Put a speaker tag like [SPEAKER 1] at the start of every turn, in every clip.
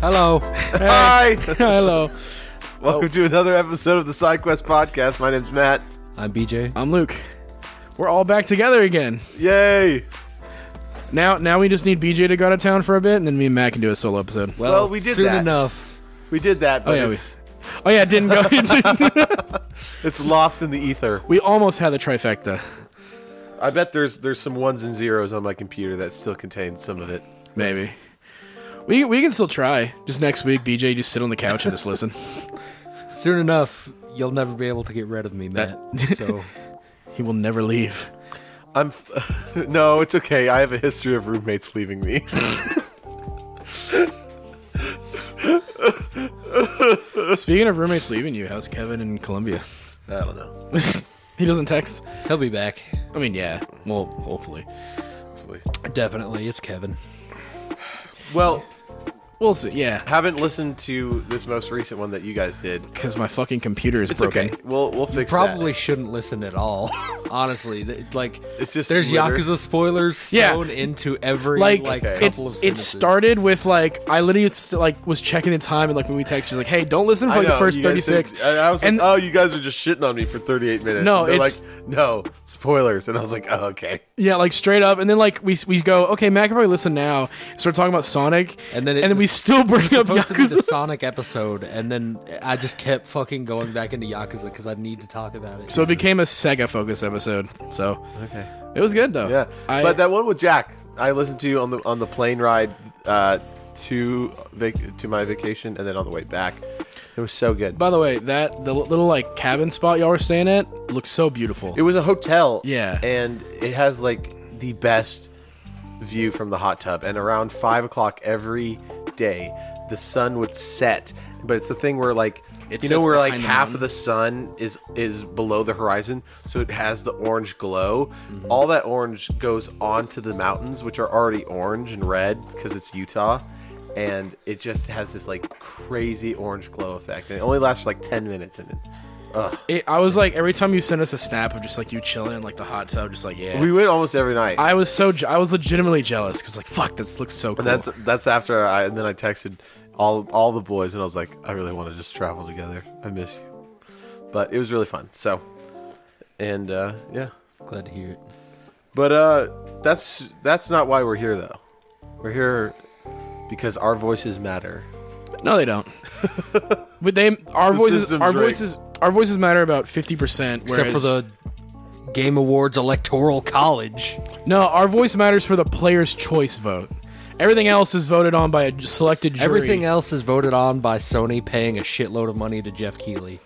[SPEAKER 1] Oh,
[SPEAKER 2] Hello.
[SPEAKER 1] Hi.
[SPEAKER 2] Hello.
[SPEAKER 1] Welcome to another episode of the SideQuest podcast. My name's Matt.
[SPEAKER 2] I'm BJ.
[SPEAKER 3] I'm Luke. We're all back together again.
[SPEAKER 1] Yay.
[SPEAKER 3] Now, now we just need BJ to go out of town for a bit, and then me and Matt can do a solo episode.
[SPEAKER 2] Well,
[SPEAKER 1] we did
[SPEAKER 2] soon
[SPEAKER 1] that.
[SPEAKER 2] enough.
[SPEAKER 1] We did that, but
[SPEAKER 3] Oh, yeah, we-
[SPEAKER 1] it's,
[SPEAKER 3] Oh yeah, it didn't go.
[SPEAKER 1] it's lost in the ether.
[SPEAKER 3] we almost had the trifecta.
[SPEAKER 1] I bet there's there's some ones and zeros on my computer that still contains some of it.
[SPEAKER 3] Maybe. We we can still try. Just next week, BJ just sit on the couch and just listen.
[SPEAKER 2] Soon enough, you'll never be able to get rid of me, Matt. so
[SPEAKER 3] He will never leave.
[SPEAKER 1] I'm f- No, it's okay. I have a history of roommates leaving me.
[SPEAKER 3] Speaking of roommates leaving you, how's Kevin in Columbia?
[SPEAKER 1] I don't know.
[SPEAKER 3] he doesn't text.
[SPEAKER 2] he'll be back.
[SPEAKER 3] I mean, yeah. Well, hopefully,
[SPEAKER 2] Definitely, it's Kevin.
[SPEAKER 1] Well,
[SPEAKER 3] we'll see. Yeah,
[SPEAKER 1] haven't listened to this most recent one that you guys did.
[SPEAKER 3] because my fucking computer is
[SPEAKER 1] It's
[SPEAKER 3] broken.
[SPEAKER 1] okay. We'll we'll fix
[SPEAKER 2] Probably
[SPEAKER 1] that.
[SPEAKER 2] shouldn't listen at all. Honestly, Th- like
[SPEAKER 1] It's just
[SPEAKER 2] there's
[SPEAKER 1] litter.
[SPEAKER 2] Yakuza spoilers
[SPEAKER 3] Yeah.
[SPEAKER 2] thrown into every
[SPEAKER 3] like,
[SPEAKER 2] like,
[SPEAKER 1] Okay.
[SPEAKER 3] it,
[SPEAKER 2] couple of
[SPEAKER 3] it
[SPEAKER 2] sentences.
[SPEAKER 3] started with like I literally just, like was checking the time and like when we texted, she's like, "Hey, don't listen for
[SPEAKER 1] I
[SPEAKER 3] like
[SPEAKER 1] know,
[SPEAKER 3] the first
[SPEAKER 1] you guys
[SPEAKER 3] 36."
[SPEAKER 1] did- and I was like,
[SPEAKER 3] and
[SPEAKER 1] "Oh, you guys are just shitting on me for 38 minutes."
[SPEAKER 3] No,
[SPEAKER 1] and they're
[SPEAKER 3] it's-
[SPEAKER 1] like, "No, spoilers." And I was like, "Oh, okay."
[SPEAKER 3] yeah, like straight up, and then like we we go, "Okay, Mac, can probably listen now." Start talking about Sonic,
[SPEAKER 2] And then it
[SPEAKER 3] and then we
[SPEAKER 2] just-
[SPEAKER 3] still bring up
[SPEAKER 2] supposed to be the
[SPEAKER 3] Yakuza.
[SPEAKER 2] Sonic episode, and then I just kept fucking going back into Yakuza because I need to talk about it.
[SPEAKER 3] So it became a Sega focus episode. So
[SPEAKER 1] Okay.
[SPEAKER 3] it was good though.
[SPEAKER 1] Yeah,
[SPEAKER 3] I,
[SPEAKER 1] but that one with Jack, I listened to on the on the plane ride uh, to vac- to my vacation, and then on the way back, it was so good.
[SPEAKER 3] by the way, that the little like cabin spot y'all were staying at looks so beautiful.
[SPEAKER 1] it was a hotel,
[SPEAKER 3] Yeah.
[SPEAKER 1] and it has like the best view from the hot tub. And around five o'clock every day, the sun would set, but it's the thing where like.
[SPEAKER 3] It
[SPEAKER 1] you know
[SPEAKER 3] sets
[SPEAKER 1] where like
[SPEAKER 3] behind the
[SPEAKER 1] half
[SPEAKER 3] mountain.
[SPEAKER 1] of the sun is is below the horizon, so it has the orange glow.
[SPEAKER 3] Mm-hmm.
[SPEAKER 1] All that orange goes onto the mountains, which are already orange and red because it's Utah, and it just has this like crazy orange glow effect, and it only lasts for like ten minutes. And it,
[SPEAKER 3] It- I was like, every time you sent us a snap of just like you chilling in like the hot tub, just like yeah.
[SPEAKER 1] we went almost every night.
[SPEAKER 3] I was so je- I was legitimately jealous because like fuck, this looks so cool.
[SPEAKER 1] And that's that's after I and then I texted all all the boys and I was like, I really want to just travel together. I miss you. But it was really fun. So and uh yeah.
[SPEAKER 2] glad to hear it.
[SPEAKER 1] But uh that's that's not why we're here though. We're here because our voices matter.
[SPEAKER 3] no, they don't. but they our
[SPEAKER 1] The
[SPEAKER 3] voices
[SPEAKER 1] system's
[SPEAKER 3] our
[SPEAKER 1] rigged.
[SPEAKER 3] voices our voices matter about fifty percent.
[SPEAKER 2] Except for the Game Awards Electoral College.
[SPEAKER 3] no, our voice matters for the player's choice vote. Everything else is voted on by a j- selected jury.
[SPEAKER 2] Everything else is voted on by Sony paying a shitload of money to Jeff Keeley.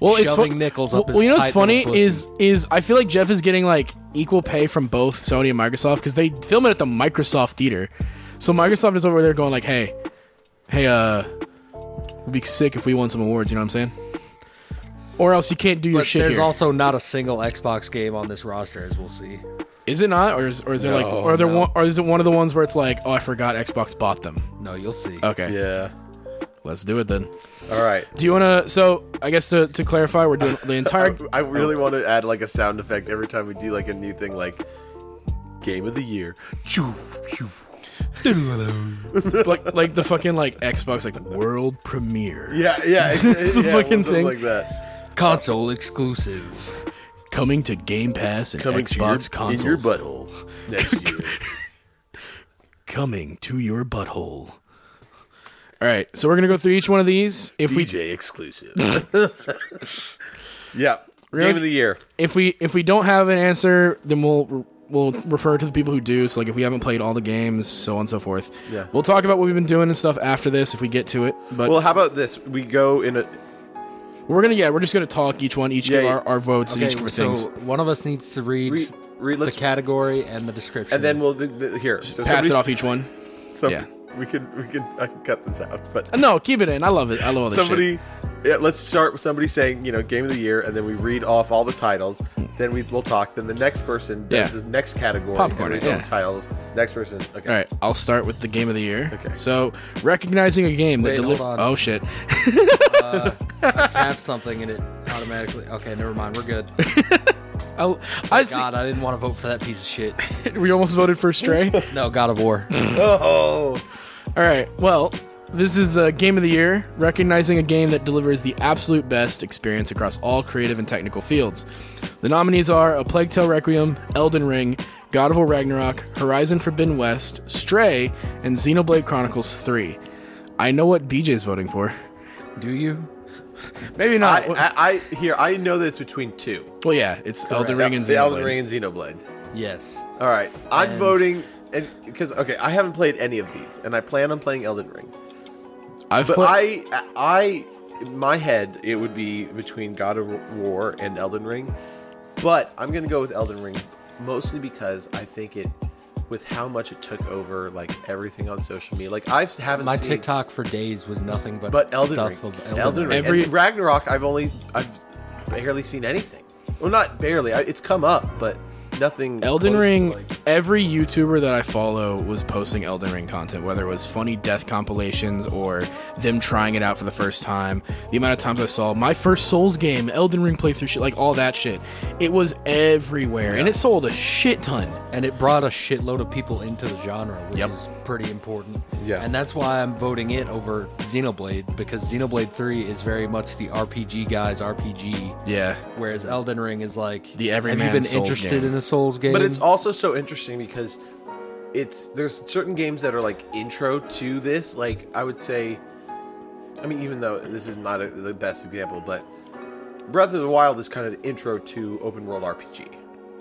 [SPEAKER 3] well,
[SPEAKER 2] shoving nickels
[SPEAKER 3] Well,
[SPEAKER 2] up his
[SPEAKER 3] well, you know what's
[SPEAKER 2] tight little
[SPEAKER 3] funny is is I feel like Jeff is getting like equal pay from both Sony and Microsoft because they film it at the Microsoft theater. So Microsoft is over there going like, hey, hey, uh, it'd be sick if we won some awards. You know what I'm saying? Or else you can't do your
[SPEAKER 2] But
[SPEAKER 3] shit.
[SPEAKER 2] there's
[SPEAKER 3] here.
[SPEAKER 2] also not a single Xbox game on this roster, as we'll see.
[SPEAKER 3] Is it not, or is, or is there like,
[SPEAKER 1] No,
[SPEAKER 3] or are there
[SPEAKER 2] no.
[SPEAKER 3] one, or is it one of the ones where it's like, oh, I forgot Xbox bought them.
[SPEAKER 2] No, you'll see.
[SPEAKER 1] Uh,
[SPEAKER 3] Okay,
[SPEAKER 1] Yeah.
[SPEAKER 3] let's do it then.
[SPEAKER 1] All right.
[SPEAKER 3] Do you want to? So I guess to, to clarify, we're doing the entire.
[SPEAKER 1] I, I really want to add like a sound effect every time we do like a new thing like game of the year. Choo, choo.
[SPEAKER 3] like like the fucking like Xbox like world premiere
[SPEAKER 1] Yeah, yeah.
[SPEAKER 3] It's a
[SPEAKER 1] yeah,
[SPEAKER 3] fucking
[SPEAKER 1] something
[SPEAKER 3] thing.
[SPEAKER 1] like that.
[SPEAKER 2] Console exclusive.
[SPEAKER 3] coming to Game Pass and
[SPEAKER 1] Coming to your-
[SPEAKER 3] Xbox consoles.
[SPEAKER 1] in your butthole next year.
[SPEAKER 3] Coming to your butthole. All right, so we're gonna go through each one of these. If we
[SPEAKER 1] BJ exclusive. yeah.
[SPEAKER 3] Really?
[SPEAKER 1] Game of the year.
[SPEAKER 3] if we if we don't have an answer, then we'll we'll refer to the people who do. So like if we haven't played all the games, so on and so forth.
[SPEAKER 1] Yeah.
[SPEAKER 3] We'll talk about what we've been doing and stuff after this if we get to it. But
[SPEAKER 1] Well, how about this? We go in a
[SPEAKER 3] we're gonna yeah, we're just gonna talk each one, each
[SPEAKER 1] Yeah,
[SPEAKER 3] give
[SPEAKER 1] yeah.
[SPEAKER 3] our, our votes and each
[SPEAKER 2] Okay,
[SPEAKER 3] give our
[SPEAKER 2] so
[SPEAKER 3] things.
[SPEAKER 2] one of us needs to read
[SPEAKER 1] re, re
[SPEAKER 2] the
[SPEAKER 1] let's,
[SPEAKER 2] category and the description.
[SPEAKER 1] and then we'll do the, here. So
[SPEAKER 3] Pass
[SPEAKER 1] somebody's-
[SPEAKER 3] it off each one.
[SPEAKER 1] some-
[SPEAKER 3] yeah.
[SPEAKER 1] We can we can I can cut this out, but
[SPEAKER 3] Uh, No, keep it in. I love it. I love all this shit.
[SPEAKER 1] somebody. Yeah, let's start with somebody saying, you know, game of the year, and then we read off all the titles. Then we will talk. Then the next person does
[SPEAKER 3] Yeah.
[SPEAKER 1] the next category.
[SPEAKER 3] Popcorn
[SPEAKER 1] and
[SPEAKER 3] it,
[SPEAKER 1] reads all
[SPEAKER 3] yeah.
[SPEAKER 1] the titles. Next person. Okay.
[SPEAKER 3] All right, I'll start with the game of the year.
[SPEAKER 1] Okay.
[SPEAKER 3] So recognizing a game that
[SPEAKER 2] Wait,
[SPEAKER 3] deli-
[SPEAKER 2] hold on.
[SPEAKER 3] oh shit,
[SPEAKER 2] I tap something and it automatically. Okay, never mind. We're good.
[SPEAKER 3] I, I see-
[SPEAKER 2] God, I didn't want to vote for that piece of shit.
[SPEAKER 3] we almost voted for Stray.
[SPEAKER 2] No, God of War.
[SPEAKER 1] Oh.
[SPEAKER 3] All right. Well, This is the game of the year, recognizing a game that delivers the absolute best experience across all creative and technical fields. The nominees are A Plague Tale Requiem, Elden Ring, God of War Ragnarok, Horizon Forbidden West, Stray, and Xenoblade Chronicles 3. I know what BJ's voting for.
[SPEAKER 2] Do you?
[SPEAKER 3] Maybe
[SPEAKER 1] I,
[SPEAKER 3] not.
[SPEAKER 1] I, I here I know that it's between two.
[SPEAKER 3] well, yeah, it's Elden Ring and
[SPEAKER 1] the
[SPEAKER 3] Xenoblade.
[SPEAKER 1] Elden Ring and Xenoblade.
[SPEAKER 2] Yes.
[SPEAKER 1] All right, I'm
[SPEAKER 2] And-
[SPEAKER 1] voting, and because okay, I haven't played any of these, and I plan on playing Elden Ring.
[SPEAKER 3] I've
[SPEAKER 1] But
[SPEAKER 3] put-
[SPEAKER 1] I, I, in my head, it would be between God of War and Elden Ring, but I'm gonna go with Elden Ring mostly because I think it, with how much it took over like everything on social media. Like I haven't
[SPEAKER 2] My
[SPEAKER 1] seen,
[SPEAKER 2] TikTok for days was nothing but,
[SPEAKER 1] but Elden
[SPEAKER 2] stuff
[SPEAKER 1] Ring,
[SPEAKER 2] of
[SPEAKER 1] Elden,
[SPEAKER 2] Elden,
[SPEAKER 1] Ring,
[SPEAKER 2] Ring.
[SPEAKER 3] Every-
[SPEAKER 1] and Ragnarok. I've only, I've barely seen anything. Well, not barely. I, it's come up, but nothing.
[SPEAKER 3] Elden
[SPEAKER 1] close to,
[SPEAKER 3] Ring.
[SPEAKER 1] like-
[SPEAKER 3] Every YouTuber that I follow was posting Elden Ring content, whether it was funny death compilations or them trying it out for the first time. The amount of times I saw my first Souls game, Elden Ring playthrough shit, like all that shit, it was everywhere, and it sold a shit ton.
[SPEAKER 2] and it brought a shitload of people into the genre, which
[SPEAKER 3] Yep.
[SPEAKER 2] is pretty important.
[SPEAKER 1] Yeah.
[SPEAKER 2] and that's why I'm voting it over Xenoblade because Xenoblade Three is very much the RPG guys RPG,
[SPEAKER 3] Yeah,
[SPEAKER 2] whereas Elden Ring is like
[SPEAKER 3] The everyman
[SPEAKER 2] Have you been
[SPEAKER 3] Souls
[SPEAKER 2] interested
[SPEAKER 3] game.
[SPEAKER 2] in a Souls game?
[SPEAKER 1] But it's also so interesting because it's there's certain games that are like intro to this. Like I would say, I mean, even though this is not a, the best example, but Breath of the Wild is kind of the intro to open world RPG.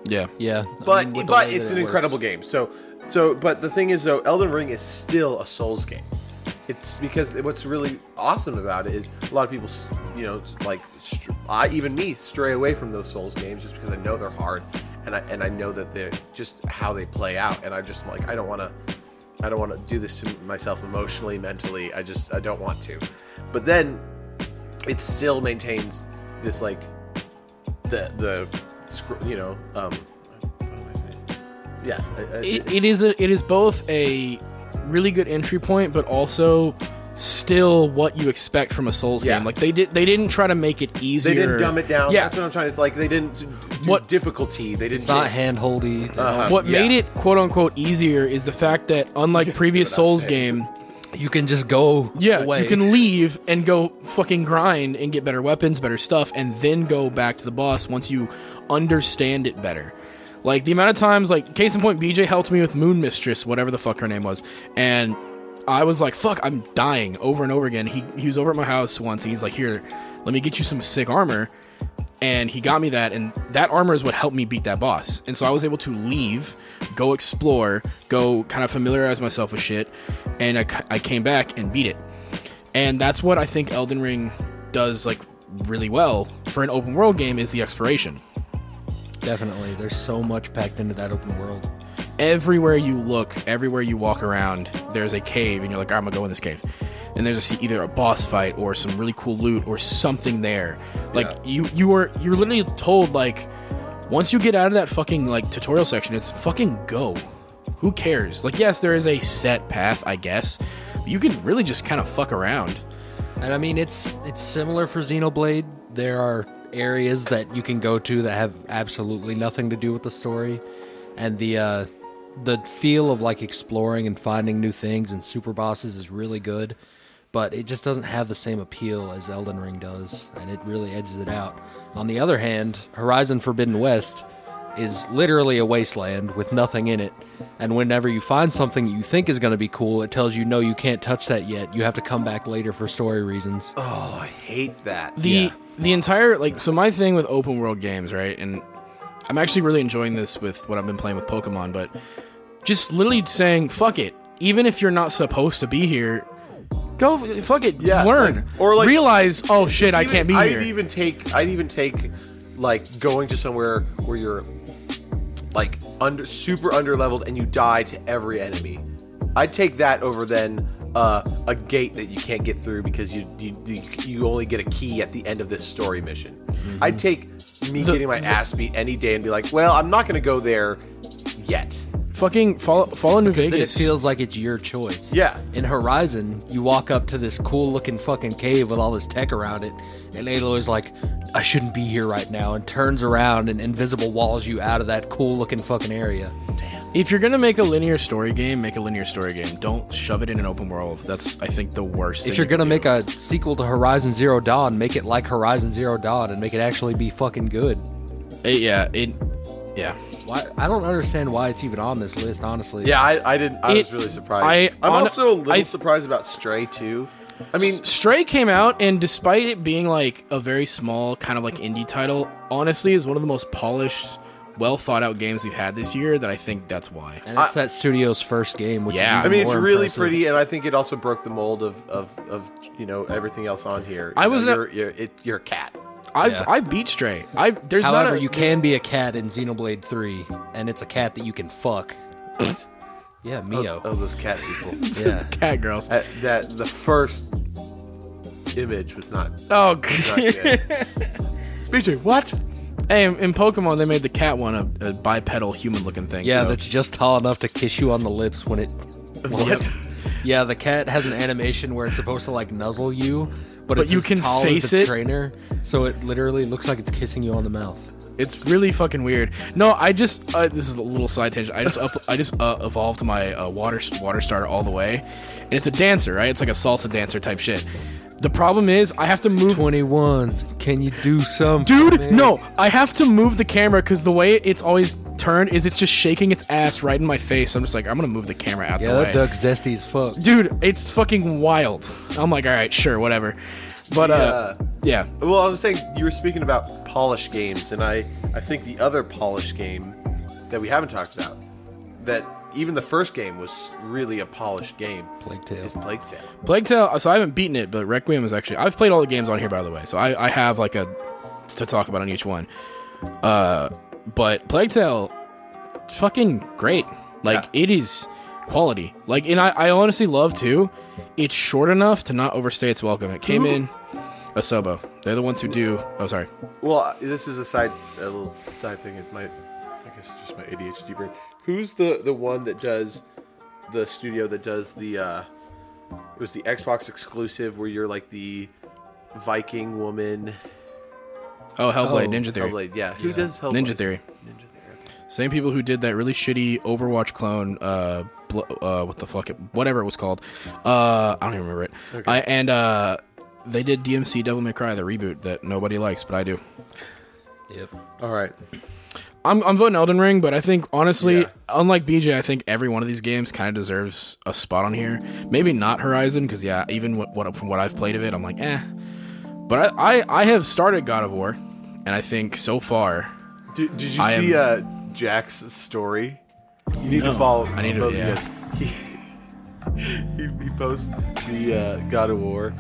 [SPEAKER 3] yeah,
[SPEAKER 2] yeah, I
[SPEAKER 1] But
[SPEAKER 2] mean, with the
[SPEAKER 1] but
[SPEAKER 2] way that
[SPEAKER 1] it's
[SPEAKER 2] it
[SPEAKER 1] an
[SPEAKER 2] works.
[SPEAKER 1] incredible game. So so but the thing is though, Elden Ring is still a Souls game. It's because what's really awesome about it is a lot of people, s- you know, s- like str- I even me stray away from those Souls games just because I know they're hard, and I and I know that they're just how they play out, and I just like I don't want to, I don't want to do this to myself emotionally, mentally. I just I don't want to, but then it still maintains this like the the scr- you know um what am I saying? Yeah, I- I-
[SPEAKER 3] it, it is a, it is both a really good entry point, but also still what you expect from a Souls
[SPEAKER 1] Yeah.
[SPEAKER 3] game. Like they did, they didn't try to make it easier.
[SPEAKER 1] They didn't dumb it down.
[SPEAKER 3] Yeah,
[SPEAKER 1] That's what I'm trying to. It's like they didn't s- do
[SPEAKER 3] What-
[SPEAKER 1] difficulty. They didn't.
[SPEAKER 2] It's not
[SPEAKER 1] change-
[SPEAKER 2] handholdy.
[SPEAKER 3] What
[SPEAKER 1] Yeah.
[SPEAKER 3] made it quote unquote easier is the fact that unlike previous
[SPEAKER 1] what I was
[SPEAKER 3] Souls
[SPEAKER 1] saying.
[SPEAKER 3] game,
[SPEAKER 2] You can just go
[SPEAKER 3] yeah,
[SPEAKER 2] away.
[SPEAKER 3] you can leave and go fucking grind and get better weapons, better stuff, and then go back to the boss once you understand it better. Like the amount of times, like case in point, BJ helped me with Moon Mistress, whatever the fuck her name was, and I was like, "Fuck, I'm dying" over and over again. He he was over at my house once, and he's like, "Here, let me get you some sick armor." and he got me that and that armor is what helped me beat that boss and so i was able to leave go explore go kind of familiarize myself with shit and I, c- I came back and beat it and that's what i think elden ring does like really well for an open world game is the exploration
[SPEAKER 2] Definitely, there's so much packed into that open world.
[SPEAKER 3] everywhere you look, everywhere you walk around, there's a cave, and you're like, I'm gonna go in this cave. And there's a, either a boss fight or some really cool loot or something there. Like you, you are you're literally told like, once you get out of that fucking like tutorial section, it's fucking go. Who cares? Like, yes, there is a set path, I guess. But you can really just kind of fuck around.
[SPEAKER 2] And I mean, it's it's similar for Xenoblade. There are areas that you can go to that have absolutely nothing to do with the story, and the uh, the feel of like exploring and finding new things and super bosses is really good. But it just doesn't have the same appeal as Elden Ring does, and it really edges it out. On the other hand, Horizon Forbidden West is literally a wasteland with nothing in it. And whenever you find something you think is going to be cool, it tells you no, you can't touch that yet. You have to come back later for story reasons.
[SPEAKER 1] Oh, I hate that.
[SPEAKER 3] the
[SPEAKER 2] Yeah.
[SPEAKER 3] the entire like so my thing with open world games right and i'm actually really enjoying this with what i've been playing with pokemon but just literally saying fuck it even if you're not supposed to be here go f- fuck it
[SPEAKER 1] Yeah,
[SPEAKER 3] learn
[SPEAKER 1] like- or, like-
[SPEAKER 3] realize oh shit i
[SPEAKER 1] Even-
[SPEAKER 3] can't be
[SPEAKER 1] I'd
[SPEAKER 3] here
[SPEAKER 1] even take. I'd even take, like going to somewhere where you're, like under super under leveled and you die to every enemy. I'd take that over then uh, a gate that you can't get through because you you, you you only get a key at the end of this story mission.
[SPEAKER 3] Mm-hmm.
[SPEAKER 1] I'd take me getting my ass beat any day and be like, well, I'm not gonna go there yet.
[SPEAKER 3] fucking follow follow new
[SPEAKER 2] Then it
[SPEAKER 3] vegas
[SPEAKER 2] feels like it's your choice.
[SPEAKER 1] Yeah.
[SPEAKER 2] In Horizon, you walk up to this cool looking fucking cave with all this tech around it, and Aloy's like, I shouldn't be here right now, and turns around and invisible walls you out of that cool looking fucking area.
[SPEAKER 1] Damn.
[SPEAKER 3] if you're gonna make a linear story game, make a linear story game. Don't shove it in an open world. That's I think the worst.
[SPEAKER 2] If you're gonna make a sequel to Horizon Zero Dawn, make it like Horizon Zero Dawn and make it actually be fucking good.
[SPEAKER 3] a yeah, it yeah.
[SPEAKER 2] Why? I don't understand why it's even on this list, honestly.
[SPEAKER 1] Yeah, I, I didn't. I was
[SPEAKER 3] It-
[SPEAKER 1] really surprised.
[SPEAKER 3] I-
[SPEAKER 1] I'm
[SPEAKER 3] on-
[SPEAKER 1] also a little
[SPEAKER 3] I-
[SPEAKER 1] surprised about Stray too. I mean,
[SPEAKER 3] Stray came out, and despite it being like a very small kind of like indie title, honestly, is one of the most polished, well thought out games we've had this year. That I think that's why.
[SPEAKER 2] And it's that studio's first game, which
[SPEAKER 3] Yeah.
[SPEAKER 2] is
[SPEAKER 1] I mean,
[SPEAKER 2] even
[SPEAKER 1] it's
[SPEAKER 2] more
[SPEAKER 1] really
[SPEAKER 2] impressive.
[SPEAKER 1] pretty, and I think it also broke the mold of of, of you know everything else on here.
[SPEAKER 3] I
[SPEAKER 1] You
[SPEAKER 3] was
[SPEAKER 1] know,
[SPEAKER 3] not-
[SPEAKER 1] you're, you're, it, you're a cat.
[SPEAKER 3] I
[SPEAKER 2] Yeah.
[SPEAKER 3] have I beat Stray. I there's
[SPEAKER 2] However,
[SPEAKER 3] not a,
[SPEAKER 2] you can be a cat in Xenoblade 3, and it's a cat that you can fuck. yeah, Mio.
[SPEAKER 1] Oh, those cat people.
[SPEAKER 2] Yeah.
[SPEAKER 3] cat girls.
[SPEAKER 1] that, that the first image was not.
[SPEAKER 3] Oh,
[SPEAKER 1] not good.
[SPEAKER 3] BJ, what? Hey, in, in Pokemon, they made the cat one a, a bipedal human looking thing.
[SPEAKER 2] Yeah,
[SPEAKER 3] so-
[SPEAKER 2] that's just tall enough to kiss you on the lips when it. Yeah, the cat has an animation where it's supposed to like nuzzle you, but, it's
[SPEAKER 3] you
[SPEAKER 2] as
[SPEAKER 3] can
[SPEAKER 2] tall
[SPEAKER 3] face
[SPEAKER 2] as the
[SPEAKER 3] it?
[SPEAKER 2] trainer, so it literally looks like it's kissing you on the mouth.
[SPEAKER 3] It's really fucking weird. No, I just uh, this is a little side tangent. I just up, I just uh, evolved my uh, water water starter all the way, and it's a dancer, right? It's like a salsa dancer type shit. The problem is I have to move.
[SPEAKER 2] Twenty-one, can you do something,
[SPEAKER 3] Dude,
[SPEAKER 2] man?
[SPEAKER 3] no! I have to move the camera because the way it's always turned is it's just shaking its ass right in my face. I'm just like, I'm gonna move the camera out
[SPEAKER 2] Yeah,
[SPEAKER 3] the way.
[SPEAKER 2] that duck's zesty as fuck.
[SPEAKER 3] Dude, it's fucking wild. I'm like, all right, sure, whatever. But uh, yeah,
[SPEAKER 1] Well, I was saying you were speaking about polished games, and I I think the other polished game that we haven't talked about that even the first game was really a polished game.
[SPEAKER 2] Plague Tale.
[SPEAKER 1] Is Plague Tale.
[SPEAKER 3] Plague Tale. So I haven't beaten it, but Requiem is actually. I've played all the games on here, by the way. So I, I have like a to talk about on each one. Uh, but Plague Tale, fucking great. Like it is quality. Like and I, I honestly love too. It's short enough to not overstay its welcome. It came in. Asobo. They're the ones who do. Oh, sorry.
[SPEAKER 1] Well, uh, this is a side, a little side thing. It might, I guess, it's just my ADHD brain. Who's the the one that does the studio that does the? uh It was the Xbox exclusive where you're like the Viking woman.
[SPEAKER 3] Oh, Hellblade
[SPEAKER 2] Oh,
[SPEAKER 3] Ninja Theory.
[SPEAKER 1] Hellblade, yeah. Who does Hellblade?
[SPEAKER 3] Ninja Theory.
[SPEAKER 1] Ninja Theory. okay.
[SPEAKER 3] Same people who did that really shitty Overwatch clone, uh, bl- uh, what the fuck, it, whatever it was called. Uh, I don't even remember it. I, and uh, they did DMC Devil May Cry, the reboot that nobody likes, but I do.
[SPEAKER 2] Yep.
[SPEAKER 1] All right.
[SPEAKER 3] I'm, I'm voting Elden Ring, but I think honestly,
[SPEAKER 1] Yeah.
[SPEAKER 3] unlike BJ, I think every one of these games kind of deserves a spot on here. Maybe not Horizon, because yeah, even what, what from what I've played of it, I'm like, eh. But I, I, I have started God of War, and I think so far
[SPEAKER 1] Did, did you
[SPEAKER 3] I
[SPEAKER 1] see uh, Jack's story? You need to follow.
[SPEAKER 3] I need to-
[SPEAKER 1] both of
[SPEAKER 3] yeah.
[SPEAKER 1] you guys. He, he, he posts the uh, God of War,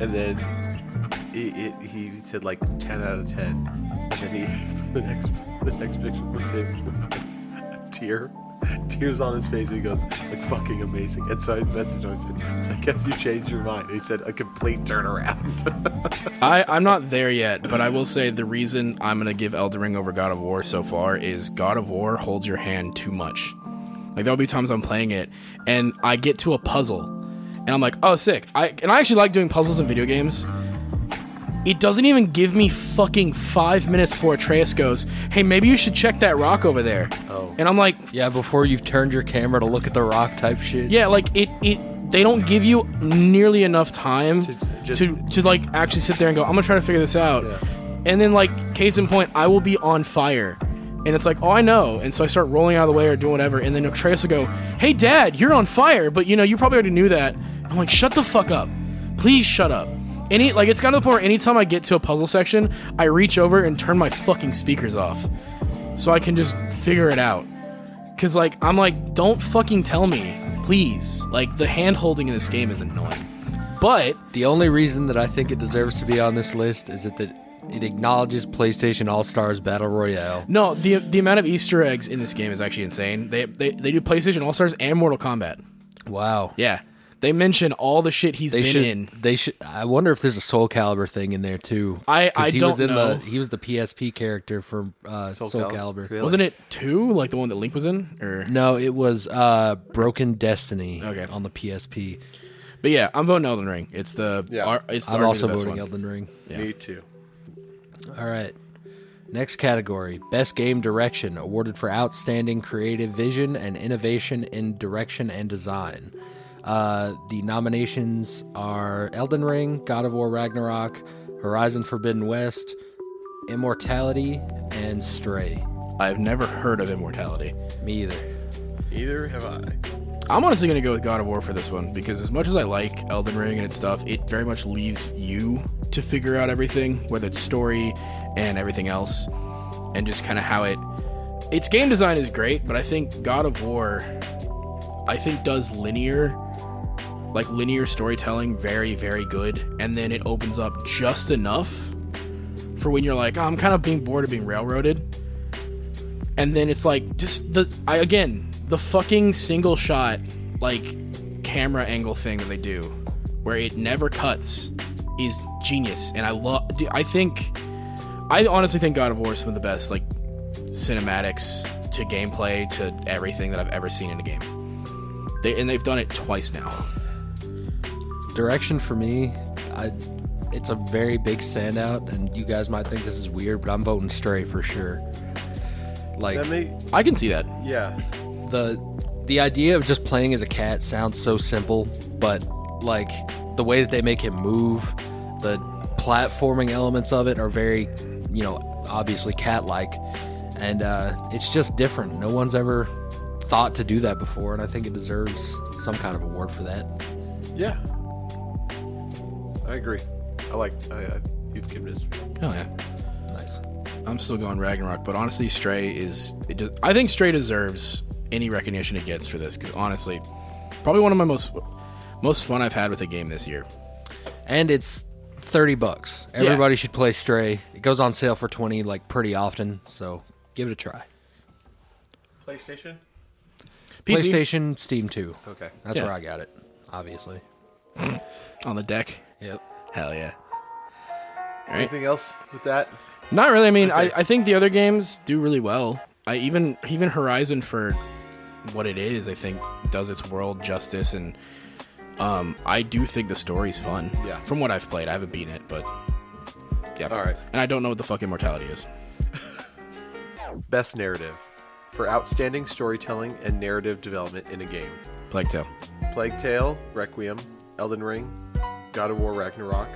[SPEAKER 1] and then he, he, he said like ten out of ten, and then he the next the next picture was him with a tear. Tears on his face, and he goes like "fucking amazing." And so his message I said, "So I guess you changed your mind." He said, "A complete turnaround."
[SPEAKER 3] I, I'm not there yet, but I will say the reason I'm gonna give Elden Ring over God of War so far is God of War holds your hand too much. Like there'll be times I'm playing it and I get to a puzzle and I'm like, oh sick. I and I actually like doing puzzles in video games. It doesn't even give me fucking five minutes before Atreus goes, hey, maybe you should check that rock over there.
[SPEAKER 1] Oh.
[SPEAKER 3] And I'm like,
[SPEAKER 2] Yeah, before you've turned your camera to look at the rock type shit.
[SPEAKER 3] yeah, like it it they don't give you nearly enough time to
[SPEAKER 1] just-
[SPEAKER 3] to, like actually sit there and go, I'm gonna try to figure this out.
[SPEAKER 1] Yeah.
[SPEAKER 3] And then like case in point, I will be on fire. And it's like, oh, I know. And so I start rolling out of the way or doing whatever. And then Atreus will go, hey, dad, you're on fire. But you know, you probably already knew that. I'm like, shut the fuck up. Please shut up. Any like it's gotten to the point where anytime I get to a puzzle section, I reach over and turn my fucking speakers off. So I can just figure it out. Cause like I'm like, don't fucking tell me, please. Like the hand holding in this game is annoying. But
[SPEAKER 2] The only reason that I think it deserves to be on this list is that the, it acknowledges PlayStation All Stars Battle Royale.
[SPEAKER 3] no, the the amount of Easter eggs in this game is actually insane. They they, they do PlayStation All Stars and Mortal Kombat.
[SPEAKER 2] Wow.
[SPEAKER 3] Yeah, they mention all the shit he's
[SPEAKER 2] They
[SPEAKER 3] been
[SPEAKER 2] should.
[SPEAKER 3] in.
[SPEAKER 2] They should. I wonder if there's a Soul Caliber thing in there too.
[SPEAKER 3] I-
[SPEAKER 2] 'Cause
[SPEAKER 3] I
[SPEAKER 2] he
[SPEAKER 3] don't
[SPEAKER 2] was in
[SPEAKER 3] know.
[SPEAKER 2] The, he was the PSP character from uh, Soul,
[SPEAKER 1] Calib-
[SPEAKER 2] Caliber.
[SPEAKER 1] really?
[SPEAKER 3] Wasn't it two? Like the one that Link was in, or
[SPEAKER 2] No, it was uh, Broken Destiny.
[SPEAKER 3] Okay.
[SPEAKER 2] on the PSP.
[SPEAKER 3] but yeah, I'm voting Elden Ring. It's the
[SPEAKER 1] Yeah.
[SPEAKER 3] ar- it's the
[SPEAKER 2] Mm-hmm.
[SPEAKER 3] arguably
[SPEAKER 2] I'm also
[SPEAKER 3] best
[SPEAKER 2] voting
[SPEAKER 3] one.
[SPEAKER 2] Elden Ring.
[SPEAKER 1] Me too.
[SPEAKER 2] All right. Next category Best Game Direction, awarded for outstanding creative vision and innovation in direction and design. Uh, the nominations are Elden Ring, God of War Ragnarok, Horizon Forbidden West, Immortality, and Stray.
[SPEAKER 3] I've never heard of Immortality.
[SPEAKER 2] Me either.
[SPEAKER 1] Either have I.
[SPEAKER 3] I'm honestly gonna go with God of War for this one because as much as I like Elden Ring and its stuff, it very much leaves you to figure out everything, whether it's story and everything else, and just kind of how it. Its game design is great, but I think God of War, I think does linear, like linear storytelling, very very good, and then it opens up just enough for when you're like, oh, I'm kind of being bored of being railroaded and then it's like just the I, again the fucking single shot like camera angle thing that they do where it never cuts is genius and i love i think i honestly think god of war is some of the best like cinematics to gameplay to everything that i've ever seen in a game they, and they've done it twice now
[SPEAKER 2] Direction for me, I, it's a very big standout, and you guys might think this is weird, but I'm voting Stray for sure. Like,
[SPEAKER 1] That may.
[SPEAKER 3] i can see that
[SPEAKER 1] Yeah.
[SPEAKER 2] the the idea of just playing as a cat sounds so simple, but like the way that they make him move, the platforming elements of it are very, you know, obviously cat-like, and uh, it's just different. No one's ever thought to do that before, and I think it deserves some kind of award for that.
[SPEAKER 1] Yeah. I agree. I like. I, I, you've convinced me.
[SPEAKER 3] oh yeah
[SPEAKER 2] Nice.
[SPEAKER 3] I'm still going Ragnarok, but honestly, Stray is. It does, I think Stray deserves any recognition it gets for this because honestly, probably one of my most most fun I've had with a game this year.
[SPEAKER 2] And it's thirty bucks. Everybody should play Stray. It goes on sale for twenty like pretty often, so give it a try.
[SPEAKER 1] PlayStation.
[SPEAKER 3] PC
[SPEAKER 2] PlayStation, Steam too.
[SPEAKER 1] Okay.
[SPEAKER 2] That's
[SPEAKER 3] Yeah.
[SPEAKER 2] where I got it, obviously.
[SPEAKER 3] on the deck.
[SPEAKER 2] Yep.
[SPEAKER 3] Hell yeah.
[SPEAKER 1] Anything else with that?
[SPEAKER 3] Not really. I mean, I, I think the other games do really well. I even even Horizon for what it is, I think does its world justice, and um, I do think the story's fun.
[SPEAKER 1] Yeah.
[SPEAKER 3] From what I've played, I haven't beaten it, but yeah.
[SPEAKER 1] All right.
[SPEAKER 3] And I don't know what the fuck immortality is.
[SPEAKER 1] Best narrative for outstanding storytelling and narrative development in a game.
[SPEAKER 3] Plague Tale.
[SPEAKER 1] Plague Tale, Requiem, Elden Ring, God of War Ragnarok,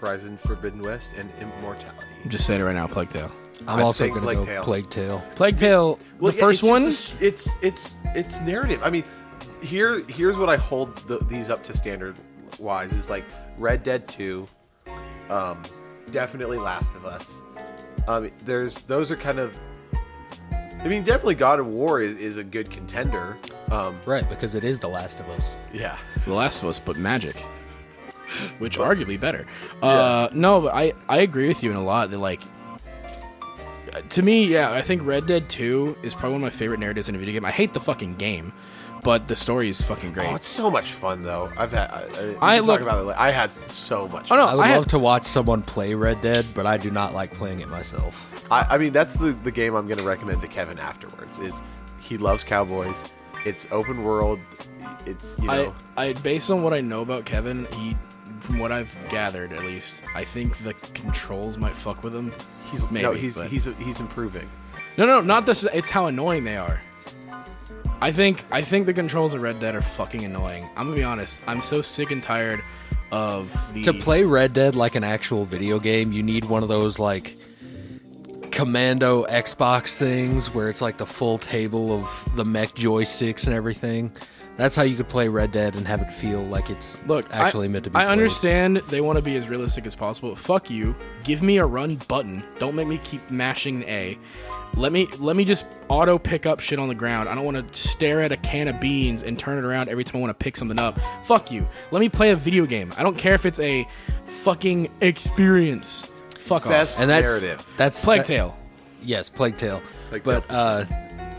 [SPEAKER 1] Horizon Forbidden West, and Immortality.
[SPEAKER 3] Just saying it right now, Plague Tale.
[SPEAKER 2] I'm
[SPEAKER 1] I
[SPEAKER 2] also
[SPEAKER 1] think
[SPEAKER 2] going to
[SPEAKER 1] Plague
[SPEAKER 2] go
[SPEAKER 1] Tale.
[SPEAKER 2] Plague Tale.
[SPEAKER 3] Plague Tale, the
[SPEAKER 1] yeah,
[SPEAKER 3] first
[SPEAKER 1] it's
[SPEAKER 3] one.
[SPEAKER 1] just a- it's it's it's narrative. I mean, here here's what I hold the, these up to standard wise is like Red Dead Two, um, definitely Last of Us. Um, there's those are kind of. I mean, definitely God of War is, is a good contender. Um,
[SPEAKER 2] Right, because it is The Last of Us.
[SPEAKER 1] yeah,
[SPEAKER 3] The Last of Us, but magic, which arguably better. Uh, no, but I I agree with you in a lot that like. uh, To me, yeah, I think Red Dead 2 is probably one of my favorite narratives in a video game. I hate the fucking game, but the story is fucking great.
[SPEAKER 1] oh, it's so much fun though. I've had I, I, we
[SPEAKER 3] I
[SPEAKER 1] can
[SPEAKER 3] look-
[SPEAKER 1] talk about it. Later. I had so much.
[SPEAKER 3] Oh, no,
[SPEAKER 1] fun.
[SPEAKER 2] I would
[SPEAKER 3] I had-
[SPEAKER 2] love to watch someone play Red Dead, but I do not like playing it myself.
[SPEAKER 1] I, I mean, that's the, the game I'm going to recommend to Kevin afterwards. Is he loves cowboys? It's open world. It's you know.
[SPEAKER 3] I, I based on what I know about Kevin, he from what I've gathered at least, I think the controls might fuck with him.
[SPEAKER 1] He's
[SPEAKER 3] Maybe,
[SPEAKER 1] no, he's
[SPEAKER 3] but-
[SPEAKER 1] he's he's improving.
[SPEAKER 3] No, no, not this. It's how annoying they are. I think I think the controls of Red Dead are fucking annoying. I'm gonna be honest. I'm so sick and tired of the
[SPEAKER 2] To play Red Dead like an actual video game, you need one of those like commando Xbox things where it's like the full table of the mech joysticks and everything. That's how you could play Red Dead and have it feel like it's
[SPEAKER 3] Look, I-
[SPEAKER 2] actually meant to be.
[SPEAKER 3] I
[SPEAKER 2] played.
[SPEAKER 3] understand they want to be as realistic as possible. Fuck you. Give me a run button. Don't make me keep mashing the A. Let me let me just auto pick up shit on the ground. I don't want to stare at a can of beans and turn it around every time I want to pick something up. Fuck you. Let me play a video game. I don't care if it's a fucking experience. Fuck off.
[SPEAKER 1] Best
[SPEAKER 2] And that's
[SPEAKER 1] narrative.
[SPEAKER 2] that's
[SPEAKER 3] Plague
[SPEAKER 2] that-
[SPEAKER 3] Tale.
[SPEAKER 2] Yes, Plague Tale.
[SPEAKER 1] Plague Tale
[SPEAKER 2] but
[SPEAKER 1] for
[SPEAKER 2] uh,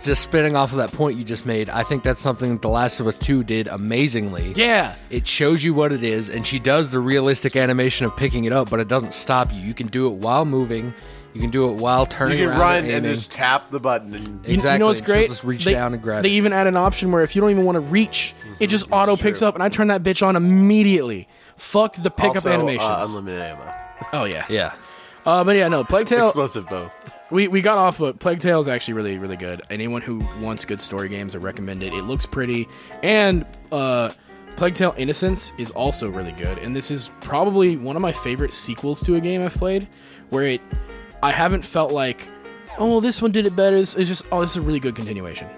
[SPEAKER 2] just spinning off of that point you just made, I think that's something that The Last of Us 2 did amazingly.
[SPEAKER 3] Yeah.
[SPEAKER 2] It shows you what it is, and she does the realistic animation of picking it up, but it doesn't stop you. You can do it while moving, you can do it while turning
[SPEAKER 1] you can
[SPEAKER 2] around
[SPEAKER 1] run
[SPEAKER 2] and
[SPEAKER 1] and
[SPEAKER 2] aiming.
[SPEAKER 1] just tap the button. And,
[SPEAKER 2] It- Exactly,
[SPEAKER 3] You know what's
[SPEAKER 2] and she'll
[SPEAKER 3] great?
[SPEAKER 2] just reach
[SPEAKER 3] they,
[SPEAKER 2] down and grab
[SPEAKER 3] They
[SPEAKER 2] it. Mm-hmm.
[SPEAKER 3] even add an option where if you don't even want to reach, it just auto picks
[SPEAKER 1] true.
[SPEAKER 3] up, and I turn that bitch on immediately. Fuck the pickup
[SPEAKER 1] also, uh,
[SPEAKER 3] animations.
[SPEAKER 1] unlimited ammo.
[SPEAKER 3] oh yeah.
[SPEAKER 2] yeah.
[SPEAKER 3] Uh, but yeah, no, Plague Tale.
[SPEAKER 1] Explosive bow.
[SPEAKER 3] we, we got off, but Plague Tale is actually really, really good. Anyone who wants good story games, I recommend it. It looks pretty. And uh, Plague Tale Innocence is also really good. And this is probably one of my favorite sequels to a game I've played, where it I haven't felt like, oh, well, this one did it better. This is just, oh, this is a really good continuation.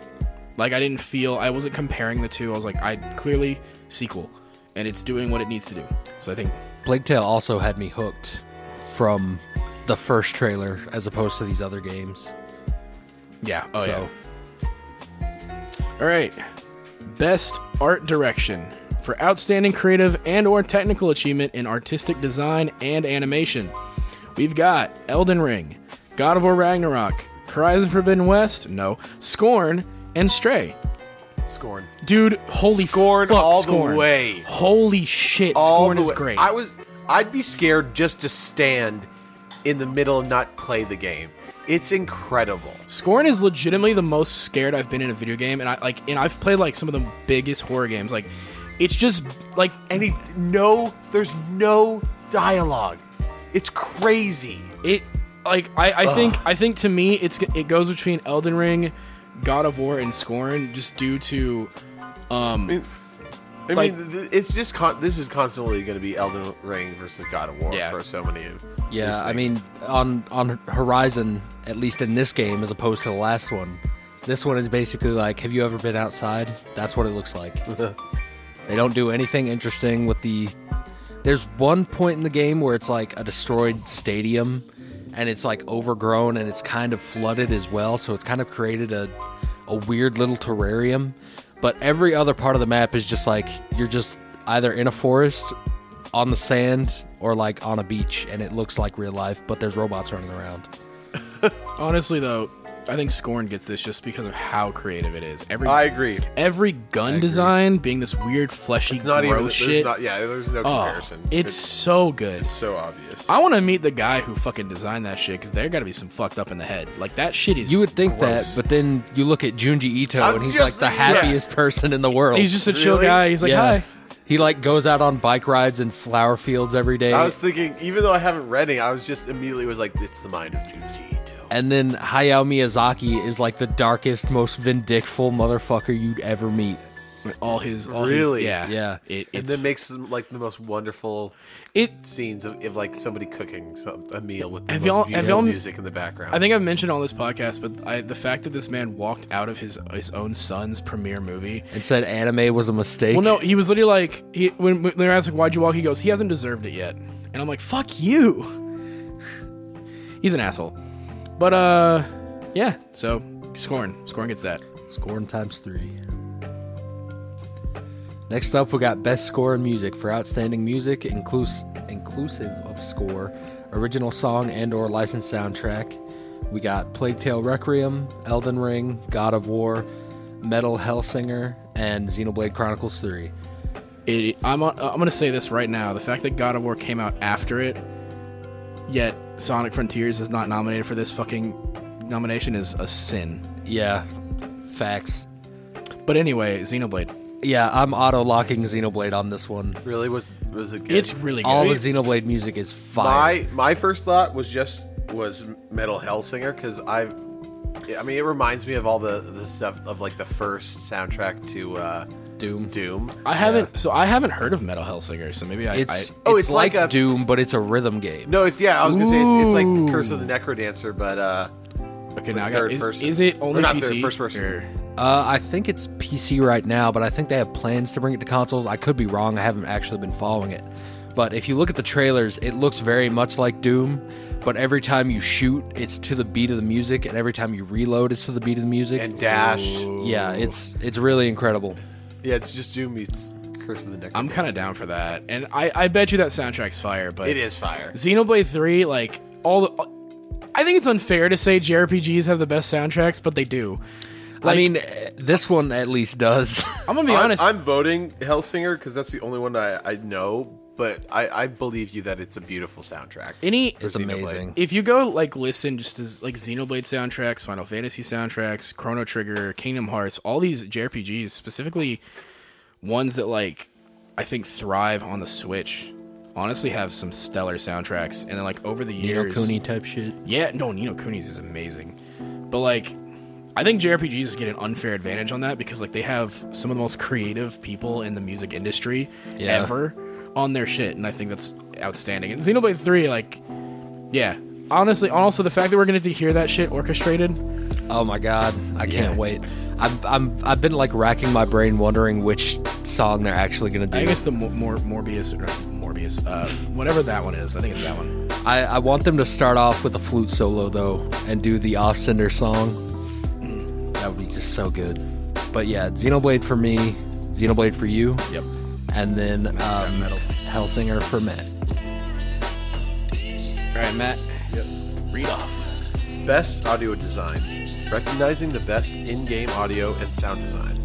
[SPEAKER 3] Like, I didn't feel, I wasn't comparing the two. I was like, I clearly sequel, and it's doing what it needs to do. So I think
[SPEAKER 2] Plague Tale also had me hooked from the first trailer as opposed to these other games.
[SPEAKER 3] Yeah. Oh
[SPEAKER 2] so
[SPEAKER 3] yeah. All right. Best art direction for outstanding creative and or technical achievement in artistic design and animation. We've got Elden Ring, God of War Ragnarok, Horizon Forbidden West, no, Scorn, and Stray.
[SPEAKER 1] Scorn.
[SPEAKER 3] Dude, holy
[SPEAKER 1] Scorn
[SPEAKER 3] fuck,
[SPEAKER 1] all the
[SPEAKER 3] Scorn.
[SPEAKER 1] way.
[SPEAKER 3] Holy shit,
[SPEAKER 1] All
[SPEAKER 3] Scorn
[SPEAKER 1] the
[SPEAKER 3] is
[SPEAKER 1] way-
[SPEAKER 3] great.
[SPEAKER 1] I was. I'd be scared just to stand in the middle and not play the game. It's incredible.
[SPEAKER 3] Scorn is legitimately the most scared I've been in a video game, and I like, and I've played like some of the biggest horror games. Like, it's just like
[SPEAKER 1] And he, no, there's no dialogue. It's crazy.
[SPEAKER 3] it like I, I think I think to me it's it goes between Elden Ring, God of War, and Scorn just due to um,
[SPEAKER 1] I
[SPEAKER 3] Like-
[SPEAKER 1] mean, th- it's just con- this is constantly going to be Elden Ring versus God of War
[SPEAKER 3] Yeah.
[SPEAKER 1] for so many. of these
[SPEAKER 2] Yeah, I
[SPEAKER 1] things.
[SPEAKER 2] mean, on on Horizon, at least in this game, as opposed to the last one, this one is basically like, have you ever been outside? That's what it looks like. they don't do anything interesting with the. There's one point in the game where it's like a destroyed stadium, and it's like overgrown and it's kind of flooded as well, so it's kind of created a a weird little terrarium. But every other part of the map is just like you're just either in a forest on the sand or like on a beach and it looks like real life, but there's robots running around.
[SPEAKER 3] honestly though, I think Scorn gets this just because of how creative it is. Every
[SPEAKER 1] I agree.
[SPEAKER 3] every gun design being this weird fleshy
[SPEAKER 1] It's not even.
[SPEAKER 3] gross
[SPEAKER 1] There's
[SPEAKER 3] shit.
[SPEAKER 1] not. Yeah, there's no
[SPEAKER 3] Oh,
[SPEAKER 1] comparison.
[SPEAKER 3] it's so good.
[SPEAKER 1] so obvious.
[SPEAKER 3] I want to meet the guy who fucking designed that shit because they're got to be some fucked up in the head. Like that shit is.
[SPEAKER 2] You would think
[SPEAKER 3] gross.
[SPEAKER 2] that, but then you look at Junji Ito
[SPEAKER 1] I'm
[SPEAKER 2] and he's
[SPEAKER 1] just-
[SPEAKER 2] like the
[SPEAKER 1] yeah.
[SPEAKER 2] happiest person in the world.
[SPEAKER 3] he's just a chill
[SPEAKER 1] Really?
[SPEAKER 3] guy. He's like,
[SPEAKER 2] yeah.
[SPEAKER 3] hi.
[SPEAKER 2] He like goes out on bike rides and flower fields every day.
[SPEAKER 1] I was thinking, even though I haven't read it, I was just immediately was like, it's the mind of Junji Ito.
[SPEAKER 2] and then Hayao Miyazaki is like the darkest, most vindictful motherfucker you'd ever meet.
[SPEAKER 3] All his, all
[SPEAKER 1] Really?
[SPEAKER 3] His, yeah,
[SPEAKER 2] Yeah.
[SPEAKER 3] It,
[SPEAKER 1] And
[SPEAKER 3] it's
[SPEAKER 1] then makes like the most wonderful
[SPEAKER 3] it.
[SPEAKER 1] scenes of, of like somebody cooking some, a meal with the
[SPEAKER 3] Have
[SPEAKER 1] most
[SPEAKER 3] y'all- have
[SPEAKER 1] beautiful
[SPEAKER 3] y'all-
[SPEAKER 1] music in the background.
[SPEAKER 3] I think I've mentioned on this podcast, but I, the fact that this man walked out of his his own son's premiere movie.
[SPEAKER 2] And said anime was a mistake.
[SPEAKER 3] Well, no, he was literally like, he, when, when they're asked like, "Why'd you walk?" He goes, "He hasn't deserved it yet," and I'm like, "Fuck you." He's an asshole, but uh, yeah. So Scorn, Scorn gets that.
[SPEAKER 2] Scoring times three. Next up, we got best score in music for outstanding music, inclus- inclusive of score, original song and/or licensed soundtrack. We got Plague Tale Requiem, Elden Ring, God of War, Metal Hellsinger, and Xenoblade Chronicles 3.
[SPEAKER 3] It, I'm on, I'm gonna say this right now: the fact that God of War came out after it, yet Sonic Frontiers is not nominated for this fucking nomination is a sin.
[SPEAKER 2] Yeah, facts.
[SPEAKER 3] But anyway, Xenoblade.
[SPEAKER 2] Yeah, I'm auto locking Xenoblade on this one.
[SPEAKER 1] really was was a good.
[SPEAKER 3] It's really good.
[SPEAKER 2] All the Xenoblade music is fire.
[SPEAKER 1] my my first thought was just was Metal Hellsinger because I've. I mean, it reminds me of all the, the stuff of like the first soundtrack to uh,
[SPEAKER 2] Doom.
[SPEAKER 1] Doom.
[SPEAKER 3] I haven't. So I haven't heard of Metal Hellsinger. So maybe I.
[SPEAKER 2] It's
[SPEAKER 3] I,
[SPEAKER 1] Oh,
[SPEAKER 2] it's,
[SPEAKER 1] it's
[SPEAKER 2] like,
[SPEAKER 1] like a-
[SPEAKER 2] Doom, but it's a rhythm game.
[SPEAKER 1] No, it's yeah. I was gonna say it's, it's like
[SPEAKER 3] Ooh.
[SPEAKER 1] Curse of the Necrodancer, but uh,
[SPEAKER 3] okay,
[SPEAKER 1] with
[SPEAKER 3] now I
[SPEAKER 1] third
[SPEAKER 3] got. Is,
[SPEAKER 1] person.
[SPEAKER 3] is it
[SPEAKER 1] Or
[SPEAKER 3] only
[SPEAKER 1] not
[SPEAKER 3] PC?
[SPEAKER 1] third, first person.
[SPEAKER 3] or-
[SPEAKER 2] Uh, I think it's PC right now, but I think they have plans to bring it to consoles. I could be wrong. I haven't actually been following it. But if you look at the trailers, it looks very much like Doom, but every time you shoot, it's to the beat of the music, and every time you reload, it's to the beat of the music.
[SPEAKER 1] and Dash.
[SPEAKER 2] yeah, it's it's really incredible.
[SPEAKER 1] Yeah, it's just Doom meets Curse of the Necrodancer.
[SPEAKER 3] I'm kind of down for that, and I, I bet you that soundtrack's fire. But
[SPEAKER 1] It is fire.
[SPEAKER 3] Xenoblade Three, like all the. I think it's unfair to say JRPGs have the best soundtracks, but they do.
[SPEAKER 2] I mean, eh, this one at least does.
[SPEAKER 3] I'm gonna be
[SPEAKER 1] I'm,
[SPEAKER 3] honest.
[SPEAKER 1] I'm voting Hellsinger because that's the only one I, I know, but I, I believe you that it's a beautiful soundtrack.
[SPEAKER 3] any
[SPEAKER 2] it's
[SPEAKER 1] Xenoblade.
[SPEAKER 2] amazing.
[SPEAKER 3] if you go like listen just as like Xenoblade soundtracks, Final Fantasy soundtracks, Chrono Trigger, Kingdom Hearts, all these JRPGs, specifically ones that like I think thrive on the Switch, honestly have some stellar soundtracks. And then like over the
[SPEAKER 2] Nino
[SPEAKER 3] years,
[SPEAKER 2] Cooney type shit.
[SPEAKER 3] yeah, no, Nino Cooney's is amazing. But like I think JRPGs get an unfair advantage on that because like they have some of the most creative people in the music industry
[SPEAKER 2] Yeah.
[SPEAKER 3] ever on their shit, and I think that's outstanding. And Xenoblade 3, like yeah. Honestly, also the fact that we're gonna get to hear that shit orchestrated.
[SPEAKER 2] Oh my god, I can't wait. I'm, I'm, I've been like racking my brain wondering which song they're actually gonna do.
[SPEAKER 3] I guess the Mor- Mor- Morbius or Morbius, uh, whatever that one is. I think it's that one.
[SPEAKER 2] I, I want them to start off with a flute solo though, and do the Offsender song. Mm, That would be just so good. But yeah, Xenoblade for me, Xenoblade for you,
[SPEAKER 3] Yep.
[SPEAKER 2] and then
[SPEAKER 3] got
[SPEAKER 2] um,
[SPEAKER 3] metal.
[SPEAKER 2] Hellsinger for Matt.
[SPEAKER 3] All right, Matt,
[SPEAKER 1] Yep.
[SPEAKER 3] read off.
[SPEAKER 1] Best audio design. Recognizing the best in game audio and sound design.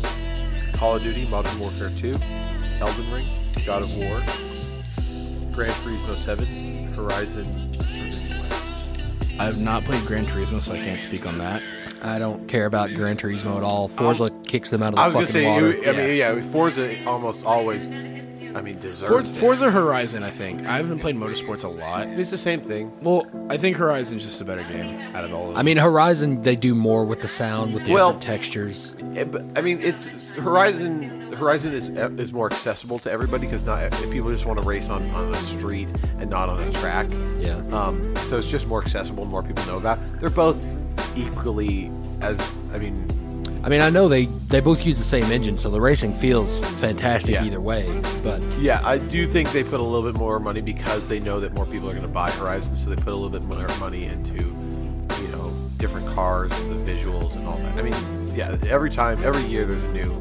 [SPEAKER 1] Call of Duty Modern Warfare 2, Elden Ring, God of War, Gran Turismo 7, Horizon Forbidden West.
[SPEAKER 3] I've not played Gran Turismo, so I can't speak on that.
[SPEAKER 2] I don't care about Gran Turismo at all. Forza kicks them out of the
[SPEAKER 1] I was
[SPEAKER 2] fucking
[SPEAKER 1] gonna say,
[SPEAKER 2] water.
[SPEAKER 1] you, I mean, yeah, Forza almost always, I mean, deserves
[SPEAKER 3] Forza,
[SPEAKER 1] it.
[SPEAKER 3] Forza Horizon, I think. I haven't played motorsports a lot.
[SPEAKER 1] It's the same thing.
[SPEAKER 3] Well, I think Horizon's just a better game out of all of them.
[SPEAKER 2] I mean, Horizon they do more with the sound, with the
[SPEAKER 1] uh, Well-
[SPEAKER 2] different textures.
[SPEAKER 1] Eh, but, I mean, it's it's Horizon. Horizon is eh, is more accessible to everybody because not if people just want to race on on the street and not on a track.
[SPEAKER 2] Yeah.
[SPEAKER 1] Um, so it's just more accessible. More people know about. They're both equally as. I mean,
[SPEAKER 2] I mean, I know they they both use the same engine, so the racing feels fantastic
[SPEAKER 1] Yeah.
[SPEAKER 2] either way. But
[SPEAKER 1] yeah, I do think they put a little bit more money because they know that more people are going to buy Horizon, so they put a little bit more money into you know different cars and the visuals and all that. I mean, yeah, every time, every year, there's a new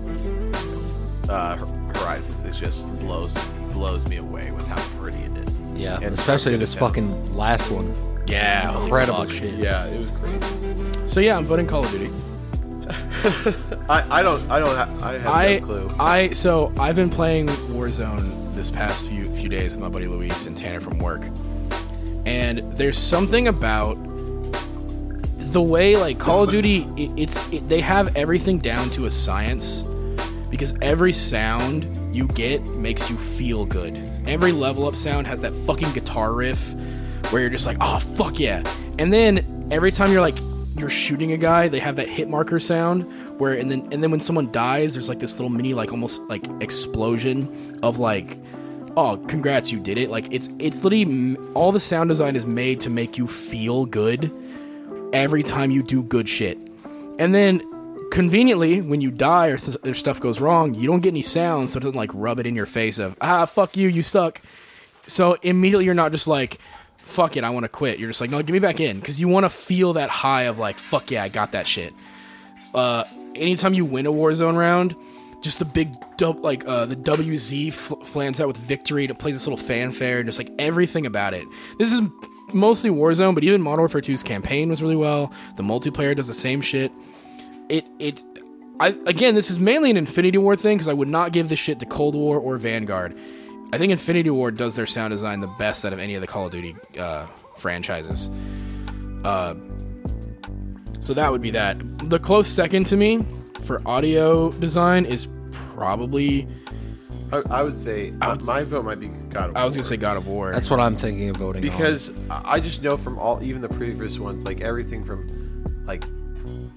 [SPEAKER 1] uh, Hor- Horizon. It just blows blows me away with how pretty it is.
[SPEAKER 2] yeah,
[SPEAKER 1] And
[SPEAKER 2] especially
[SPEAKER 1] how good
[SPEAKER 2] this
[SPEAKER 1] it sounds.
[SPEAKER 2] fucking last one,
[SPEAKER 3] yeah, holy
[SPEAKER 2] incredible
[SPEAKER 3] fuck.
[SPEAKER 2] shit.
[SPEAKER 1] Yeah, it was great.
[SPEAKER 3] So yeah, I'm voting Call of Duty.
[SPEAKER 1] I, I don't I don't ha- I have
[SPEAKER 3] I
[SPEAKER 1] no clue.
[SPEAKER 3] I so I've been playing Warzone this past few few days with my buddy Luis and Tanner from work, and there's something about the way like Call of Duty it, it's it, they have everything down to a science because every sound you get makes you feel good. Every level up sound has that fucking guitar riff where you're just like, oh fuck yeah. And then every time you're like you're shooting a guy, they have that hit marker sound where and then and then when someone dies, there's like this little mini like almost like explosion of like oh congrats you did it like it's it's literally m- all the sound design is made to make you feel good every time you do good shit. And then conveniently, when you die or, th- or stuff goes wrong, you don't get any sound, so it doesn't like rub it in your face of, ah, fuck you, you suck. So immediately you're not just like, fuck it, I want to quit. You're just like, no, get me back in. Because you want to feel that high of like, fuck yeah, I got that shit. Uh, anytime you win a Warzone round, just the big dub, like uh, the WZ fl- flans out with victory and it plays this little fanfare and just like everything about it. This is mostly Warzone, but even Modern Warfare 2's campaign was really well. The multiplayer does the same shit. It it I again, this is mainly an Infinity War thing because I would not give this shit to Cold War or Vanguard. I think Infinity War does their sound design the best out of any of the Call of Duty uh, franchises. Uh, So that would be that. The close second to me for audio design is probably
[SPEAKER 1] I, I would say uh, my vote might be God of
[SPEAKER 3] I was
[SPEAKER 1] War.
[SPEAKER 3] gonna say God of War.
[SPEAKER 2] That's what I'm thinking of voting on.
[SPEAKER 1] because I I just know from all even the previous ones, like everything from like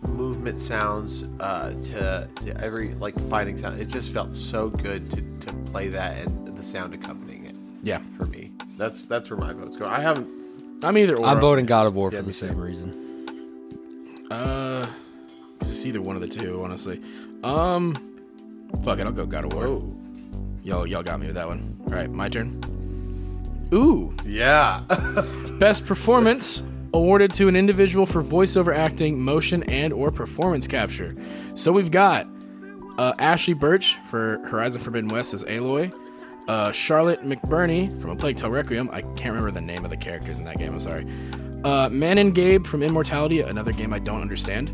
[SPEAKER 1] movement sounds uh, to to every like fighting sound. It just felt so good to, to play that and the sound accompanying it
[SPEAKER 3] yeah.
[SPEAKER 1] for me. That's that's where my votes go. I haven't.
[SPEAKER 3] I'm either or.
[SPEAKER 2] I'm voting God of War
[SPEAKER 1] Yeah,
[SPEAKER 2] for
[SPEAKER 1] me
[SPEAKER 2] the same reason.
[SPEAKER 3] Uh, it's either one of the two, honestly. Um, fuck it, I'll go God of War.
[SPEAKER 1] Oh
[SPEAKER 3] Y'all, y'all got me with that one. All right, my turn. Ooh,
[SPEAKER 1] yeah,
[SPEAKER 3] best performance awarded to an individual for voiceover acting, motion, and/or performance capture. So we've got uh, Ashley Birch for Horizon Forbidden West as Aloy. Uh, Charlotte McBurney from A Plague Tale Requiem. I can't remember the name of the characters in that game. I'm sorry. Uh, Man and Gabe from Immortality, another game I don't understand.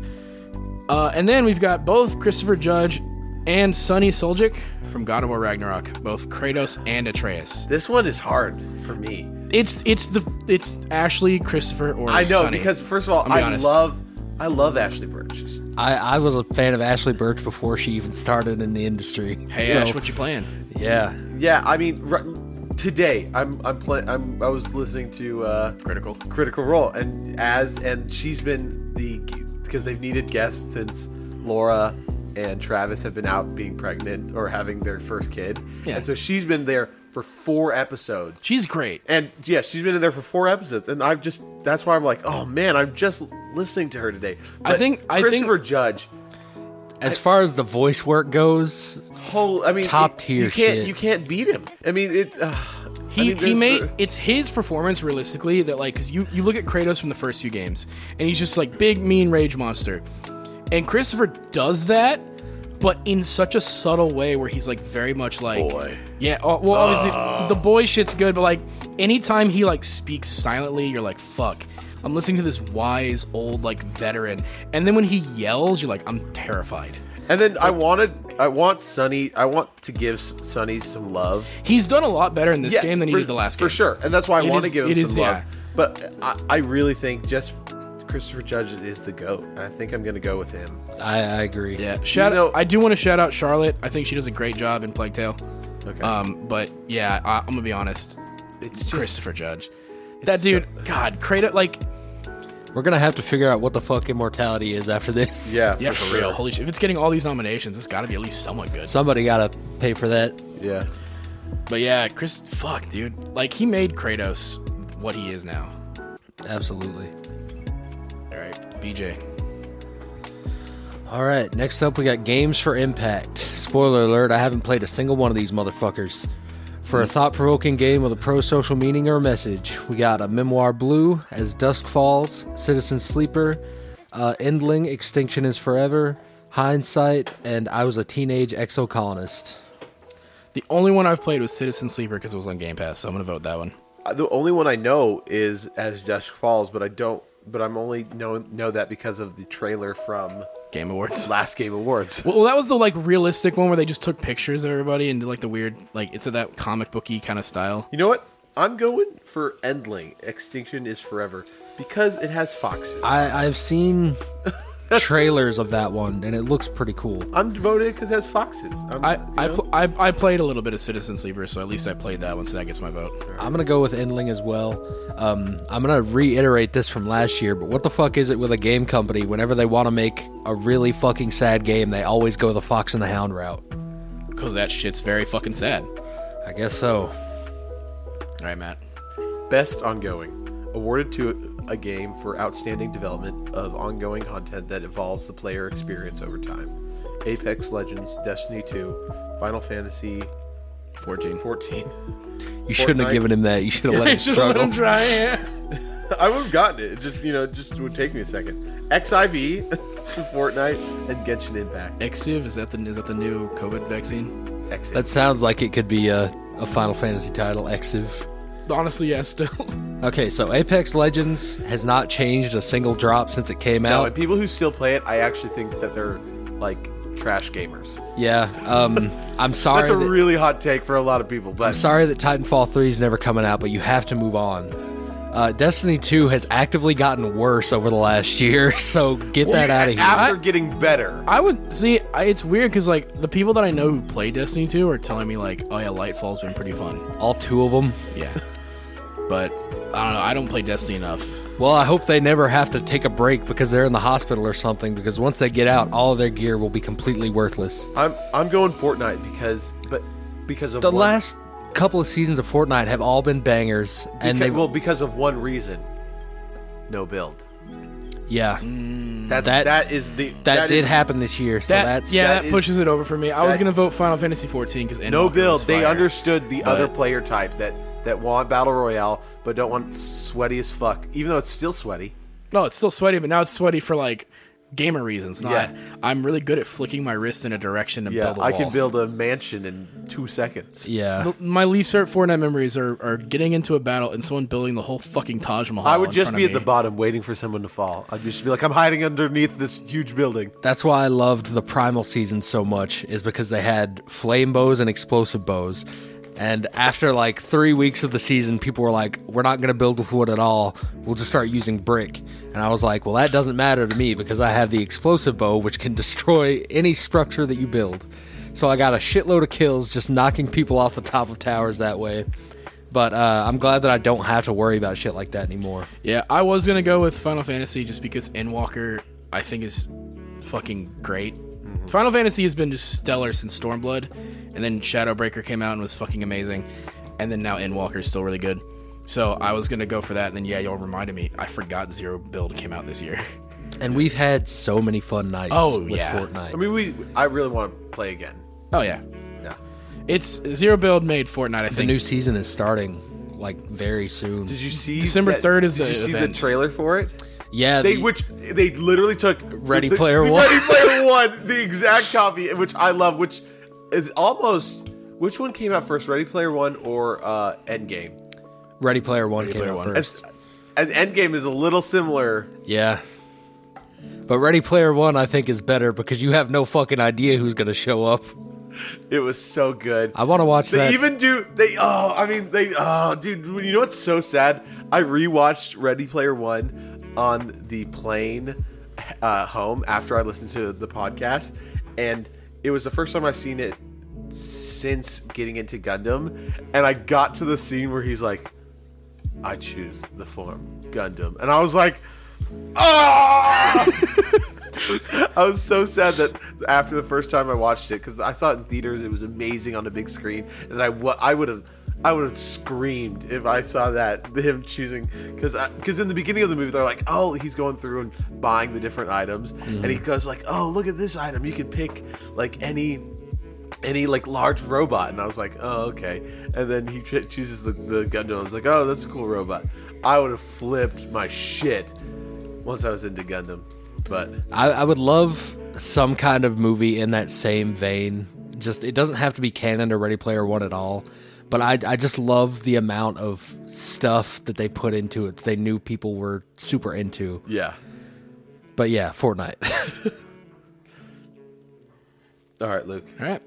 [SPEAKER 3] Uh, and then we've got both Christopher Judge and Sonny Soljic from God of War Ragnarok, both Kratos and Atreus.
[SPEAKER 1] this one is hard for me.
[SPEAKER 3] It's it's the it's Ashley, Christopher, or
[SPEAKER 1] I know
[SPEAKER 3] Sonny.
[SPEAKER 1] because first of all,
[SPEAKER 3] I'll be
[SPEAKER 1] I
[SPEAKER 3] honest.
[SPEAKER 1] love I love Ashley Birch.
[SPEAKER 2] I, I was a fan of Ashley Birch before she even started in the industry.
[SPEAKER 3] Hey
[SPEAKER 2] so,
[SPEAKER 3] Ash, what you playing?
[SPEAKER 2] yeah,
[SPEAKER 1] Yeah, I mean, r- today I'm I'm playing I'm I was listening to uh
[SPEAKER 3] Critical.
[SPEAKER 1] Critical Role and as and she's been the because they've needed guests since Laura and Travis have been out being pregnant or having their first kid.
[SPEAKER 3] Yeah.
[SPEAKER 1] And so she's been there for four episodes.
[SPEAKER 3] She's great.
[SPEAKER 1] And yeah, she's been in there for four episodes, and I've just that's why I'm like, oh man, I'm just listening to her today. But
[SPEAKER 3] think- I think-
[SPEAKER 1] Christopher Judge,
[SPEAKER 2] As far as the voice work goes,
[SPEAKER 1] whole I mean,
[SPEAKER 2] Top
[SPEAKER 1] it-
[SPEAKER 2] tier
[SPEAKER 1] You can't
[SPEAKER 2] shit.
[SPEAKER 1] you can't beat him. I mean, it's uh,
[SPEAKER 3] He,
[SPEAKER 1] I mean,
[SPEAKER 3] he
[SPEAKER 1] there's-
[SPEAKER 3] made it's his performance realistically that like because you you look at Kratos from the first few games and he's just like big mean rage monster, and Christopher does that, but in such a subtle way where he's like very much like
[SPEAKER 1] Boy.
[SPEAKER 3] yeah oh, well obviously the boy shit's good but like anytime he like speaks silently you're like fuck I'm listening to this wise old like veteran and then when he yells you're like I'm terrified.
[SPEAKER 1] And then I wanted, I want Sonny, I want to give Sonny some love.
[SPEAKER 3] He's done a lot better in this
[SPEAKER 1] Yeah,
[SPEAKER 3] game than he
[SPEAKER 1] for-
[SPEAKER 3] did the last
[SPEAKER 1] for
[SPEAKER 3] game
[SPEAKER 1] sure. And that's why I
[SPEAKER 3] It
[SPEAKER 1] want to
[SPEAKER 3] is-
[SPEAKER 1] give him
[SPEAKER 3] it
[SPEAKER 1] some
[SPEAKER 3] is,
[SPEAKER 1] love.
[SPEAKER 3] yeah.
[SPEAKER 1] But I, I really think just Christopher Judge is the goat, and I think I'm going to go with him.
[SPEAKER 2] I, I agree.
[SPEAKER 3] Yeah, shout
[SPEAKER 1] know-
[SPEAKER 3] I do want to shout out Charlotte. I think she does a great job in Plague Tale.
[SPEAKER 1] Okay,
[SPEAKER 3] Um, but yeah, I, I'm gonna be honest,
[SPEAKER 1] it's just
[SPEAKER 3] Christopher Judge, that
[SPEAKER 1] so-
[SPEAKER 3] dude, God, Kratos, like,
[SPEAKER 2] We're gonna have to figure out what the fuck immortality is after this.
[SPEAKER 1] yeah,
[SPEAKER 3] yeah,
[SPEAKER 1] for
[SPEAKER 3] for
[SPEAKER 1] career.
[SPEAKER 3] real, holy shit, if it's getting all these nominations, it's got to be at least somewhat good.
[SPEAKER 2] Somebody gotta pay for that.
[SPEAKER 1] Yeah,
[SPEAKER 3] But yeah, Chris, fuck, dude, like he made Kratos what he is now.
[SPEAKER 2] Absolutely.
[SPEAKER 3] All right, BJ,
[SPEAKER 2] All right, next up we got Games for Impact. Spoiler alert, I haven't played a single one of these motherfuckers. For a thought provoking game with a pro social meaning or message, we got a Memoir Blue, As Dusk Falls, Citizen Sleeper, uh, Endling, Extinction is Forever, Hindsight, and I Was a Teenage Exocolonist.
[SPEAKER 3] the only one I've played was Citizen Sleeper because it was on Game Pass, so I'm gonna vote that one.
[SPEAKER 1] Uh, the only one I know is As Dusk Falls, but I don't. But I'm only know know that because of the trailer from
[SPEAKER 3] Game Awards.
[SPEAKER 1] last Game Awards.
[SPEAKER 3] Well, that was the like realistic one where they just took pictures of everybody and did like the weird like it's that comic booky kind of style.
[SPEAKER 1] You know what? I'm going for Endling. Extinction is forever because it has foxes.
[SPEAKER 2] I, I've seen trailers of that one, and it looks pretty cool.
[SPEAKER 1] I'm devoted because it has foxes. I'm,
[SPEAKER 3] I
[SPEAKER 1] you
[SPEAKER 3] I,
[SPEAKER 1] know?
[SPEAKER 3] pl- I I played a little bit of Citizen Sleeper, so at least I played that one, so that gets my vote.
[SPEAKER 2] I'm gonna go with Endling as well. Um, I'm gonna reiterate this from last year, but what the fuck is it with a game company? Whenever they want to make a really fucking sad game, they always go the Fox and the Hound route.
[SPEAKER 3] Cause that shit's very fucking sad. All
[SPEAKER 2] I guess so.
[SPEAKER 3] right, Matt.
[SPEAKER 1] Best ongoing, awarded to a game for outstanding development of ongoing content that evolves the player experience over time. Apex Legends, Destiny 2, Final Fantasy
[SPEAKER 3] 14.
[SPEAKER 1] 14.
[SPEAKER 2] You shouldn't have
[SPEAKER 1] Fortnite.
[SPEAKER 2] given him that. You should have let him struggle.
[SPEAKER 1] I would have gotten it. It just, you know, it just would take me a second. XIV, Fortnite, and Genshin Impact.
[SPEAKER 3] Exiv is that the is that the new COVID vaccine?
[SPEAKER 1] Exit.
[SPEAKER 2] That sounds like it could be a, a Final Fantasy title, Exiv.
[SPEAKER 3] Honestly, yes. Still,
[SPEAKER 2] Okay, so Apex Legends has not changed a single drop since it came
[SPEAKER 1] no,
[SPEAKER 2] out.
[SPEAKER 1] and people who still play it, I actually think that they're like trash gamers.
[SPEAKER 2] yeah, um, I'm sorry.
[SPEAKER 1] That's a
[SPEAKER 2] that-
[SPEAKER 1] really hot take for a lot of people,
[SPEAKER 2] I'm
[SPEAKER 1] but
[SPEAKER 2] sorry that Titanfall 3 is never coming out, but you have to move on. Uh, Destiny 2 has actively gotten worse over the last year, so get that out of here.
[SPEAKER 1] after getting better.
[SPEAKER 3] I would see. I, it's weird because like the people that I know who play Destiny 2 are telling me like, oh yeah, Lightfall's been pretty fun.
[SPEAKER 2] All two of them.
[SPEAKER 3] Yeah, but I don't know. I don't play Destiny enough.
[SPEAKER 2] Well, I hope they never have to take a break because they're in the hospital or something, because once they get out, all of their gear will be completely worthless.
[SPEAKER 1] I'm I'm going Fortnite because but because of
[SPEAKER 2] The
[SPEAKER 1] one,
[SPEAKER 2] last couple of seasons of Fortnite have all been bangers, and
[SPEAKER 1] beca-
[SPEAKER 2] they
[SPEAKER 1] well because of one reason. No build.
[SPEAKER 2] yeah,
[SPEAKER 1] That's
[SPEAKER 2] That-
[SPEAKER 1] that is the
[SPEAKER 2] that,
[SPEAKER 1] that
[SPEAKER 2] did
[SPEAKER 1] is-
[SPEAKER 2] happen this year. So
[SPEAKER 3] That-
[SPEAKER 2] that's
[SPEAKER 3] yeah,
[SPEAKER 1] that
[SPEAKER 3] that,
[SPEAKER 1] is-
[SPEAKER 3] pushes it over for me. I was
[SPEAKER 1] that-
[SPEAKER 3] gonna vote Final Fantasy 14 because
[SPEAKER 1] No build. They understood the other
[SPEAKER 3] but-
[SPEAKER 1] player type that that want battle royale but don't want sweaty as fuck. Even though it's still sweaty.
[SPEAKER 3] No, it's still sweaty, but now it's sweaty for like gamer reasons. Not
[SPEAKER 1] Yeah.
[SPEAKER 3] I'm really good at flicking my wrist in a direction to
[SPEAKER 1] Yeah,
[SPEAKER 3] build a
[SPEAKER 1] I
[SPEAKER 3] wall.
[SPEAKER 1] can build a mansion in two seconds.
[SPEAKER 2] yeah.
[SPEAKER 3] The- my least favorite Fortnite memories are, are getting into a battle and someone building the whole fucking Taj Mahal.
[SPEAKER 1] I would
[SPEAKER 3] in
[SPEAKER 1] just
[SPEAKER 3] front
[SPEAKER 1] be
[SPEAKER 3] of
[SPEAKER 1] at the
[SPEAKER 3] me.
[SPEAKER 1] bottom waiting for someone to fall. I'd just be like, I'm hiding underneath this huge building.
[SPEAKER 2] That's why I loved the primal season so much, is because they had flame bows and explosive bows. And after like three weeks of the season, people were like, we're not going to build with wood at all. We'll just start using brick. And I was like, well, that doesn't matter to me because I have the explosive bow, which can destroy any structure that you build. So I got a shitload of kills just knocking people off the top of towers that way. But uh, I'm glad that I don't have to worry about shit like that anymore.
[SPEAKER 3] Yeah, I was gonna go with Final Fantasy just because Endwalker I think is fucking great. Final Fantasy has been just stellar since Stormblood, and then Shadowbreaker came out and was fucking amazing, and then now Endwalker is still really good. So I was gonna go for that, and then yeah, y'all reminded me. I forgot Zero Build came out this year.
[SPEAKER 2] And we've had so many fun nights
[SPEAKER 3] Oh,
[SPEAKER 2] with
[SPEAKER 3] yeah.
[SPEAKER 2] Fortnite.
[SPEAKER 1] I mean, we. I really want to play again.
[SPEAKER 3] oh yeah,
[SPEAKER 1] Yeah.
[SPEAKER 3] it's Zero Build made Fortnite. I
[SPEAKER 2] the
[SPEAKER 3] think
[SPEAKER 2] new season is starting like very soon.
[SPEAKER 1] Did you see
[SPEAKER 3] December
[SPEAKER 1] that-
[SPEAKER 3] 3rd is
[SPEAKER 1] Did
[SPEAKER 3] the
[SPEAKER 1] you see
[SPEAKER 3] event.
[SPEAKER 1] the trailer for it?
[SPEAKER 2] yeah,
[SPEAKER 1] They
[SPEAKER 2] the-
[SPEAKER 1] which they literally took
[SPEAKER 2] Ready
[SPEAKER 1] the-
[SPEAKER 2] Player
[SPEAKER 1] the
[SPEAKER 2] One.
[SPEAKER 1] Ready Player One, the exact copy, which I love. Which is almost which one came out first, Ready Player One or uh, Endgame?
[SPEAKER 2] Ready Player One came
[SPEAKER 3] Player
[SPEAKER 2] out
[SPEAKER 3] One.
[SPEAKER 2] first.
[SPEAKER 1] It's- And Endgame is a little similar.
[SPEAKER 2] Yeah. But Ready Player One, I think, is better because you have no fucking idea who's gonna show up.
[SPEAKER 1] It was so good.
[SPEAKER 2] I want to watch
[SPEAKER 1] They
[SPEAKER 2] that.
[SPEAKER 1] even do they oh I mean they oh dude you know what's so sad? I rewatched Ready Player One on the plane uh, home after I listened to the podcast, and it was the first time I've seen it since getting into Gundam, and I got to the scene where he's like, "I choose the form Gundam," and I was like, "Ah!" I was so sad that after the first time I watched it because I saw it in theaters, it was amazing on the big screen, and I wa- I would have I would have screamed if I saw that him choosing because because in the beginning of the movie they're like oh he's going through and buying the different items and he goes like oh look at this item you can pick like any any like large robot and i was like oh okay and then he ch- chooses the, the gundam i was like oh that's a cool robot i would have flipped my shit once i was into gundam but
[SPEAKER 2] I, I would love some kind of movie in that same vein. Just it doesn't have to be canon or Ready Player One at all, but I I just love the amount of stuff that they put into it. That they knew people were super into.
[SPEAKER 1] yeah
[SPEAKER 2] But yeah, Fortnite.
[SPEAKER 1] All right, Luke.
[SPEAKER 3] All right.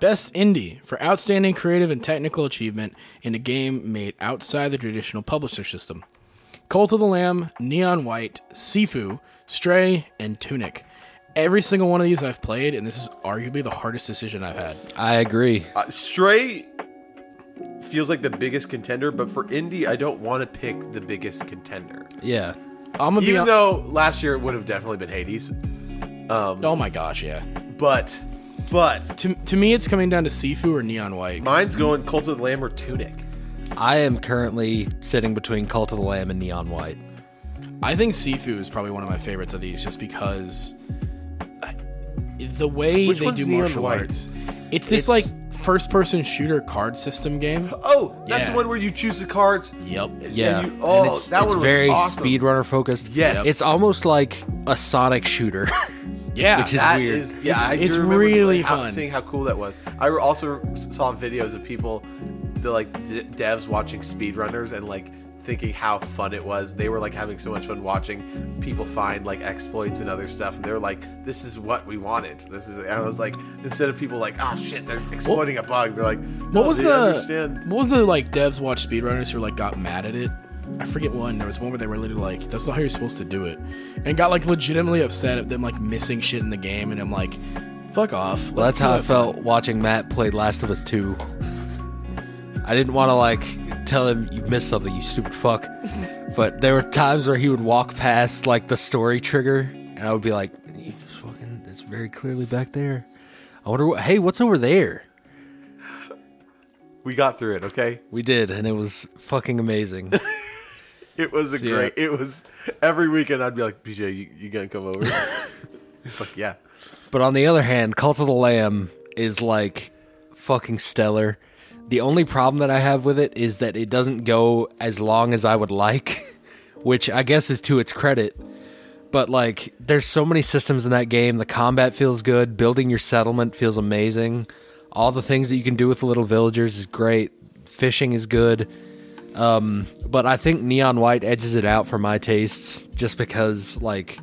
[SPEAKER 3] Best indie for outstanding creative and technical achievement in a game made outside the traditional publisher system. Cult of the Lamb, Neon White, Sifu, Stray, and Tunic. Every single one of these I've played, and this is arguably the hardest decision I've had.
[SPEAKER 2] I agree.
[SPEAKER 1] Uh, Stray feels like the biggest contender, but for indie, I don't want to pick the biggest contender.
[SPEAKER 2] Yeah,
[SPEAKER 3] I'm gonna be
[SPEAKER 1] Even
[SPEAKER 3] hon-
[SPEAKER 1] though last year it would have definitely been Hades,
[SPEAKER 3] oh my gosh, yeah.
[SPEAKER 1] but but
[SPEAKER 3] To, to me, it's coming down to Sifu or Neon White.
[SPEAKER 1] mine's going Cult of the Lamb or Tunic.
[SPEAKER 2] I am currently sitting between Cult of the Lamb and Neon White.
[SPEAKER 3] I think Sifu is probably one of my favorites of these, just because I- the way
[SPEAKER 1] Which
[SPEAKER 3] they
[SPEAKER 1] one's
[SPEAKER 3] do
[SPEAKER 1] Neon
[SPEAKER 3] martial
[SPEAKER 1] White?
[SPEAKER 3] arts. It's this
[SPEAKER 2] It's-
[SPEAKER 3] like first-person shooter card system game.
[SPEAKER 1] Oh, that's
[SPEAKER 3] Yeah.
[SPEAKER 1] the one where you choose the cards.
[SPEAKER 3] Yep.
[SPEAKER 2] Yeah,
[SPEAKER 1] And you- oh,
[SPEAKER 2] it's,
[SPEAKER 1] that
[SPEAKER 2] it's
[SPEAKER 1] one was
[SPEAKER 2] very
[SPEAKER 1] awesome.
[SPEAKER 2] speedrunner focused.
[SPEAKER 1] Yes.
[SPEAKER 2] it's almost like a Sonic shooter.
[SPEAKER 3] Yeah.
[SPEAKER 2] Which is-
[SPEAKER 1] That
[SPEAKER 2] weird.
[SPEAKER 1] is- yeah,
[SPEAKER 3] It's-
[SPEAKER 1] I do
[SPEAKER 3] it's
[SPEAKER 1] remember
[SPEAKER 3] really
[SPEAKER 1] how-
[SPEAKER 3] fun.
[SPEAKER 1] seeing how cool that was. I re- also saw videos of people, the like d- devs watching speedrunners and like thinking how fun it was. They were like having so much fun watching people find like exploits and other stuff, and they're like, "This is what we wanted. This is." And I was like, instead of people like, "Oh shit, they're exploiting a bug," they're like, "Oh,
[SPEAKER 3] what was the
[SPEAKER 1] Understand.
[SPEAKER 3] What was the like devs watch speedrunners who like got mad at it? I forget one. There was one where they were literally like, "That's not how you're supposed to do it," and got like legitimately upset at them like missing shit in the game. And I'm like, "Fuck off."
[SPEAKER 2] Well,
[SPEAKER 3] Let's
[SPEAKER 2] that's how
[SPEAKER 3] do
[SPEAKER 2] I
[SPEAKER 3] it.
[SPEAKER 2] felt watching Matt play Last of Us 2. I didn't want to like tell him you missed something, you stupid fuck. But there were times where he would walk past like the story trigger, and I would be like, "You just fucking, it's very clearly back there." I wonder, what, hey, what's over there?
[SPEAKER 1] We got through it, okay?
[SPEAKER 2] We did, and it was fucking amazing.
[SPEAKER 1] It was a
[SPEAKER 2] yeah.
[SPEAKER 1] great. It was every weekend. I'd be like, "BJ, you, you gonna come over?" it's like, yeah.
[SPEAKER 2] But on the other hand, Cult of the Lamb is like fucking stellar. The only problem that I have with it is that it doesn't go as long as I would like, which I guess is to its credit. But like, there's so many systems in that game. The combat feels good. Building your settlement feels amazing. All the things that you can do with the little villagers is great. Fishing is good. Um, but I think Neon White edges it out for my tastes just because, like,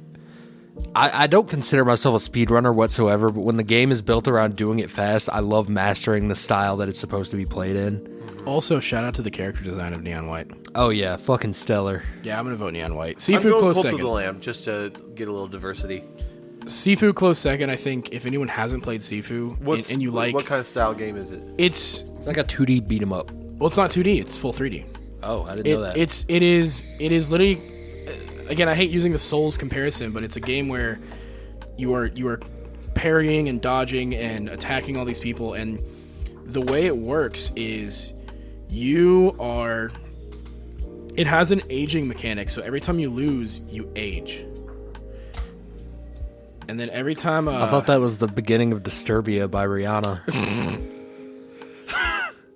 [SPEAKER 2] I, I don't consider myself a speedrunner whatsoever, but when the game is built around doing it fast, I love mastering the style that it's supposed to be played in.
[SPEAKER 3] Also, shout out to the character design of Neon White.
[SPEAKER 2] Oh yeah, fucking stellar.
[SPEAKER 3] Yeah, I'm gonna vote Neon White.
[SPEAKER 1] I'm
[SPEAKER 3] Sifu
[SPEAKER 1] going
[SPEAKER 3] close
[SPEAKER 1] Cult
[SPEAKER 3] second.
[SPEAKER 1] of the Lamb just to get a little diversity.
[SPEAKER 3] Sifu close second. I think if anyone hasn't played Sifu and, and you like
[SPEAKER 1] what kind of style game is it?
[SPEAKER 3] it's
[SPEAKER 2] It's like a 2D beat 'em up.
[SPEAKER 3] Well, it's not 2D. It's full 3D.
[SPEAKER 2] Oh, I didn't
[SPEAKER 3] It,
[SPEAKER 2] know that.
[SPEAKER 3] It's it is it is literally. uh, Again, I hate using the Souls comparison, but it's a game where you are you are parrying and dodging and attacking all these people, and the way it works is you are. It has an aging mechanic, so every time you lose, you age. And then every time uh,
[SPEAKER 2] I thought that was the beginning of Disturbia by Rihanna.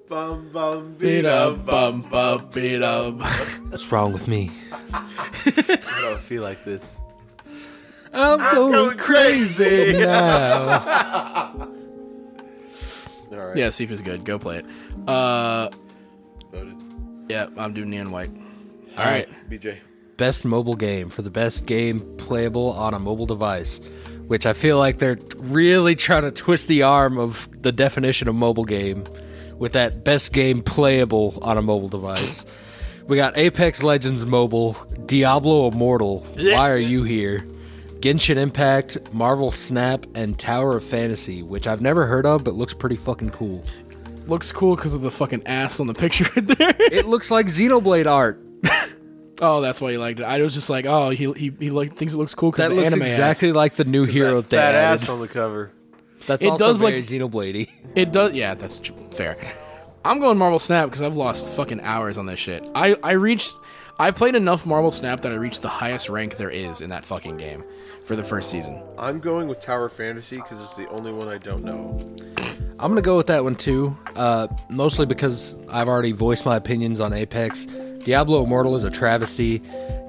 [SPEAKER 1] Bum bum
[SPEAKER 3] beat up, bum, bum, beat up.
[SPEAKER 2] What's wrong with me?
[SPEAKER 1] I don't feel like this.
[SPEAKER 2] I'm, going, crazy now.
[SPEAKER 1] All right.
[SPEAKER 3] Yeah, Sifu's good. Go play it. Uh,
[SPEAKER 1] Voted.
[SPEAKER 3] yeah, I'm doing Neon White. All right.
[SPEAKER 1] BJ.
[SPEAKER 2] best mobile game for the best game playable on a mobile device, which I feel like they're really trying to twist the arm of the definition of mobile game with that best game playable on a mobile device. We got Apex Legends Mobile, Diablo Immortal, Why Are You Here, Genshin Impact, Marvel Snap, and Tower of Fantasy, which I've never heard of but looks pretty fucking cool.
[SPEAKER 3] Looks cool because of the fucking ass on the picture right there.
[SPEAKER 2] It looks like Xenoblade art.
[SPEAKER 3] oh, that's why you liked it. I was just like, oh, he he, he like, thinks it looks cool because
[SPEAKER 2] That
[SPEAKER 3] the
[SPEAKER 2] looks
[SPEAKER 3] anime
[SPEAKER 2] exactly like the new hero
[SPEAKER 1] That fat
[SPEAKER 2] that
[SPEAKER 1] ass on the cover.
[SPEAKER 2] That's
[SPEAKER 3] It
[SPEAKER 2] also
[SPEAKER 3] does look-
[SPEAKER 2] very Xenoblade-y.
[SPEAKER 3] ass. It does. Yeah, that's tr- fair. I'm going Marvel Snap because I've lost fucking hours on this shit. I I reached. I played enough Marvel Snap that I reached the highest rank there is in that fucking game for the first season.
[SPEAKER 1] I'm going with Tower Fantasy because it's the only one I don't know.
[SPEAKER 2] I'm gonna go with that one too, uh, mostly because I've already voiced my opinions on Apex. Diablo Immortal is a travesty.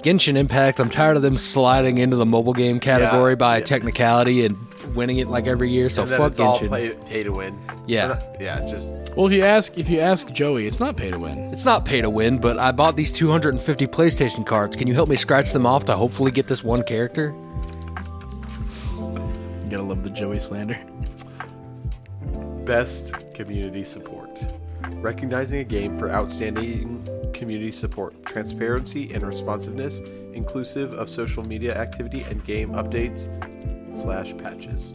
[SPEAKER 2] Genshin Impact, I'm tired of them sliding into the mobile game category
[SPEAKER 1] Yeah,
[SPEAKER 2] by
[SPEAKER 1] yeah.
[SPEAKER 2] technicality and winning it like every year. So
[SPEAKER 1] And then
[SPEAKER 2] fuck
[SPEAKER 1] it's all
[SPEAKER 2] Genshin.
[SPEAKER 1] play, pay to win.
[SPEAKER 2] Yeah.
[SPEAKER 1] And I- yeah, just
[SPEAKER 3] Well, if you ask if you ask Joey, it's not pay to win.
[SPEAKER 2] it's not pay to win, but I bought these 250 PlayStation cards. Can you help me scratch them off to hopefully get this one character?
[SPEAKER 3] You gotta love the Joey slander.
[SPEAKER 1] best community support. Recognizing a game for outstanding community support, transparency, and responsiveness, inclusive of social media activity and game updates slash patches.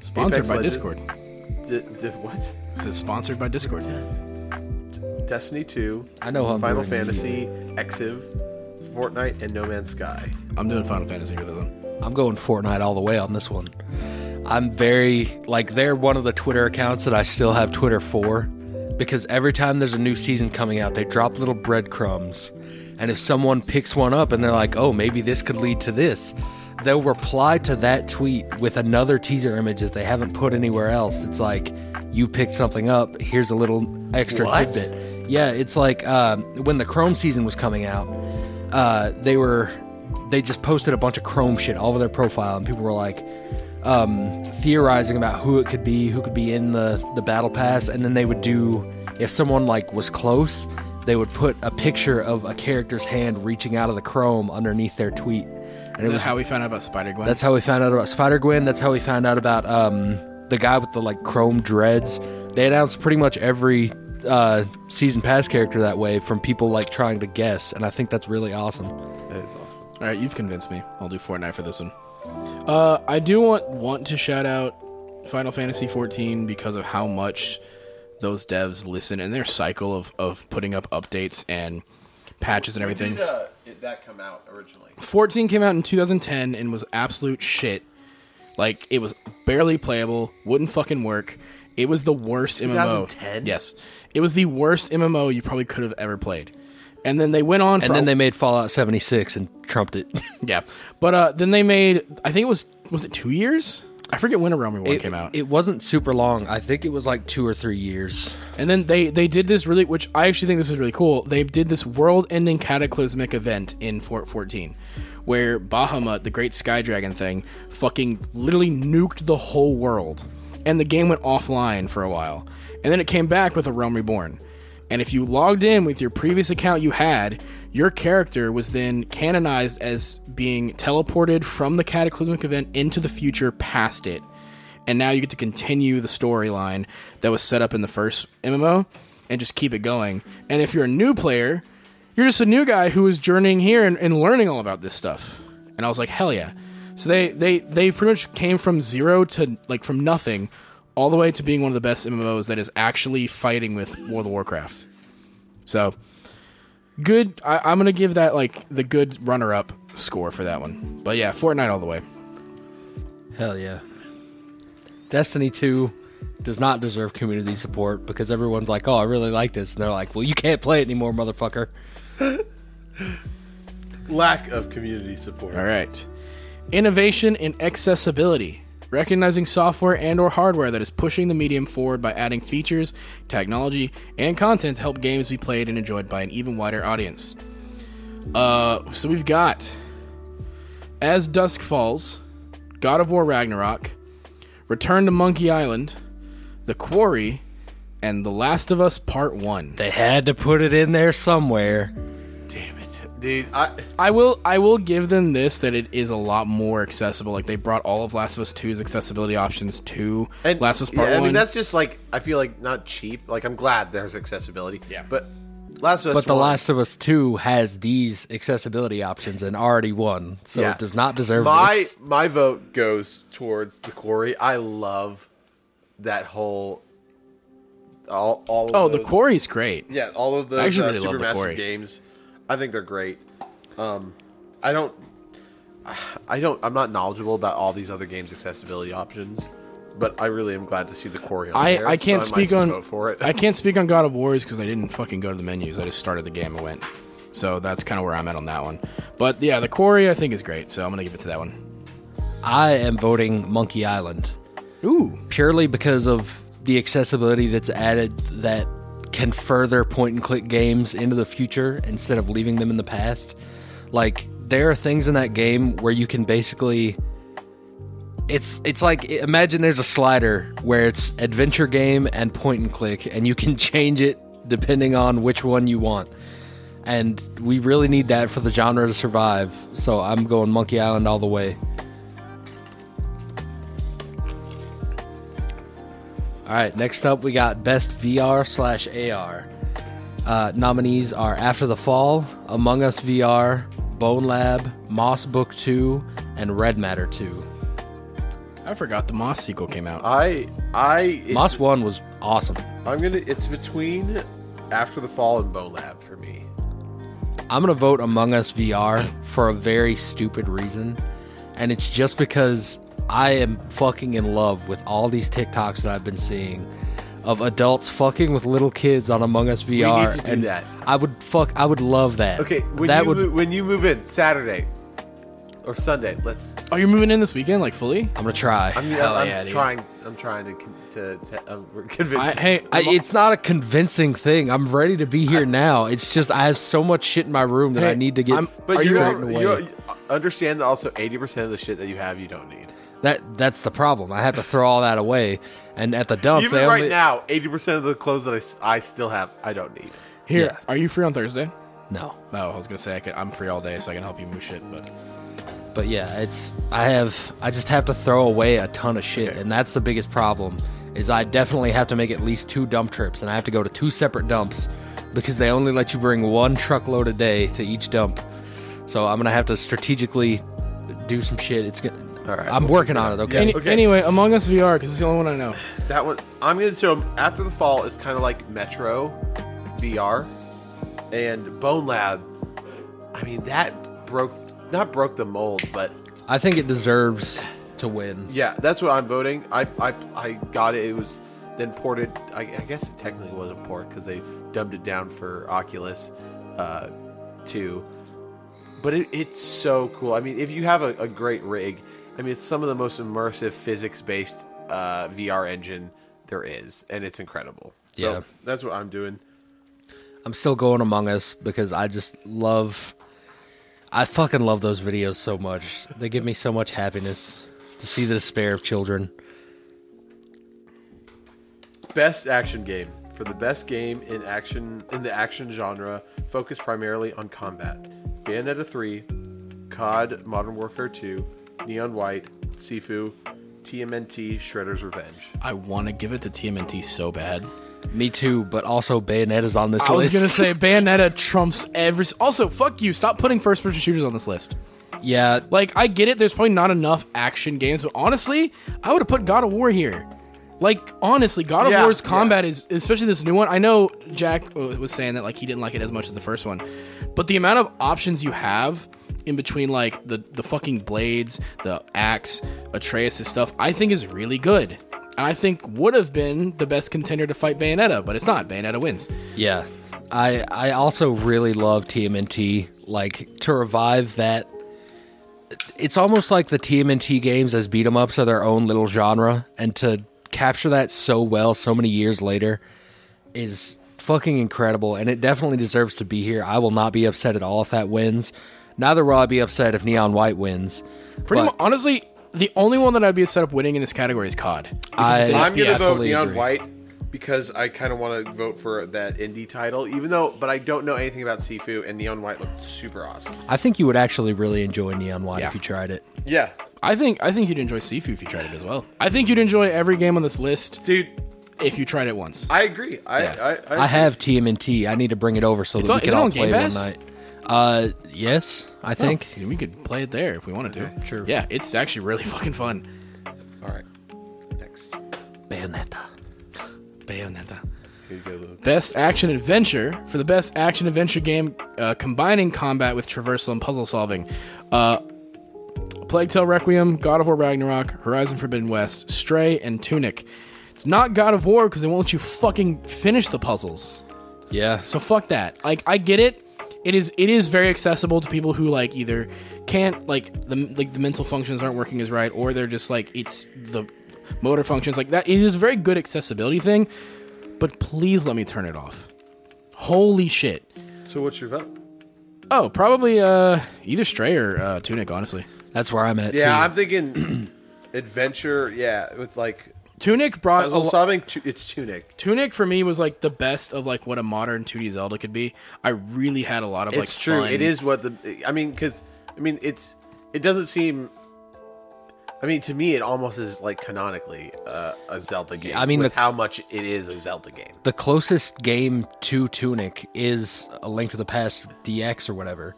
[SPEAKER 3] Sponsored
[SPEAKER 1] Apex
[SPEAKER 3] by
[SPEAKER 1] Legends-
[SPEAKER 3] Discord.
[SPEAKER 1] D- d- what?
[SPEAKER 3] This is sponsored by Discord.
[SPEAKER 1] Destiny 2.
[SPEAKER 2] I know how I'm
[SPEAKER 1] Final
[SPEAKER 2] doing
[SPEAKER 1] Fantasy, Exiv, Fortnite, and No Man's Sky.
[SPEAKER 3] I'm doing Final Fantasy for this one.
[SPEAKER 2] I'm going Fortnite all the way on this one. I'm very like they're one of the Twitter accounts that I still have Twitter for because every time there's a new season coming out, they drop little breadcrumbs. And if someone picks one up and they're like, "Oh, maybe this could lead to this," they'll reply to that tweet with another teaser image that they haven't put anywhere else. It's like, "You picked something up. Here's a little extra
[SPEAKER 1] What?
[SPEAKER 2] tidbit." Yeah, it's like um, when the Chrome season was coming out, uh, they were they just posted a bunch of Chrome shit all over their profile, and people were like um, theorizing about who it could be, who could be in the the battle pass, and then they would do if someone like was close, they would put a picture of a character's hand reaching out of the Chrome underneath their tweet,
[SPEAKER 3] Is
[SPEAKER 2] and it
[SPEAKER 3] that
[SPEAKER 2] was
[SPEAKER 3] how we found out about Spider Gwen?
[SPEAKER 2] that's how we found out about Spider Gwen. That's how we found out about um, the guy with the like chrome dreads. They announced pretty much every uh, season pass character that way from people like trying to guess, and I think that's really awesome.
[SPEAKER 1] That is awesome.
[SPEAKER 3] All right, you've convinced me. I'll do Fortnite for this one. Uh, I do want want to shout out Final Fantasy 14 because of how much those devs listen and their cycle of of putting up updates and patches and everything.
[SPEAKER 1] Did uh, did that come out originally?
[SPEAKER 3] 14 came out in 2010 and was absolute shit. Like it was barely playable, wouldn't fucking work. It was the worst MMO.
[SPEAKER 1] 2010?
[SPEAKER 3] Yes. It was the worst MMO you probably could have ever played. And then they went on
[SPEAKER 2] And
[SPEAKER 3] for
[SPEAKER 2] then
[SPEAKER 3] a-
[SPEAKER 2] they made Fallout 76 and trumped it.
[SPEAKER 3] Yeah. But uh then they made I think it was was it 2 years? I forget when Realm Reborn came out.
[SPEAKER 2] It wasn't super long. I think it was like two or three years.
[SPEAKER 3] And then they they did this really, which I actually think this is really cool. They did this world-ending cataclysmic event in Fort 14, where Bahamut, the Great Sky Dragon thing, fucking literally nuked the whole world, and the game went offline for a while, and then it came back with a Realm Reborn. And if you logged in with your previous account you had, your character was then canonized as being teleported from the cataclysmic event into the future past it and now you get to continue the storyline that was set up in the first MMO and just keep it going. And if you're a new player, you're just a new guy who is journeying here and, and learning all about this stuff. And I was like, hell yeah. So they, they they pretty much came from zero to like from nothing all the way to being one of the best MMOs that is actually fighting with World of Warcraft. So good. I, I'm gonna give that like the good runner-up score for that one. But yeah, Fortnite all the way.
[SPEAKER 2] Hell yeah. Destiny 2 does not deserve community support because everyone's like, oh, I really like this. And they're like, well, you can't play it anymore, motherfucker.
[SPEAKER 4] Lack of community support.
[SPEAKER 3] All right. Innovation in accessibility. Recognizing software and or hardware that is pushing the medium forward by adding features, technology, and content to help games be played and enjoyed by an even wider audience. Uh, so we've got As Dusk Falls, God of War Ragnarok, Return to Monkey Island, The Quarry, and The Last of Us Part 1.
[SPEAKER 2] They had to put it in there somewhere.
[SPEAKER 4] Damn it, dude. I
[SPEAKER 3] I will I will give them this that it is a lot more accessible. Like they brought all of Last of Us 2's accessibility options to
[SPEAKER 4] and
[SPEAKER 3] Last of Us Part
[SPEAKER 4] yeah, I
[SPEAKER 3] One.
[SPEAKER 4] mean, that's just like I feel like not cheap. Like I'm glad there's accessibility.
[SPEAKER 3] Yeah.
[SPEAKER 4] But Last of Us.
[SPEAKER 2] But The
[SPEAKER 4] one-
[SPEAKER 2] Last of Us 2 has these accessibility options and already won, so
[SPEAKER 4] Yeah.
[SPEAKER 2] it does not deserve
[SPEAKER 4] my
[SPEAKER 2] this.
[SPEAKER 4] my vote goes towards the quarry. I love that whole all all. Of
[SPEAKER 3] oh, the
[SPEAKER 4] those-
[SPEAKER 3] quarry's great.
[SPEAKER 4] Yeah, all of those
[SPEAKER 3] I actually
[SPEAKER 4] uh,
[SPEAKER 3] really love the quarry.
[SPEAKER 4] supermassive games. I think they're great. Um, I don't. I don't. I'm not knowledgeable about all these other games' accessibility options, but I really am glad to see the quarry. On
[SPEAKER 3] I,
[SPEAKER 4] there,
[SPEAKER 3] I can't
[SPEAKER 4] so I might
[SPEAKER 3] speak
[SPEAKER 4] just
[SPEAKER 3] on
[SPEAKER 4] vote for it.
[SPEAKER 3] I can't speak on God of War's because I didn't fucking go to the menus. I just started the game and went. So that's kind of where I'm at on that one. But yeah, the quarry I think is great. So I'm gonna give it to that one.
[SPEAKER 2] I am voting Monkey Island.
[SPEAKER 3] Ooh,
[SPEAKER 2] purely because of the accessibility that's added that can further point and click games into the future instead of leaving them in the past. Like there are things in that game where you can basically it's it's like imagine there's a slider where it's adventure game and point and click and you can change it depending on which one you want. And we really need that for the genre to survive. So I'm going Monkey Island all the way. All right, next up we got best VR slash AR. Uh, nominees are After the Fall, Among Us VR, Bone Lab, Moss Book 2, and Red Matter 2.
[SPEAKER 3] I forgot the Moss sequel came out.
[SPEAKER 4] I I it-
[SPEAKER 2] Moss 1 was awesome.
[SPEAKER 4] I'm gonna. It's between After the Fall and Bone Lab for me.
[SPEAKER 2] I'm going to vote Among Us VR for a very stupid reason. And it's just because I am fucking in love with all these TikToks that I've been seeing of adults fucking with little kids on Among Us VR.
[SPEAKER 4] to do
[SPEAKER 2] and
[SPEAKER 4] that.
[SPEAKER 2] I would fuck I would love that.
[SPEAKER 4] Okay, when
[SPEAKER 2] that
[SPEAKER 4] you
[SPEAKER 2] would
[SPEAKER 4] mo- when you move in Saturday or Sunday, let's.
[SPEAKER 3] Are you moving in this weekend like fully?
[SPEAKER 2] I'm going to try.
[SPEAKER 4] I'm,
[SPEAKER 3] Hell
[SPEAKER 4] I'm
[SPEAKER 3] yeah, dude.
[SPEAKER 4] trying. I'm trying to con- to, to um, we're
[SPEAKER 3] I,
[SPEAKER 4] convince.
[SPEAKER 3] hey,
[SPEAKER 2] I,
[SPEAKER 3] I'm-
[SPEAKER 2] it's not a convincing thing. I'm ready to be here now. It's just I have so much shit in my room that I
[SPEAKER 3] Hey,
[SPEAKER 2] need to get
[SPEAKER 3] I'm-
[SPEAKER 4] but
[SPEAKER 2] straightened
[SPEAKER 4] you, are,
[SPEAKER 2] away.
[SPEAKER 4] you are- understand that also eighty percent of the shit that you have you don't need.
[SPEAKER 2] that that's the problem. I have to throw all that away. And at the dump,
[SPEAKER 4] Even
[SPEAKER 2] they
[SPEAKER 4] right
[SPEAKER 2] only,
[SPEAKER 4] now, eighty percent of the clothes that I s- I, still have I don't need.
[SPEAKER 3] here.
[SPEAKER 2] yeah.
[SPEAKER 3] Are you free on Thursday?
[SPEAKER 2] no.
[SPEAKER 3] No, I was gonna say I could, I'm free all day, so I can help you move shit. But
[SPEAKER 2] But yeah, it's I have I just have to throw away a ton of shit, and that's the biggest problem. Is I definitely have to make at least two dump trips, and I have to go to two separate dumps because they only let you bring one truckload a day to each dump. So I'm gonna have to strategically do some shit. It's gonna.
[SPEAKER 4] All right,
[SPEAKER 2] I'm
[SPEAKER 4] we'll
[SPEAKER 2] working on it. Okay.
[SPEAKER 4] Yeah,
[SPEAKER 3] Any-
[SPEAKER 4] okay.
[SPEAKER 3] anyway, Among Us VR because it's the only one I know.
[SPEAKER 4] That one I'm gonna show 'em after the fall. It's kind of like Metro VR and Bone Lab. I mean that broke not broke the mold, but
[SPEAKER 2] I think it deserves to win.
[SPEAKER 4] Yeah, that's what I'm voting. I I, I got it. It was then ported. I, I guess it technically was a port because they dumbed it down for Oculus uh, 2. But it, it's so cool. I mean, if you have a, a great rig, I mean, it's some of the most immersive physics based uh, VR engine there is, and it's incredible. So
[SPEAKER 2] Yeah.
[SPEAKER 4] that's what I'm doing.
[SPEAKER 2] I'm still going Among Us because I just love. I fucking love those videos so much. They give me so much happiness to see the despair of children.
[SPEAKER 4] Best action game. For the best game in action in the action genre, focused primarily on combat. Bayonetta 3, COD Modern Warfare 2, Neon White, Sifu, TMNT, Shredder's Revenge.
[SPEAKER 3] I want to give it to TMNT so bad.
[SPEAKER 2] Me too, but also Bayonetta's on this
[SPEAKER 3] I was
[SPEAKER 2] list.
[SPEAKER 3] gonna say Bayonetta trumps every. Also, fuck you. Stop putting first-person shooters on this list.
[SPEAKER 2] yeah,
[SPEAKER 3] Like, I get it. There's probably not enough action games, but honestly, I would have put God of War here. Like honestly, God of
[SPEAKER 1] Yeah,
[SPEAKER 3] War's
[SPEAKER 1] yeah.
[SPEAKER 3] combat is especially this new one. I know Jack uh, was saying that like he didn't like it as much as the first one, but the amount of options you have in between like the the fucking blades, the axe, Atreus' stuff, I think is really good, and I think would have been the best contender to fight Bayonetta, but it's not. Bayonetta wins.
[SPEAKER 2] Yeah. I I also really love TMNT. Like to revive that it's almost like the TMNT games as beat 'em ups are their own little genre and to capture that so well so many years later is fucking incredible and it definitely deserves to be here. I will not be upset at all if that wins. Neither will I be upset if Neon White wins.
[SPEAKER 3] Pretty
[SPEAKER 2] But-
[SPEAKER 3] mu- honestly, the only one that I'd be set up winning in this category is COD. Because it's
[SPEAKER 2] I-
[SPEAKER 3] an
[SPEAKER 1] I'm gonna
[SPEAKER 2] FPS.
[SPEAKER 1] vote
[SPEAKER 2] Absolutely
[SPEAKER 1] Neon
[SPEAKER 2] agree.
[SPEAKER 1] White because I kind of want to vote for that indie title, even though, but I don't know anything about Sifu, and Neon White looked super awesome.
[SPEAKER 2] I think you would actually really enjoy Neon White
[SPEAKER 3] Yeah.
[SPEAKER 2] if you tried it.
[SPEAKER 1] Yeah,
[SPEAKER 3] I think I think you'd enjoy Sifu if you tried it as well. I think you'd enjoy every game on this list
[SPEAKER 1] dude,
[SPEAKER 3] if you tried it once.
[SPEAKER 1] I agree. I,
[SPEAKER 3] Yeah.
[SPEAKER 1] I, I,
[SPEAKER 2] I have TMNT. I need to bring it over so that
[SPEAKER 3] on-
[SPEAKER 2] we
[SPEAKER 3] is
[SPEAKER 2] can
[SPEAKER 3] it
[SPEAKER 2] all
[SPEAKER 3] on
[SPEAKER 2] play
[SPEAKER 3] Game
[SPEAKER 2] one
[SPEAKER 3] Pass?
[SPEAKER 2] night. Uh, yes, I think.
[SPEAKER 3] Oh, we could play it there if we wanted to.
[SPEAKER 2] Sure.
[SPEAKER 3] Yeah, it's actually really fucking fun.
[SPEAKER 1] All right, next.
[SPEAKER 2] Bayonetta.
[SPEAKER 3] Bayonetta.
[SPEAKER 1] Here you go, Luke.
[SPEAKER 3] Best action adventure for the best action adventure game uh, combining combat with traversal and puzzle solving. Uh, Plague Tale Requiem, God of War Ragnarok, Horizon Forbidden West, Stray, and Tunic. It's not God of War because they won't let you fucking finish the puzzles.
[SPEAKER 2] Yeah.
[SPEAKER 3] So fuck that. Like I get it. It is it is very accessible to people who like either can't like the like the mental functions aren't working as right or they're just like it's the motor functions like that. It is a very good accessibility thing, but please let me turn it off. Holy shit.
[SPEAKER 1] So, what's your vote?
[SPEAKER 3] Oh, probably uh either Stray or uh, Tunic, honestly.
[SPEAKER 2] That's where I'm at
[SPEAKER 1] Yeah,
[SPEAKER 2] too.
[SPEAKER 1] I'm thinking adventure. Yeah, with like
[SPEAKER 3] Tunic brought a
[SPEAKER 1] puzzle
[SPEAKER 3] lo-
[SPEAKER 1] solving. Tu- It's Tunic.
[SPEAKER 3] Tunic for me was like the best of like what a modern 2D Zelda could be. I really had a lot of like
[SPEAKER 1] it's true.
[SPEAKER 3] fun-
[SPEAKER 1] It is what the. I mean, because I mean, it's it doesn't seem. I mean, to me, it almost is like canonically uh, a Zelda game.
[SPEAKER 2] I mean,
[SPEAKER 1] with
[SPEAKER 2] the-
[SPEAKER 1] how much it is a Zelda game.
[SPEAKER 2] the closest game to Tunic is A Link to the Past DX or whatever.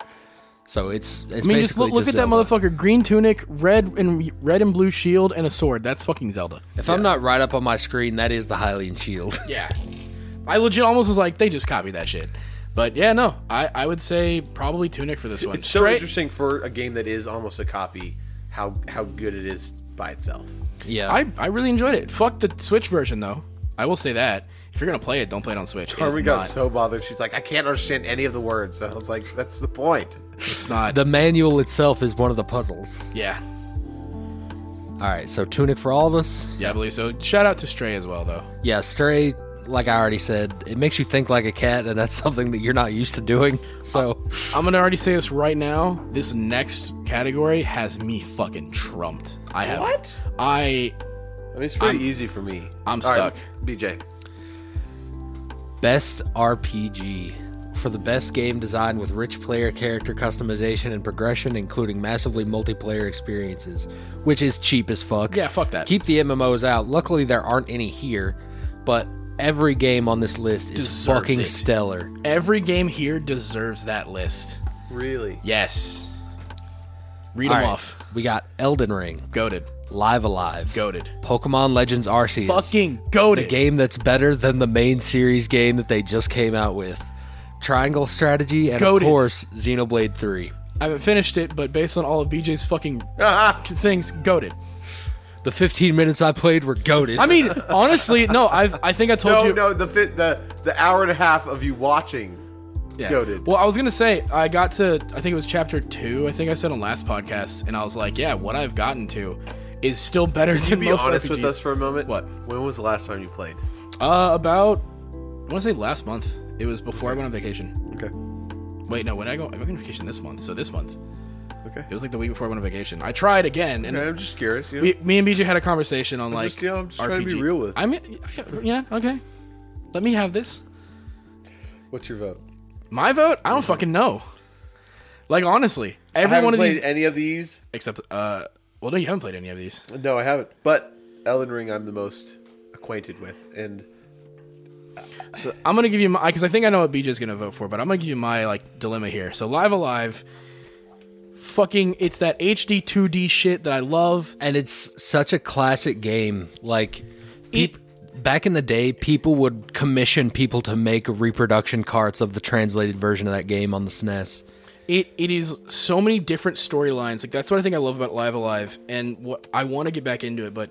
[SPEAKER 2] So it's it's
[SPEAKER 3] I mean, just
[SPEAKER 2] basically
[SPEAKER 3] look, look at that
[SPEAKER 2] Zelda.
[SPEAKER 3] motherfucker. Green tunic, red and red and blue shield, and a sword. That's fucking Zelda.
[SPEAKER 2] If I'm not right up on my screen, that is the Hylian Shield.
[SPEAKER 3] Yeah. I legit almost was like, they just copied that shit. But yeah, no, I, I would say probably tunic for this one.
[SPEAKER 1] It's so
[SPEAKER 3] Stray-
[SPEAKER 1] interesting for a game that is almost a copy. How how good it is by itself.
[SPEAKER 2] yeah.
[SPEAKER 3] I, I really enjoyed it. Fuck the Switch version though. I will say that. If you're gonna play it, don't play it on Switch. It is
[SPEAKER 1] Carmen got
[SPEAKER 3] not-
[SPEAKER 1] so bothered. She's like, I can't understand any of the words. I was like, that's the point.
[SPEAKER 3] it's not.
[SPEAKER 2] the manual itself is one of the puzzles.
[SPEAKER 3] yeah,
[SPEAKER 2] All right, so Tunic for all of us.
[SPEAKER 3] yeah, I believe so. Shout out to Stray as well though.
[SPEAKER 2] Yeah, Stray, like I already said, it makes you think like a cat, and that's something that you're not used to doing. So
[SPEAKER 3] I'm gonna already say this right now. This next category has me fucking trumped. I have
[SPEAKER 1] What?
[SPEAKER 3] I
[SPEAKER 1] I mean, it's pretty easy for me.
[SPEAKER 3] I'm
[SPEAKER 1] All right,
[SPEAKER 3] stuck.
[SPEAKER 1] BJ.
[SPEAKER 2] Best RPG for the best game designed with rich player character customization and progression, including massively multiplayer experiences, which is cheap as fuck.
[SPEAKER 3] Yeah, fuck that.
[SPEAKER 2] Keep the MMOs out. Luckily, there aren't any here, but every game on this list is
[SPEAKER 3] Deserves
[SPEAKER 2] fucking
[SPEAKER 3] it.
[SPEAKER 2] stellar.
[SPEAKER 3] Every game here deserves that list.
[SPEAKER 1] Really?
[SPEAKER 3] Yes. Read
[SPEAKER 2] All
[SPEAKER 3] them
[SPEAKER 2] right,
[SPEAKER 3] off.
[SPEAKER 2] We got Elden Ring,
[SPEAKER 3] Goaded.
[SPEAKER 2] Live Alive,
[SPEAKER 3] Goaded.
[SPEAKER 2] Pokemon Legends Arceus.
[SPEAKER 3] Fucking
[SPEAKER 2] the
[SPEAKER 3] goaded.
[SPEAKER 2] game that's better than the main series game that they just came out with. Triangle Strategy, and
[SPEAKER 3] Goated.
[SPEAKER 2] of course, Xenoblade 3.
[SPEAKER 3] I haven't finished it, but based on all of BJ's fucking things, goaded.
[SPEAKER 2] The 15 minutes I played were goaded.
[SPEAKER 3] I mean, honestly, no. I've I think I told
[SPEAKER 1] No,
[SPEAKER 3] you.
[SPEAKER 1] Oh, no. The fit the the hour and a half of you watching.
[SPEAKER 3] Yeah.
[SPEAKER 1] goated.
[SPEAKER 3] Well, I was gonna say I got to I think it was chapter two. I think I said on last podcast, and I was like, yeah, what I've gotten to is still better
[SPEAKER 1] To
[SPEAKER 3] than
[SPEAKER 1] be
[SPEAKER 3] most
[SPEAKER 1] honest
[SPEAKER 3] RPGs.
[SPEAKER 1] with us for a moment,
[SPEAKER 3] What?
[SPEAKER 1] When was the last time you played?
[SPEAKER 3] uh, about I want to say last month. It was before I went on vacation.
[SPEAKER 1] Okay.
[SPEAKER 3] Wait, no, when I go, I went on vacation this month. So this month,
[SPEAKER 1] Okay.
[SPEAKER 3] it was like the week before I went on vacation. I tried again, and
[SPEAKER 1] I'm just curious. You know?
[SPEAKER 3] we, me and BJ had a conversation on like
[SPEAKER 1] just, you know, I'm just
[SPEAKER 3] RPG.
[SPEAKER 1] trying to be real with it.
[SPEAKER 3] I mean, yeah, okay. Let me have this.
[SPEAKER 1] What's your vote?
[SPEAKER 3] My vote? I don't fucking know. Like honestly,
[SPEAKER 1] I
[SPEAKER 3] every
[SPEAKER 1] haven't
[SPEAKER 3] one of
[SPEAKER 1] played
[SPEAKER 3] these
[SPEAKER 1] any of these.
[SPEAKER 3] except uh, well, no, you haven't played any of these.
[SPEAKER 1] No, I haven't. But Ellen Ring, I'm the most acquainted with, and
[SPEAKER 3] So I'm gonna give you my because I think I know what BJ's gonna vote for, but I'm gonna give you my like dilemma here. So live alive, fucking, it's that HD 2D shit that I love.
[SPEAKER 2] and it's such a classic game. Like, peop- back in the day, people would commission people to make reproduction carts of the translated version of that game on the E SNES.
[SPEAKER 3] it it is so many different storylines. Like that's what I think I love about Live Alive, and what I want to get back into it. But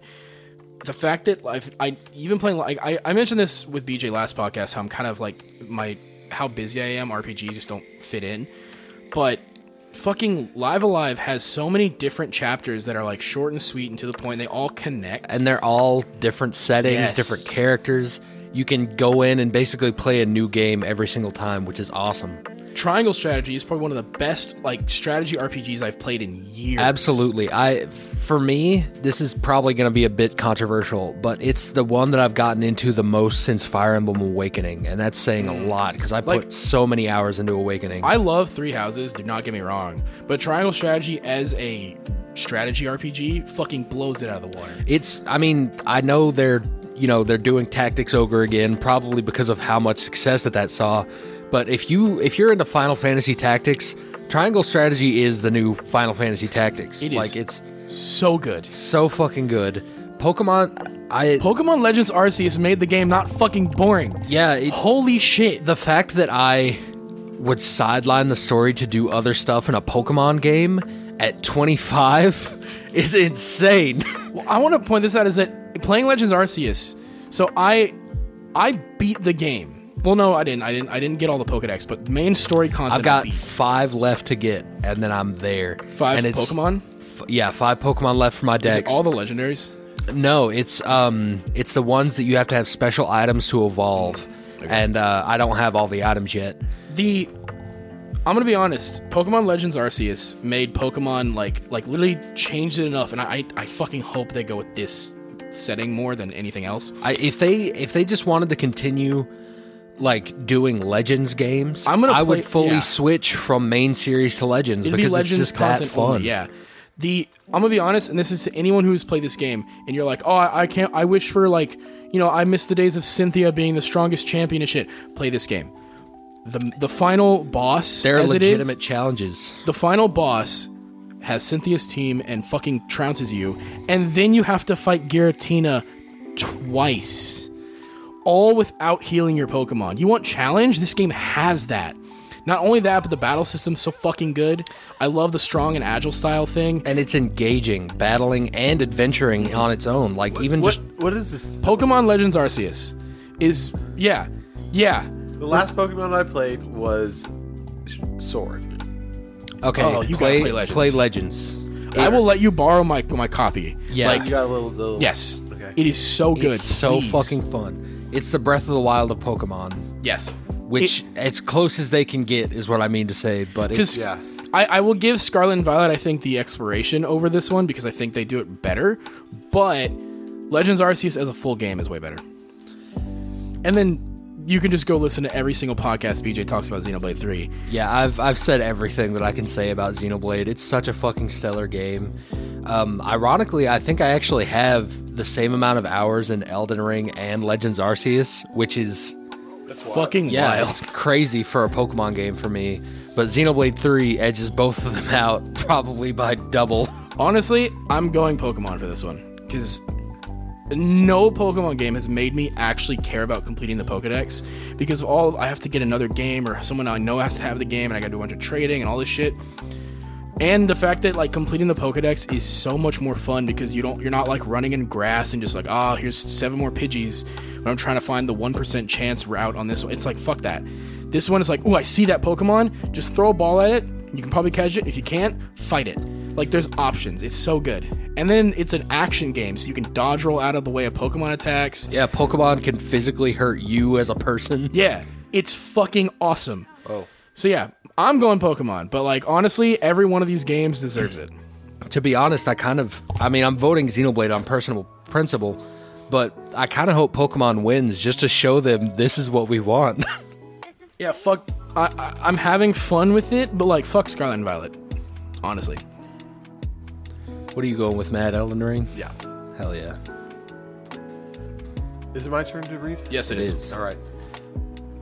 [SPEAKER 3] the fact that I've, I even playing like I, I mentioned this with BJ last podcast how I'm kind of like my how busy I am. RPGs just don't fit in, but fucking Live Alive has so many different chapters that are like short and sweet and to the point. They all connect.
[SPEAKER 2] and they're all different settings,
[SPEAKER 3] Yes.
[SPEAKER 2] different characters. You can go in and basically play a new game every single time, which is awesome.
[SPEAKER 3] Triangle Strategy is probably one of the best like strategy RPGs I've played in years.
[SPEAKER 2] Absolutely. I for me, this is probably going to be a bit controversial, but it's the one that I've gotten into the most since Fire Emblem Awakening, and that's saying a lot because I put
[SPEAKER 3] Like-
[SPEAKER 2] so many hours into Awakening.
[SPEAKER 3] I love Three Houses, do not get me wrong, but Triangle Strategy as a strategy RPG fucking blows it out of the water.
[SPEAKER 2] it's I mean, I know they're, you know, they're doing Tactics Ogre again probably because of how much success that that saw, but if you if you're into Final Fantasy Tactics, Triangle Strategy is the new Final Fantasy Tactics.
[SPEAKER 3] It is.
[SPEAKER 2] Like it's
[SPEAKER 3] So good.
[SPEAKER 2] so fucking good. Pokemon I
[SPEAKER 3] Pokemon Legends Arceus made the game not fucking boring.
[SPEAKER 2] yeah, it,
[SPEAKER 3] Holy shit.
[SPEAKER 2] the fact that I would sideline the story to do other stuff in a Pokemon game at 25 is insane.
[SPEAKER 3] Well, I want to point this out is that playing Legends Arceus, so I I beat the game. Well, no, I didn't. I didn't. I didn't get all the Pokedex, but the main story content.
[SPEAKER 2] I've got
[SPEAKER 3] I beat.
[SPEAKER 2] five left to get, and then I'm there.
[SPEAKER 3] five
[SPEAKER 2] and it's,
[SPEAKER 3] Pokemon.
[SPEAKER 2] F- yeah, five Pokemon left for my
[SPEAKER 3] Is
[SPEAKER 2] deck.
[SPEAKER 3] it all the legendaries?
[SPEAKER 2] no, it's um, it's the ones that you have to have special items to evolve, and uh, I don't have all the items yet.
[SPEAKER 3] the I'm gonna be honest, Pokemon Legends Arceus made Pokemon like like literally changed it enough, and I I, I fucking hope they go with this setting more than anything else.
[SPEAKER 2] I, if they if they just wanted to continue like doing Legends games,
[SPEAKER 3] I'm gonna
[SPEAKER 2] I
[SPEAKER 3] play-
[SPEAKER 2] would fully
[SPEAKER 3] yeah.
[SPEAKER 2] switch from main series to Legends
[SPEAKER 3] It'd
[SPEAKER 2] because
[SPEAKER 3] be Legends
[SPEAKER 2] it's just that
[SPEAKER 3] content
[SPEAKER 2] fun.
[SPEAKER 3] only. Yeah. The I'm gonna be honest, and this is to anyone who's played this game, and you're like, oh, I, I can't. I wish for like, you know, I miss the days of Cynthia being the strongest champion and shit. Play this game. The the final boss.
[SPEAKER 2] There are
[SPEAKER 3] as it is-
[SPEAKER 2] legitimate challenges.
[SPEAKER 3] the final boss has Cynthia's team and fucking trounces you, and then you have to fight Giratina twice. All without healing your Pokemon. You want challenge? This game has that. Not only that, but the battle system's so fucking good. I love the strong and agile style thing.
[SPEAKER 2] And it's engaging, battling, and adventuring on its own. Like even
[SPEAKER 1] What
[SPEAKER 2] just
[SPEAKER 1] what is this?
[SPEAKER 3] Pokemon Legends Arceus is yeah. Yeah.
[SPEAKER 1] The last Pokemon I played was Sh- Sword.
[SPEAKER 2] okay,
[SPEAKER 3] Oh, you gotta
[SPEAKER 2] play,
[SPEAKER 3] play Legends.
[SPEAKER 2] play Legends.
[SPEAKER 3] I will let you borrow my my copy.
[SPEAKER 2] Yeah.
[SPEAKER 3] Like
[SPEAKER 1] You got a little, little
[SPEAKER 3] yes.
[SPEAKER 1] Okay.
[SPEAKER 3] It is so good.
[SPEAKER 2] It's so
[SPEAKER 3] Please.
[SPEAKER 2] fucking fun. It's the Breath of the Wild of Pokemon,
[SPEAKER 3] Yes.
[SPEAKER 2] which as close as they can get is what I mean to say. But it's,
[SPEAKER 3] because
[SPEAKER 1] Yeah.
[SPEAKER 3] I, I will give Scarlet and Violet I think the exploration over this one because I think they do it better, but Legends Arceus as a full game is way better. And then you can just go listen to every single podcast BJ talks about Xenoblade Three.
[SPEAKER 2] yeah, I've I've said everything that I can say about Xenoblade. It's such a fucking stellar game. Um, ironically, I think I actually have the same amount of hours in Elden Ring and Legends Arceus, which is
[SPEAKER 3] Fucking
[SPEAKER 2] yeah,
[SPEAKER 3] wild.
[SPEAKER 2] it's crazy for a Pokemon game for me. But Xenoblade Three edges both of them out probably by double.
[SPEAKER 3] Honestly, I'm going Pokemon for this one because no Pokemon game has made me actually care about completing the Pokedex because of all I have to get another game or someone I know has to have the game and I got to do a bunch of trading and all this shit. And the fact that like completing the Pokedex is so much more fun because you don't you're not like running in grass and just like ah here's seven more Pidgeys when I'm trying to find the one percent chance route on this one. It's like fuck that. This one is like ooh I see that Pokemon just throw a ball at it. You can probably catch it. If you can't, fight it. Like there's options. It's so good. And then it's an action game, so you can dodge roll out of the way of Pokemon attacks.
[SPEAKER 2] Yeah, Pokemon can physically hurt you as a person.
[SPEAKER 3] Yeah, it's fucking awesome. Oh. So yeah, I'm going Pokemon, but like honestly, every one of these games deserves it.
[SPEAKER 2] to be honest, I kind of, I mean, I'm voting Xenoblade on personal principle, but I kind of hope Pokemon wins just to show them this is what we want.
[SPEAKER 3] Yeah, fuck. I, I I'm having fun with it, but like fuck Scarlet and Violet. Honestly,
[SPEAKER 2] what are you going with, Matt Elden Ring?
[SPEAKER 1] Yeah.
[SPEAKER 2] Hell yeah,
[SPEAKER 1] Is it my turn to read?
[SPEAKER 3] yes,
[SPEAKER 2] it is.
[SPEAKER 1] All right.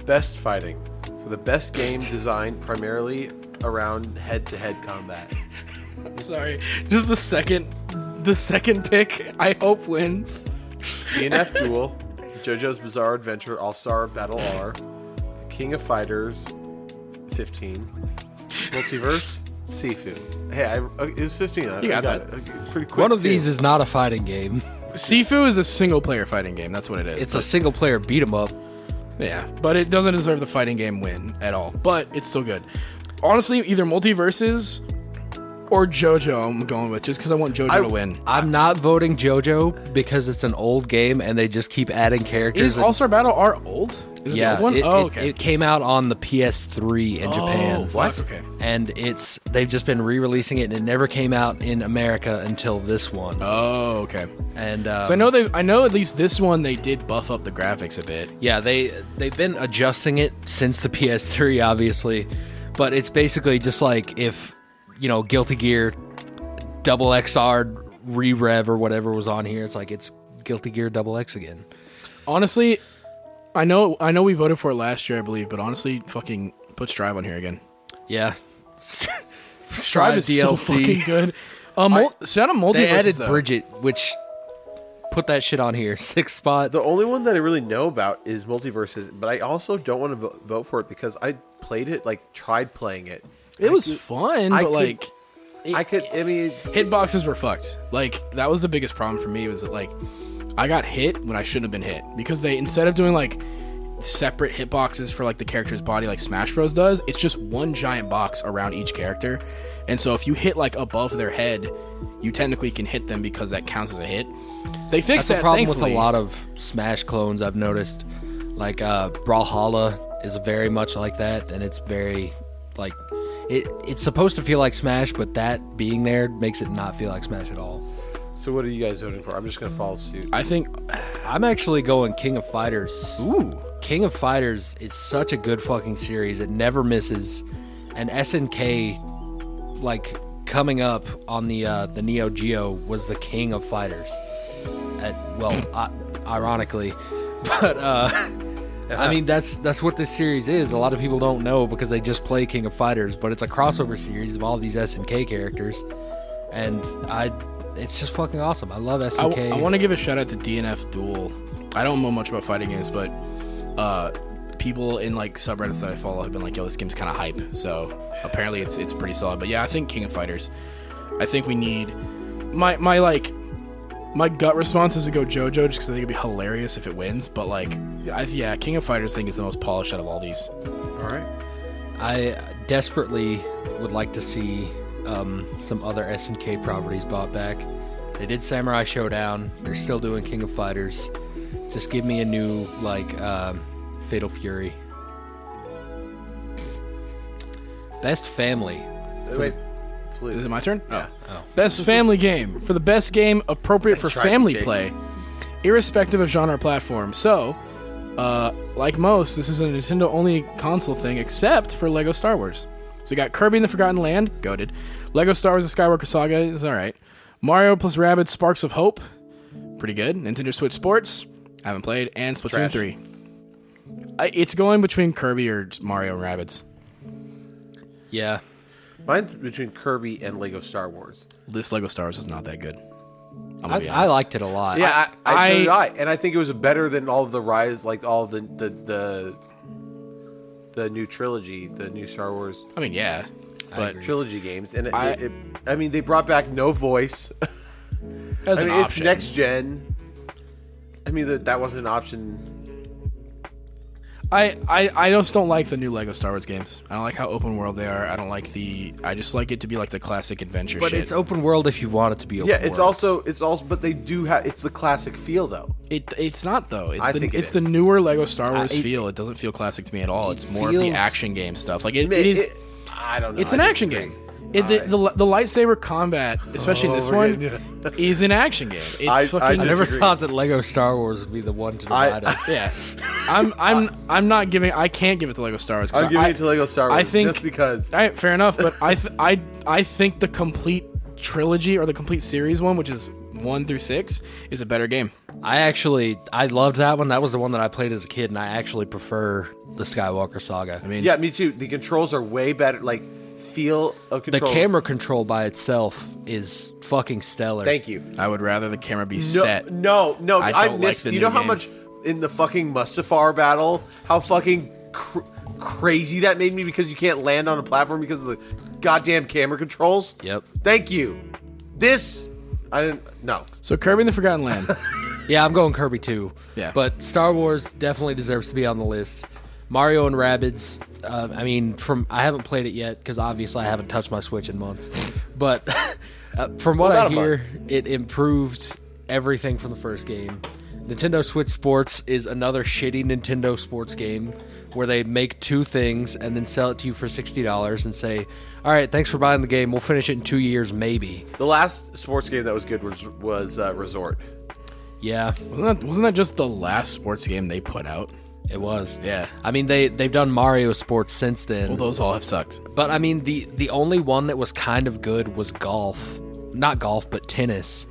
[SPEAKER 1] Best fighting for the best game designed primarily around head-to-head combat.
[SPEAKER 3] I'm sorry. Just the second, the second pick. I hope wins.
[SPEAKER 1] DNF E Duel, JoJo's Bizarre Adventure All Star Battle R, The King of Fighters, 15, Multiverse, Sifu. Hey, I, uh, it was 15. I,
[SPEAKER 3] You
[SPEAKER 1] I
[SPEAKER 3] got
[SPEAKER 1] got it. Okay, Pretty quick.
[SPEAKER 2] One of
[SPEAKER 1] too.
[SPEAKER 2] these is not a fighting game.
[SPEAKER 3] Sifu is a single player fighting game. That's what it is.
[SPEAKER 2] It's a single player beat 'em up.
[SPEAKER 3] yeah, but it doesn't deserve the fighting game win at all. But it's still good. Honestly, either multiverses or JoJo. I'm going with just because I want JoJo to win.
[SPEAKER 2] I'm not voting JoJo because it's an old game and they just keep adding characters.
[SPEAKER 3] Is
[SPEAKER 2] and-
[SPEAKER 3] All Star Battle R old? Is it the
[SPEAKER 2] yeah,
[SPEAKER 3] old one?
[SPEAKER 2] It,
[SPEAKER 3] oh,
[SPEAKER 2] it-
[SPEAKER 3] okay.
[SPEAKER 2] it came out on the PS3 in Japan.
[SPEAKER 3] Oh, what? Okay.
[SPEAKER 2] And it's they've just been re-releasing it, and it never came out in America until this one.
[SPEAKER 3] Oh, okay.
[SPEAKER 2] and um,
[SPEAKER 3] So I know they. I know at least this one they did buff up the graphics a bit.
[SPEAKER 2] Yeah, they they've been adjusting it since the PS3, obviously, but it's basically just like if you know Guilty Gear Double XR Re Rev or whatever was on here. It's like it's Guilty Gear Double X again.
[SPEAKER 3] Honestly, I know. I know we voted for it last year, I believe. But honestly, fucking put Strive on here again. Uh,
[SPEAKER 2] Yeah,
[SPEAKER 3] Strive
[SPEAKER 2] Strive
[SPEAKER 3] is so fucking good. Um, mul- shout out multiverses.
[SPEAKER 2] They added
[SPEAKER 3] though.
[SPEAKER 2] Bridget, which put that shit on here sixth spot.
[SPEAKER 1] The only one that I really know about is Multiverses, but I also don't want to vo- vote for it because I played it, like, tried playing it.
[SPEAKER 3] It
[SPEAKER 1] I
[SPEAKER 3] was
[SPEAKER 1] could-
[SPEAKER 3] fun,
[SPEAKER 1] I
[SPEAKER 3] but
[SPEAKER 1] could-
[SPEAKER 3] like
[SPEAKER 1] I could, I mean,
[SPEAKER 3] hitboxes were fucked. Like that was the biggest problem for me was that like I got hit when I shouldn't have been hit because they instead of doing like separate hitboxes for like the character's body like Smash Bros does, it's just one giant box around each character. And so if you hit like above their head, you technically can hit them because that counts as a hit. They fixed
[SPEAKER 2] That's the
[SPEAKER 3] that
[SPEAKER 2] problem
[SPEAKER 3] thankfully.
[SPEAKER 2] with a lot of Smash clones I've noticed. Like uh Brawlhalla is very much like that and it's very like it it's supposed to feel like Smash, but that being there makes it not feel like Smash at all.
[SPEAKER 1] so what are you guys voting for? I'm just going to follow suit.
[SPEAKER 3] I think
[SPEAKER 2] I'm actually going King of Fighters.
[SPEAKER 3] ooh
[SPEAKER 2] King of Fighters is such a good fucking series. It never misses. And SNK like coming up on the uh the Neo Geo was the king of fighters. At, well, I, ironically, but uh
[SPEAKER 3] Uh-huh.
[SPEAKER 2] I mean that's that's what this series is. A lot of people don't know because they just play King of Fighters, but it's a crossover series of all these SNK characters. And I it's just fucking awesome. I love
[SPEAKER 3] I,
[SPEAKER 2] SNK.
[SPEAKER 3] want to give a shout out to DNF Duel. I don't know much about fighting games, but uh, people in like subreddits that I follow have been like, "Yo, this game's kind of hype." So apparently, it's it's pretty solid. But yeah, I think King of Fighters. I think we need my my like my gut response is to go JoJo just because I think it'd be hilarious if it wins. But like, I, yeah, King of Fighters I think is the most polished out of all these.
[SPEAKER 1] All right.
[SPEAKER 2] I desperately would like to see um, some other SNK properties bought back. They did Samurai Showdown. They're still doing King of Fighters. Just give me a new like um, Fatal Fury. Best family.
[SPEAKER 1] Wait, it's Luke.
[SPEAKER 3] Is it my turn?
[SPEAKER 1] Yeah.
[SPEAKER 3] Oh. Best family game for the best game appropriate for
[SPEAKER 1] try,
[SPEAKER 3] family
[SPEAKER 1] Jake.
[SPEAKER 3] play, irrespective of genre or platform. So, uh, like most, this is a Nintendo only console thing, except for Lego Star Wars. So we got Kirby and the Forgotten Land, goaded. Lego Star Wars: The Skywalker Saga is all right. Mario plus Rabbids Sparks of Hope, pretty good. Nintendo Switch Sports, haven't played, and Splatoon
[SPEAKER 1] Trash.
[SPEAKER 3] Three. I, it's going between Kirby or Mario and Rabbids.
[SPEAKER 2] Yeah.
[SPEAKER 1] Mine's between Kirby and Lego Star Wars.
[SPEAKER 3] This Lego Star Wars is not that good. I'm gonna
[SPEAKER 2] I,
[SPEAKER 3] be
[SPEAKER 2] I
[SPEAKER 3] honest.
[SPEAKER 2] liked it a lot.
[SPEAKER 1] Yeah, I, I,
[SPEAKER 3] I-
[SPEAKER 1] so did I. and I think it was better than all of the rise, like all of the the the, the new trilogy, the new Star Wars
[SPEAKER 3] I mean, yeah, but
[SPEAKER 1] trilogy games, and it,
[SPEAKER 3] I-
[SPEAKER 1] I, it, I mean they brought back no voice.
[SPEAKER 3] as
[SPEAKER 1] I
[SPEAKER 3] an
[SPEAKER 1] mean it's
[SPEAKER 3] option.
[SPEAKER 1] next gen. I mean that that wasn't an option.
[SPEAKER 3] I, I I just don't like the new Lego Star Wars games. I don't like how open world they are. I don't like the. I just like it to be like the classic adventure.
[SPEAKER 2] But
[SPEAKER 3] shit.
[SPEAKER 2] it's open world if you want it to be open
[SPEAKER 1] Yeah, it's
[SPEAKER 2] world.
[SPEAKER 1] also it's also, but they do have it's the classic feel though.
[SPEAKER 3] it, it's not though. It's
[SPEAKER 1] I
[SPEAKER 3] the,
[SPEAKER 1] think it
[SPEAKER 3] it's
[SPEAKER 1] is.
[SPEAKER 3] the newer Lego Star Wars
[SPEAKER 2] it-
[SPEAKER 3] feel. It doesn't feel classic to me at all. It's more of
[SPEAKER 2] feels-
[SPEAKER 3] the action game stuff. Like it,
[SPEAKER 1] It-
[SPEAKER 3] it is.
[SPEAKER 1] it- I don't know.
[SPEAKER 3] it's
[SPEAKER 1] I
[SPEAKER 3] an action
[SPEAKER 1] disagree.
[SPEAKER 3] game. It, the,
[SPEAKER 1] I-
[SPEAKER 3] the, the lightsaber combat, especially in this
[SPEAKER 1] we're
[SPEAKER 3] one,
[SPEAKER 1] getting
[SPEAKER 3] is an action game. It's
[SPEAKER 1] I- I
[SPEAKER 3] fucking.
[SPEAKER 2] I never
[SPEAKER 1] disagree.
[SPEAKER 2] thought that Lego Star Wars would be the one to divide
[SPEAKER 1] I-
[SPEAKER 2] us.
[SPEAKER 3] yeah, I'm I'm I'm not giving. I can't give it to Lego Star Wars. 'cause
[SPEAKER 1] I'm giving
[SPEAKER 3] I-
[SPEAKER 1] it to Lego Star Wars
[SPEAKER 3] I think
[SPEAKER 1] just because
[SPEAKER 3] All right, fair enough. But I, th- I, I think the complete trilogy or the complete series one, which is one through six, is a better game.
[SPEAKER 2] I actually I loved that one. That was the one that I played as a kid, and I actually prefer the Skywalker Saga.
[SPEAKER 3] I mean,
[SPEAKER 1] Yeah, me too. The controls are way better. Like
[SPEAKER 4] feel of
[SPEAKER 2] The
[SPEAKER 4] control.
[SPEAKER 2] camera control by itself is fucking stellar.
[SPEAKER 4] Thank you.
[SPEAKER 3] I would rather the camera be
[SPEAKER 4] No,
[SPEAKER 3] set.
[SPEAKER 4] No, no,
[SPEAKER 3] I
[SPEAKER 4] I,
[SPEAKER 3] don't like
[SPEAKER 4] missed.
[SPEAKER 3] the
[SPEAKER 4] you
[SPEAKER 3] new
[SPEAKER 4] know how
[SPEAKER 3] game.
[SPEAKER 4] much in the fucking Mustafar battle, how fucking cr- crazy that made me because you can't land on a platform because of the goddamn camera controls.
[SPEAKER 2] Yep.
[SPEAKER 4] Thank you. This, I didn't. No.
[SPEAKER 3] So Kirby and the Forgotten Land.
[SPEAKER 2] Yeah, I'm going Kirby too.
[SPEAKER 3] Yeah.
[SPEAKER 2] But Star Wars definitely deserves to be on the list. Mario and Rabbids. Uh, I mean, from I haven't played it yet because obviously I haven't touched my Switch in months. But uh, from what I
[SPEAKER 4] About a
[SPEAKER 2] hear, it improved everything from the first game. Nintendo Switch Sports is another shitty Nintendo sports game where they make two things and then sell it to you for sixty dollars and say, "All right, thanks for buying the game. We'll finish it in two years, maybe."
[SPEAKER 4] The last sports game that was good was was uh, Resort.
[SPEAKER 2] Yeah,
[SPEAKER 3] wasn't, that, wasn't that just the last sports game they put out?
[SPEAKER 2] it was.
[SPEAKER 3] Yeah.
[SPEAKER 2] I mean, they they've done Mario Sports since then.
[SPEAKER 3] Well, those all have sucked.
[SPEAKER 2] But I mean, the the only one that was kind of good was golf, not golf, but tennis.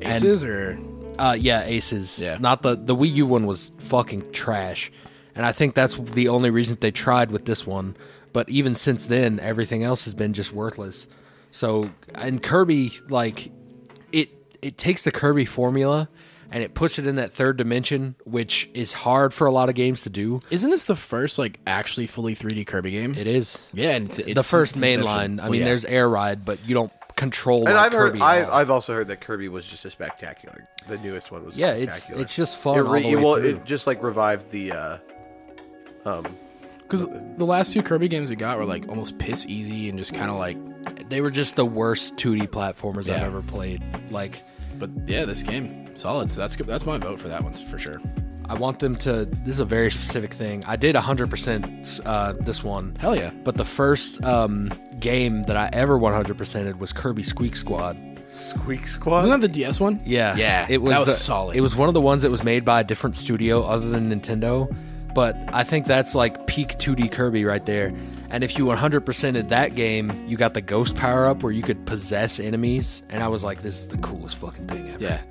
[SPEAKER 3] Aces or
[SPEAKER 2] Uh, yeah, aces.
[SPEAKER 3] Yeah.
[SPEAKER 2] Not the the Wii U one was fucking trash, and I think that's the only reason they tried with this one. But even since then, everything else has been just worthless. So and Kirby, like, it it takes the Kirby formula and it puts it in that third dimension, which is hard for a lot of games to do.
[SPEAKER 3] isn't this the first like actually fully 3D Kirby game?
[SPEAKER 2] It is.
[SPEAKER 3] yeah, and it's, it's
[SPEAKER 2] the first
[SPEAKER 3] it's
[SPEAKER 2] main
[SPEAKER 3] inception.
[SPEAKER 2] line. I
[SPEAKER 3] Well,
[SPEAKER 2] mean,
[SPEAKER 3] yeah.
[SPEAKER 2] there's air ride, but you don't control.
[SPEAKER 4] And
[SPEAKER 2] like
[SPEAKER 4] I've
[SPEAKER 2] Kirby
[SPEAKER 4] heard,
[SPEAKER 2] at
[SPEAKER 4] I've,
[SPEAKER 2] all.
[SPEAKER 4] I've also heard that Kirby was just a spectacular. The newest one was
[SPEAKER 2] yeah, it's
[SPEAKER 4] spectacular.
[SPEAKER 2] it's just fun.
[SPEAKER 4] It
[SPEAKER 2] all
[SPEAKER 4] re-
[SPEAKER 2] the
[SPEAKER 4] it-
[SPEAKER 2] way
[SPEAKER 4] well,
[SPEAKER 2] through.
[SPEAKER 4] it just like revived the. Uh,
[SPEAKER 3] Because the last few Kirby games we got were like almost piss easy and just kind of like,
[SPEAKER 2] they were just the worst 2D platformers I've
[SPEAKER 3] Yeah.
[SPEAKER 2] ever played. Like,
[SPEAKER 3] but yeah, this game solid. So that's good. That's my vote for that one for sure.
[SPEAKER 2] I want them to. This is a very specific thing. I did 100% uh, this one.
[SPEAKER 3] Hell yeah.
[SPEAKER 2] But the first um, game that I ever 100%ed was Kirby Squeak Squad.
[SPEAKER 4] Squeak Squad.
[SPEAKER 3] Wasn't that the DS one?
[SPEAKER 2] Yeah,
[SPEAKER 3] yeah.
[SPEAKER 2] It was,
[SPEAKER 3] that was
[SPEAKER 2] the-
[SPEAKER 3] solid.
[SPEAKER 2] It was one of the ones that was made by a different studio other than Nintendo, but I think that's like peak 2D Kirby right there. And if you 100%ed that game, you got the ghost power up where you could possess enemies, and I was like, this is the coolest fucking thing ever.
[SPEAKER 3] yeah,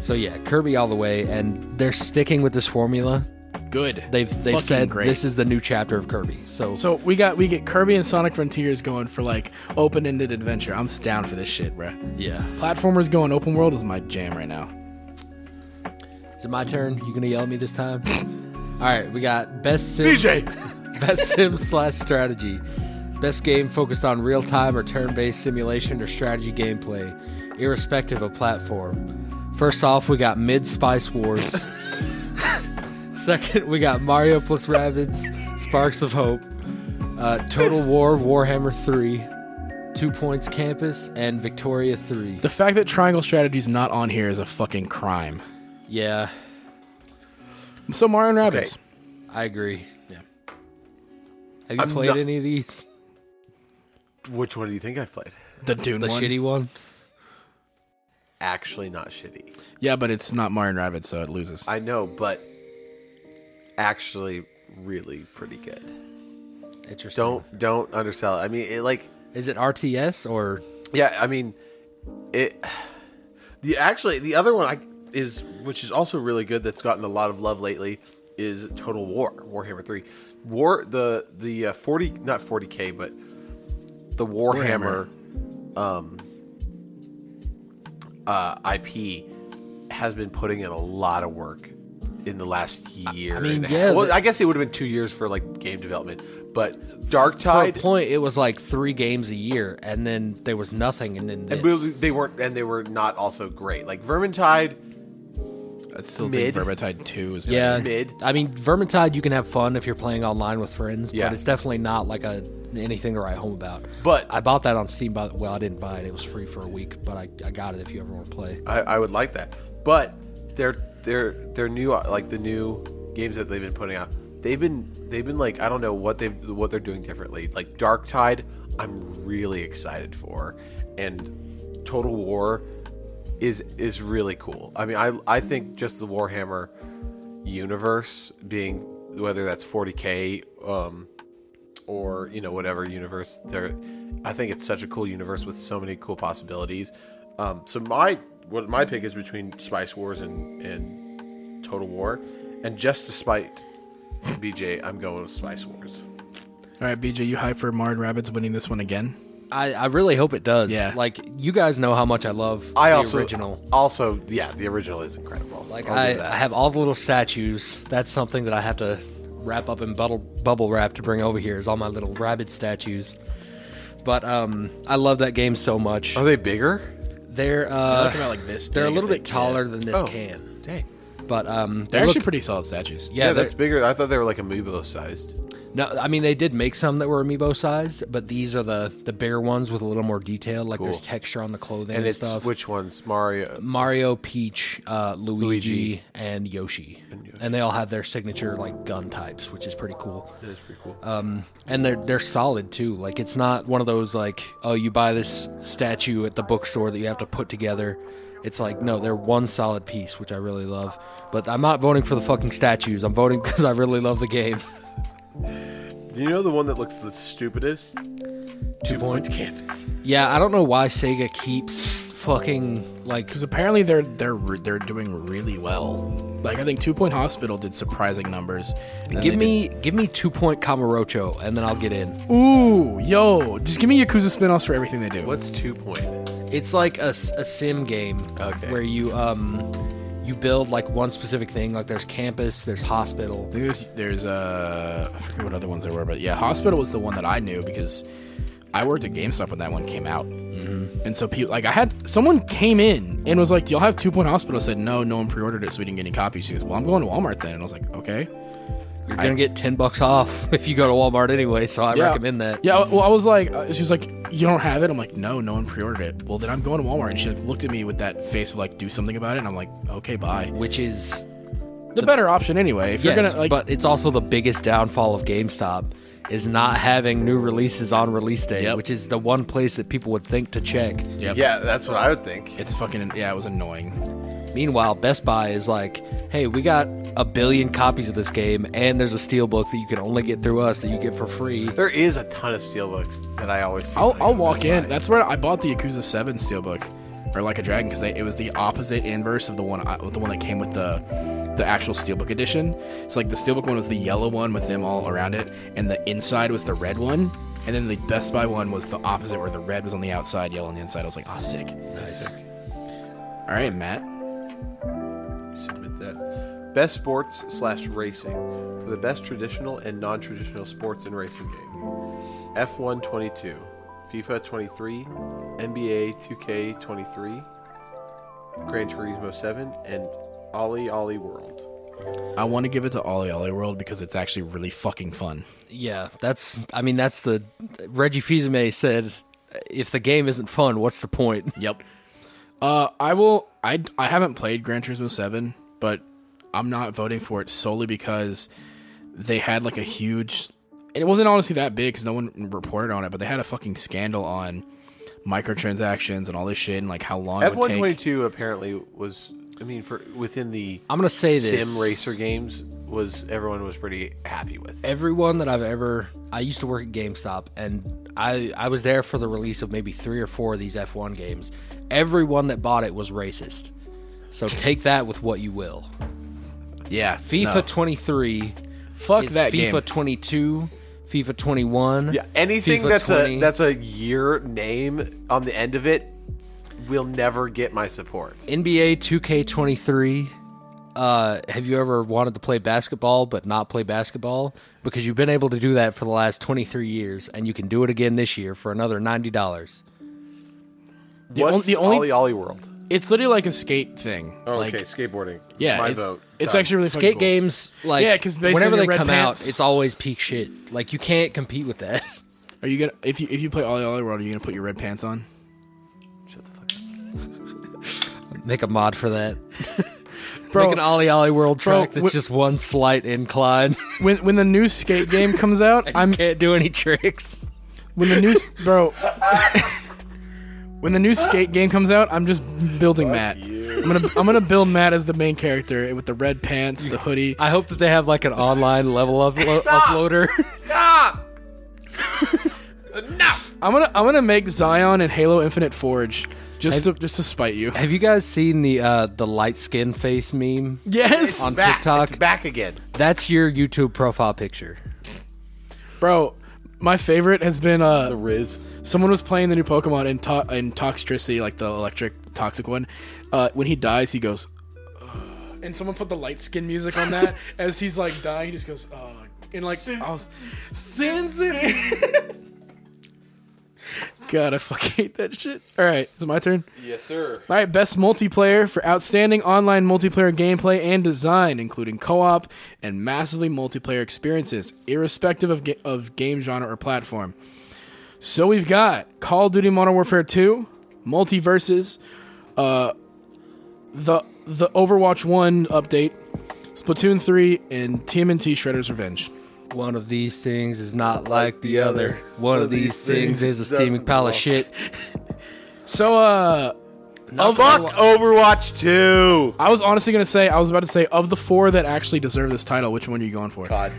[SPEAKER 2] So yeah, Kirby all the way, and they're sticking with this formula.
[SPEAKER 3] good.
[SPEAKER 2] They've they've
[SPEAKER 3] Fucking
[SPEAKER 2] said
[SPEAKER 3] great.
[SPEAKER 2] this is the new chapter of Kirby. So,
[SPEAKER 3] So we got we get Kirby and Sonic Frontiers going for like open ended adventure. I'm down for this shit, bruh.
[SPEAKER 2] yeah,
[SPEAKER 3] Platformers going open world is my jam right now.
[SPEAKER 2] is it my turn? You gonna yell at me this time? all right, we got best Sims.
[SPEAKER 4] DJ.
[SPEAKER 2] best sim slash strategy best game focused on real-time or turn-based simulation or strategy gameplay irrespective of platform first off we got mid spice wars second we got mario plus rabbits sparks of hope uh, total war warhammer 3 two points campus and victoria 3
[SPEAKER 3] The fact that Triangle Strategy's not on here is a fucking crime.
[SPEAKER 2] yeah
[SPEAKER 3] So Mario and Rabbids.
[SPEAKER 4] Okay.
[SPEAKER 2] i agree
[SPEAKER 3] Yeah.
[SPEAKER 2] have you
[SPEAKER 4] I'm
[SPEAKER 2] played
[SPEAKER 4] not-
[SPEAKER 2] any of these
[SPEAKER 4] Which one do you think I've played?
[SPEAKER 3] The Dune
[SPEAKER 2] the
[SPEAKER 3] one.
[SPEAKER 2] shitty one
[SPEAKER 4] Actually, not shitty.
[SPEAKER 3] Yeah, but it's not Mario and Rabbids, so it loses.
[SPEAKER 4] I know, but actually, really pretty good.
[SPEAKER 2] interesting
[SPEAKER 4] Don't don't undersell it. I mean, it like
[SPEAKER 2] is it rts or
[SPEAKER 4] yeah. I mean, it. The actually the other one I is which is also really good that's gotten a lot of love lately is Total War Warhammer Three. War the the uh, forty not forty k but the Warhammer, um uh IP has been putting in a lot of work in the last year.
[SPEAKER 2] mean,
[SPEAKER 4] and a
[SPEAKER 2] yeah,
[SPEAKER 4] half. Well,
[SPEAKER 2] but-
[SPEAKER 4] I guess it would have been two years for like game development, but
[SPEAKER 2] For a
[SPEAKER 4] Darktide
[SPEAKER 2] point, it was like three games a year, and then there was nothing, and then
[SPEAKER 4] And
[SPEAKER 2] this.
[SPEAKER 4] but they weren't, and they were not also great. Like Vermintide,
[SPEAKER 3] I still
[SPEAKER 4] Mid.
[SPEAKER 3] think Vermintide 2 is
[SPEAKER 2] yeah,
[SPEAKER 3] better.
[SPEAKER 4] mid.
[SPEAKER 2] I mean, Vermintide, you can have fun if you're playing online with friends,
[SPEAKER 4] Yeah.
[SPEAKER 2] but it's definitely not like a anything to write home about.
[SPEAKER 4] But-
[SPEAKER 2] I bought that on Steam. By well, I didn't buy it; it was free for a week, but I, I got it if you ever want to play.
[SPEAKER 4] I, I would like that. But their their their new like the new games that they've been putting out, they've been they've been like I don't know what they've what they're doing differently. Like Darktide, I'm really excited for, and Total War is is really cool. I mean, I I think just the Warhammer universe being whether that's 40k um or you know whatever universe there i think it's such a cool universe with so many cool possibilities um, so my what my pick is between spice wars and and total war and just despite bj i'm going with spice wars
[SPEAKER 3] All right, BJ, you hype for Marin Rabbits winning this one again?
[SPEAKER 2] I, I really hope it does.
[SPEAKER 3] Yeah.
[SPEAKER 2] Like you guys know how much I love
[SPEAKER 1] I
[SPEAKER 2] the
[SPEAKER 1] also
[SPEAKER 2] original.
[SPEAKER 1] Also, yeah, the original is incredible.
[SPEAKER 2] Like
[SPEAKER 1] I'll
[SPEAKER 2] I,
[SPEAKER 1] give that.
[SPEAKER 2] I have all the little statues. That's something that I have to wrap up in bubble bubble wrap to bring over here is all my little rabbit statues. But um I love that game so much.
[SPEAKER 4] Oh,
[SPEAKER 1] Are they bigger?
[SPEAKER 2] They're
[SPEAKER 3] I
[SPEAKER 2] uh
[SPEAKER 3] like 'em at, like this.
[SPEAKER 2] they're a
[SPEAKER 3] big, I
[SPEAKER 2] little bit
[SPEAKER 3] think.
[SPEAKER 2] taller than this
[SPEAKER 1] Oh.
[SPEAKER 2] can.
[SPEAKER 1] Dang.
[SPEAKER 2] But um they
[SPEAKER 3] They're actually
[SPEAKER 2] look-
[SPEAKER 3] pretty solid statues.
[SPEAKER 2] yeah,
[SPEAKER 1] Yeah,
[SPEAKER 2] they're-
[SPEAKER 1] that's bigger. I thought they were like amiibo sized.
[SPEAKER 2] no I mean they did make some that were amiibo sized, but these are the the bigger ones with a little more detail like there's
[SPEAKER 1] Cool.
[SPEAKER 2] texture on the clothing and,
[SPEAKER 1] And it's
[SPEAKER 2] stuff.
[SPEAKER 1] which ones? Mario.
[SPEAKER 2] Mario, Peach, uh, Luigi,
[SPEAKER 1] Luigi.
[SPEAKER 2] and Yoshi. And they all have their signature like gun types, which is pretty cool. Um,
[SPEAKER 1] That is pretty cool.
[SPEAKER 2] And they're they're solid too. Like it's not one of those like oh you buy this statue at the bookstore that you have to put together. It's like no, they're one solid piece, which I really love. But I'm not voting for the fucking statues. I'm voting because I really love the game.
[SPEAKER 1] Do you know the one that looks the stupidest? Two,
[SPEAKER 2] points.
[SPEAKER 1] canvas.
[SPEAKER 2] Yeah, I don't know why Sega keeps fucking like
[SPEAKER 3] Because apparently they're they're re- they're doing really well. Like I think Two Point Hospital did surprising numbers. And then
[SPEAKER 2] give
[SPEAKER 3] they
[SPEAKER 2] me give me two point Kamurocho and then I'll get in.
[SPEAKER 3] did- ooh yo, just give me Yakuza spin-offs for everything they do.
[SPEAKER 1] What's two point?
[SPEAKER 2] It's like a, s- a sim game
[SPEAKER 1] Okay.
[SPEAKER 2] where you um you build like one specific thing. Like there's campus, there's hospital.
[SPEAKER 3] I think There's there's uh I forget what other ones there were, but yeah, Hospital was the one that I knew because I worked at GameStop when that one came out. And so people like I had someone came in and was like, "Do y'all have Two Point Hospital?" I said no, no one pre-ordered it, so we didn't get any copies. She goes, "Well, I'm going to Walmart then," and I was like, "Okay."
[SPEAKER 2] You're gonna get ten bucks off if you go to Walmart anyway. So I recommend that.
[SPEAKER 3] Yeah, well, I was like, uh, she was like, you don't have it. I'm like, no, no one pre-ordered it. Well, then I'm going to Walmart, and she like looked at me with that face of like, do something about it. And I'm like, okay, bye.
[SPEAKER 2] Which is
[SPEAKER 3] The, better option anyway. If
[SPEAKER 2] yes,
[SPEAKER 3] you're gonna like,
[SPEAKER 2] but it's also the biggest downfall of GameStop is not having new releases on release day,
[SPEAKER 3] Yep.
[SPEAKER 2] which is the one place that people would think to check.
[SPEAKER 3] Yep.
[SPEAKER 1] Yeah, that's what I would think.
[SPEAKER 3] it's fucking yeah, it was annoying.
[SPEAKER 2] Meanwhile, Best Buy is like, "Hey, we got a billion copies of this game, and there's a steelbook that you can only get through us that you get for free."
[SPEAKER 1] There is a ton of steelbooks that I always. see
[SPEAKER 3] I'll,
[SPEAKER 1] when I
[SPEAKER 3] I'll
[SPEAKER 1] go
[SPEAKER 3] walk
[SPEAKER 1] to
[SPEAKER 3] in.
[SPEAKER 1] buy.
[SPEAKER 3] That's where I bought the Yakuza Seven steelbook, or Like a Dragon, because it was the opposite inverse of the one I, the one that came with the the actual steelbook edition. It's like the steelbook one was the yellow one with them all around it, and the inside was the red one. And then the Best Buy one was the opposite, where the red was on the outside, yellow on the inside. I was like, ah, sick. All right, Matt.
[SPEAKER 1] Submit that. Best sports slash racing for the best traditional and non-traditional sports and racing game. F1 22, FIFA 23, NBA 2K 23, Gran Turismo 7, and Ollie Ollie World.
[SPEAKER 3] I want to give it to Ollie Ollie World because it's actually really fucking fun.
[SPEAKER 2] Yeah, that's. I mean, that's the Reggie Fils-Aimé said. If the game isn't fun, what's the point?
[SPEAKER 3] Yep. Uh, I will. I I haven't played Gran Turismo Seven, but I'm not voting for it solely because they had like a huge. And it wasn't honestly that big because no one reported on it, but they had a fucking scandal on microtransactions and all this shit and like how long it would
[SPEAKER 1] F1
[SPEAKER 3] take.
[SPEAKER 1] 22 apparently was. I mean, for within the
[SPEAKER 2] I'm gonna say
[SPEAKER 1] sim
[SPEAKER 2] this.
[SPEAKER 1] racer games was everyone was pretty happy with.
[SPEAKER 2] Everyone that I've ever, I used to work at GameStop, and I I was there for the release of maybe three or four of these F1 games. Everyone that bought it was racist. So take that with what you will.
[SPEAKER 3] Yeah,
[SPEAKER 2] FIFA
[SPEAKER 3] no.
[SPEAKER 2] 23
[SPEAKER 3] Fuck
[SPEAKER 2] is
[SPEAKER 3] that
[SPEAKER 2] FIFA
[SPEAKER 3] game.
[SPEAKER 2] 22, FIFA 21.
[SPEAKER 1] Yeah, anything
[SPEAKER 2] FIFA
[SPEAKER 1] that's
[SPEAKER 2] 20.
[SPEAKER 1] a that's a year name on the end of it will never get my support.
[SPEAKER 2] NBA 2K23. Uh, have you ever wanted to play basketball but not play basketball? Because you've been able to do that for the last 23 years, and you can do it again this year for another $90.
[SPEAKER 1] The
[SPEAKER 3] on-
[SPEAKER 1] What's
[SPEAKER 3] the only-
[SPEAKER 1] Ollie Ollie World?
[SPEAKER 3] it's literally like a skate thing.
[SPEAKER 1] Oh,
[SPEAKER 3] like,
[SPEAKER 1] skateboarding.
[SPEAKER 3] Yeah, it's, it's actually really fucking
[SPEAKER 2] Skate
[SPEAKER 3] cool.
[SPEAKER 2] games, like,
[SPEAKER 3] Yeah, 'cause based
[SPEAKER 2] whenever
[SPEAKER 3] on
[SPEAKER 2] they
[SPEAKER 3] your red
[SPEAKER 2] come
[SPEAKER 3] pants.
[SPEAKER 2] out, it's always peak shit. Like, you can't compete with that.
[SPEAKER 3] Are you gonna if you if you play Ollie Ollie World, are you gonna put your red pants on?
[SPEAKER 1] Shut the fuck up.
[SPEAKER 2] Make a mod for that.
[SPEAKER 3] Bro,
[SPEAKER 2] Make an Ollie Ollie World
[SPEAKER 3] Bro,
[SPEAKER 2] track that's
[SPEAKER 3] wh-
[SPEAKER 2] just one slight incline.
[SPEAKER 3] when when the new skate game comes out, I'm
[SPEAKER 2] can't do any tricks.
[SPEAKER 3] when the new s- bro when the new skate game comes out i'm just building matt i'm gonna i'm gonna build matt as the main character with the red pants the hoodie
[SPEAKER 2] I hope that they have like an online level up- uploader.
[SPEAKER 3] i'm gonna i'm gonna make zion and halo infinite forge just to just to spite you
[SPEAKER 2] Have you guys seen the uh, the light skin face meme?
[SPEAKER 3] yes
[SPEAKER 2] On
[SPEAKER 1] Back,
[SPEAKER 2] TikTok.
[SPEAKER 1] it's back again.
[SPEAKER 2] That's your YouTube profile picture.
[SPEAKER 3] bro my favorite has been
[SPEAKER 1] The
[SPEAKER 3] uh
[SPEAKER 1] Riz.
[SPEAKER 3] someone was playing the new Pokemon in to- in Toxtricity, like the electric toxic one. Uh, when he dies, he goes, "Ugh." and someone put the light skin music on that as he's like dying. He just goes, Ugh. and like I was sensitive. God, I fucking hate that shit. All right, is it my turn?
[SPEAKER 1] Yes, sir.
[SPEAKER 3] All right, best multiplayer for outstanding online multiplayer gameplay and design, including co-op and massively multiplayer experiences, irrespective of, ga- of game genre or platform. So we've got Call of Duty: Modern Warfare 2, Multiverses, uh, the the Overwatch 1 update, Splatoon 3, and TMNT Shredder's Revenge.
[SPEAKER 2] One of these things is not like the other. One of these things is a steaming
[SPEAKER 1] doesn't
[SPEAKER 2] pile
[SPEAKER 1] belong.
[SPEAKER 2] of shit.
[SPEAKER 3] So, uh,
[SPEAKER 2] Not
[SPEAKER 1] Fuck
[SPEAKER 2] gonna lie.
[SPEAKER 1] Overwatch 2.
[SPEAKER 3] I was honestly gonna say, I was about to say, of the four that actually deserve this title, which one are you going for?
[SPEAKER 1] God.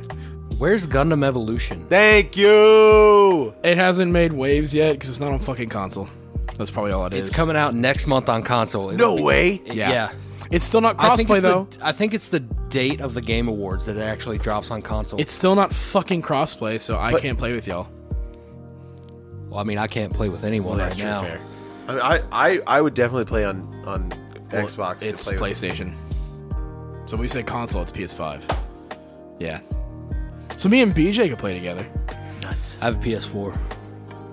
[SPEAKER 2] Where's Gundam Evolution?
[SPEAKER 1] Thank you.
[SPEAKER 3] It hasn't made waves yet because it's not on fucking console. That's probably all it is.
[SPEAKER 2] It's coming out next month on console. It'll
[SPEAKER 1] No
[SPEAKER 2] be-
[SPEAKER 1] way.
[SPEAKER 2] It-
[SPEAKER 3] Yeah.
[SPEAKER 2] yeah.
[SPEAKER 3] It's still not
[SPEAKER 2] I think
[SPEAKER 3] crossplay
[SPEAKER 2] it's
[SPEAKER 3] though.
[SPEAKER 2] The, I think it's the date of the Game Awards that it actually drops on console.
[SPEAKER 3] It's still not fucking crossplay, so I can't play with y'all.
[SPEAKER 2] well, I mean, I can't play with anyone
[SPEAKER 3] That's
[SPEAKER 2] right
[SPEAKER 3] true,
[SPEAKER 2] now.
[SPEAKER 3] fair.
[SPEAKER 1] I, mean, I, I I would definitely play on on Xbox. to
[SPEAKER 3] It's
[SPEAKER 1] play with.
[SPEAKER 3] PlayStation. So we say console, it's PS5. Yeah. So me and BJ could play together.
[SPEAKER 2] I have a PS4.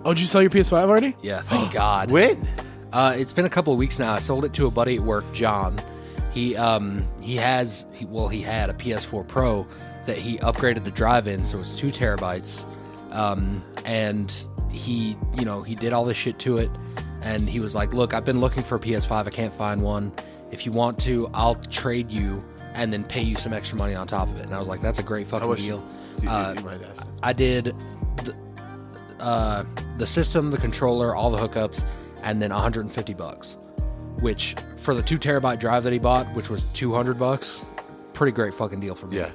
[SPEAKER 3] Oh, did you sell your PS5 already?
[SPEAKER 2] Yeah, thank God.
[SPEAKER 1] When?
[SPEAKER 2] Uh, it's been a couple of weeks now. I sold it to a buddy at work, John. He um he has he, well he had a PS4 Pro that he upgraded the drive in, so it's two terabytes. Um, and he you know he did all this shit to it, and he was like, "Look, I've been looking for a PS5. I can't find one. If you want to, I'll trade you and then pay you some extra money on top of it." And I was like, "That's a great fucking
[SPEAKER 1] much-
[SPEAKER 2] deal."
[SPEAKER 1] Dude, you-
[SPEAKER 2] Uh,
[SPEAKER 1] you might ask.
[SPEAKER 2] I did the, uh, the system, the controller, all the hookups, and then 150 bucks, which for the two terabyte drive that he bought, which was 200 bucks, pretty great fucking deal for me.
[SPEAKER 1] Yeah.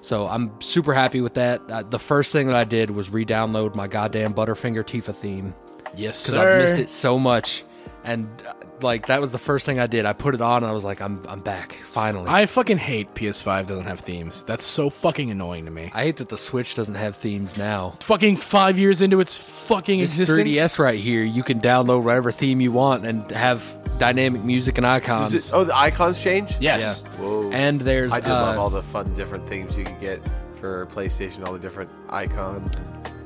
[SPEAKER 2] So I'm super happy with that. Uh, the first thing that I did was re-download my goddamn Butterfinger Tifa theme
[SPEAKER 3] Yes,
[SPEAKER 2] because I missed it so much, and uh, like that was the first thing I did. I put it on and I was like, I'm I'm back finally.
[SPEAKER 3] I fucking hate PS5 doesn't have themes. That's so fucking annoying to me.
[SPEAKER 2] I hate that the Switch doesn't have themes now.
[SPEAKER 3] Fucking five years into its fucking
[SPEAKER 2] this
[SPEAKER 3] existence.
[SPEAKER 2] 3DS right here, you can download whatever theme you want and have dynamic music and icons.
[SPEAKER 1] Is it, oh, the icons change.
[SPEAKER 3] Yes.
[SPEAKER 2] Yeah.
[SPEAKER 1] Whoa.
[SPEAKER 2] And there's
[SPEAKER 1] I did
[SPEAKER 2] uh,
[SPEAKER 1] love all the fun different things you could get for PlayStation. All the different icons.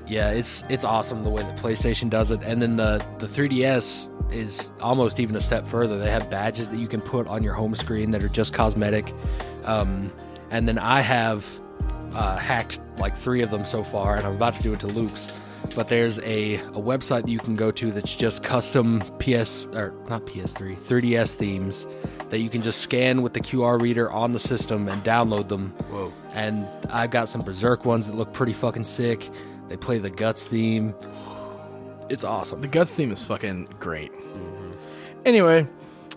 [SPEAKER 2] yeah, it's it's awesome the way that PlayStation does it. And then the the 3DS is almost even a step further. They have badges that you can put on your home screen that are just cosmetic. Um, and then I have uh, hacked like three of them so far, and I'm about to do it to Luke's. But there's a, a website that you can go to that's just custom PS or not PS3, 3DS themes that you can just scan with the QR reader on the system and download them.
[SPEAKER 1] Whoa.
[SPEAKER 2] And I've got some Berserk ones that look pretty fucking sick. They play the Guts theme. It's awesome.
[SPEAKER 3] The Guts theme is fucking great. Anyway,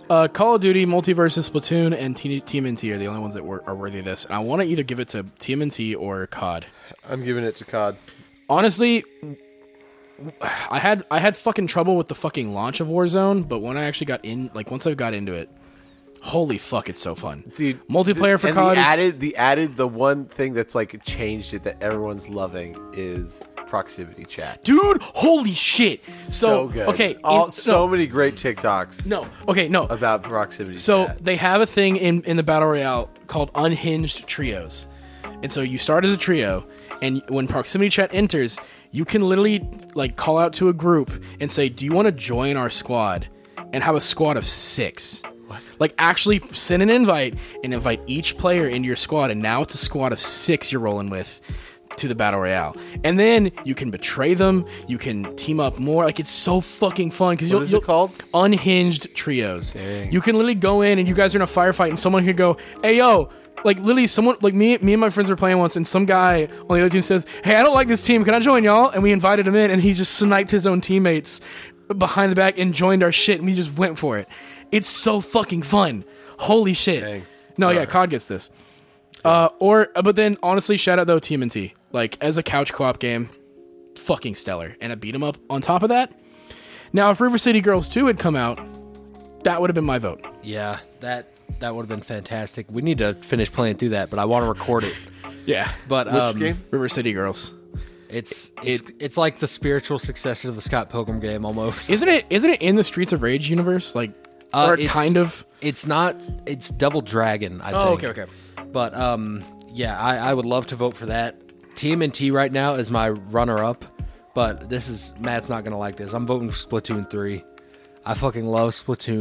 [SPEAKER 3] uh, Call of Duty, Multiversus, Splatoon, and T- TMNT are the only ones that wor- are worthy of this. And I want to either give it to TMNT or COD.
[SPEAKER 1] I'm giving it to COD.
[SPEAKER 3] Honestly, I had I had fucking trouble with the fucking launch of Warzone, but when I actually got in, like once I got into it, holy fuck, it's so fun,
[SPEAKER 1] Dude,
[SPEAKER 3] Multiplayer for
[SPEAKER 1] and
[SPEAKER 3] COD
[SPEAKER 1] The
[SPEAKER 3] is-
[SPEAKER 1] added, the added, the one thing that's like changed it that everyone's loving is proximity chat.
[SPEAKER 3] Dude, holy shit! So,
[SPEAKER 1] so good.
[SPEAKER 3] okay,
[SPEAKER 1] all,
[SPEAKER 3] in-
[SPEAKER 1] so many great TikToks
[SPEAKER 3] no, no, okay, no.
[SPEAKER 1] about proximity.
[SPEAKER 3] So
[SPEAKER 1] chat.
[SPEAKER 3] they have a thing in in the battle royale called unhinged trios, and so you start as a trio, and when proximity chat enters, you can literally like call out to a group and say, "Do you want to join our squad?" and have a squad of six. Like actually send an invite and invite each player into your squad, and now it's a squad of six you're rolling with to the battle royale, and then you can betray them. You can team up more. Like it's so fucking fun because you'll,
[SPEAKER 1] is it
[SPEAKER 3] you'll-
[SPEAKER 1] called?
[SPEAKER 3] unhinged trios. You can literally go in and you guys are in a firefight and someone could go, "Hey yo." Like literally, someone like me, me and my friends were playing once, and some guy on the other team says, "Hey, I don't like this team. Can I join y'all?" And we invited him in, and he just sniped his own teammates behind the back and joined our shit, and we just went for it. It's so fucking fun. Holy shit! No, yeah, COD gets this. Uh, or but then honestly, shout out though TMNT. Like as a couch co-op game, fucking stellar, and a beat 'em up on top of that. Now, if River City Girls 2 had come out, that would have been my vote.
[SPEAKER 2] Yeah, that that would have been fantastic. We need to finish playing through that, but I want to record it.
[SPEAKER 3] Yeah.
[SPEAKER 2] But um,
[SPEAKER 1] game?
[SPEAKER 3] River City Girls.
[SPEAKER 2] It's it's it's like the spiritual successor to the Scott Pilgrim game almost.
[SPEAKER 3] Isn't it? Isn't it in the Streets of Rage universe? Like,
[SPEAKER 2] Uh,
[SPEAKER 3] or
[SPEAKER 2] it's-
[SPEAKER 3] kind of.
[SPEAKER 2] It's not. It's Double Dragon. I
[SPEAKER 3] Oh,
[SPEAKER 2] think.
[SPEAKER 3] okay, okay.
[SPEAKER 2] But um, yeah, I, I would love to vote for that. TMNT right now is my runner-up, but this is Matt's not gonna like this. I'm voting for Splatoon three. I fucking love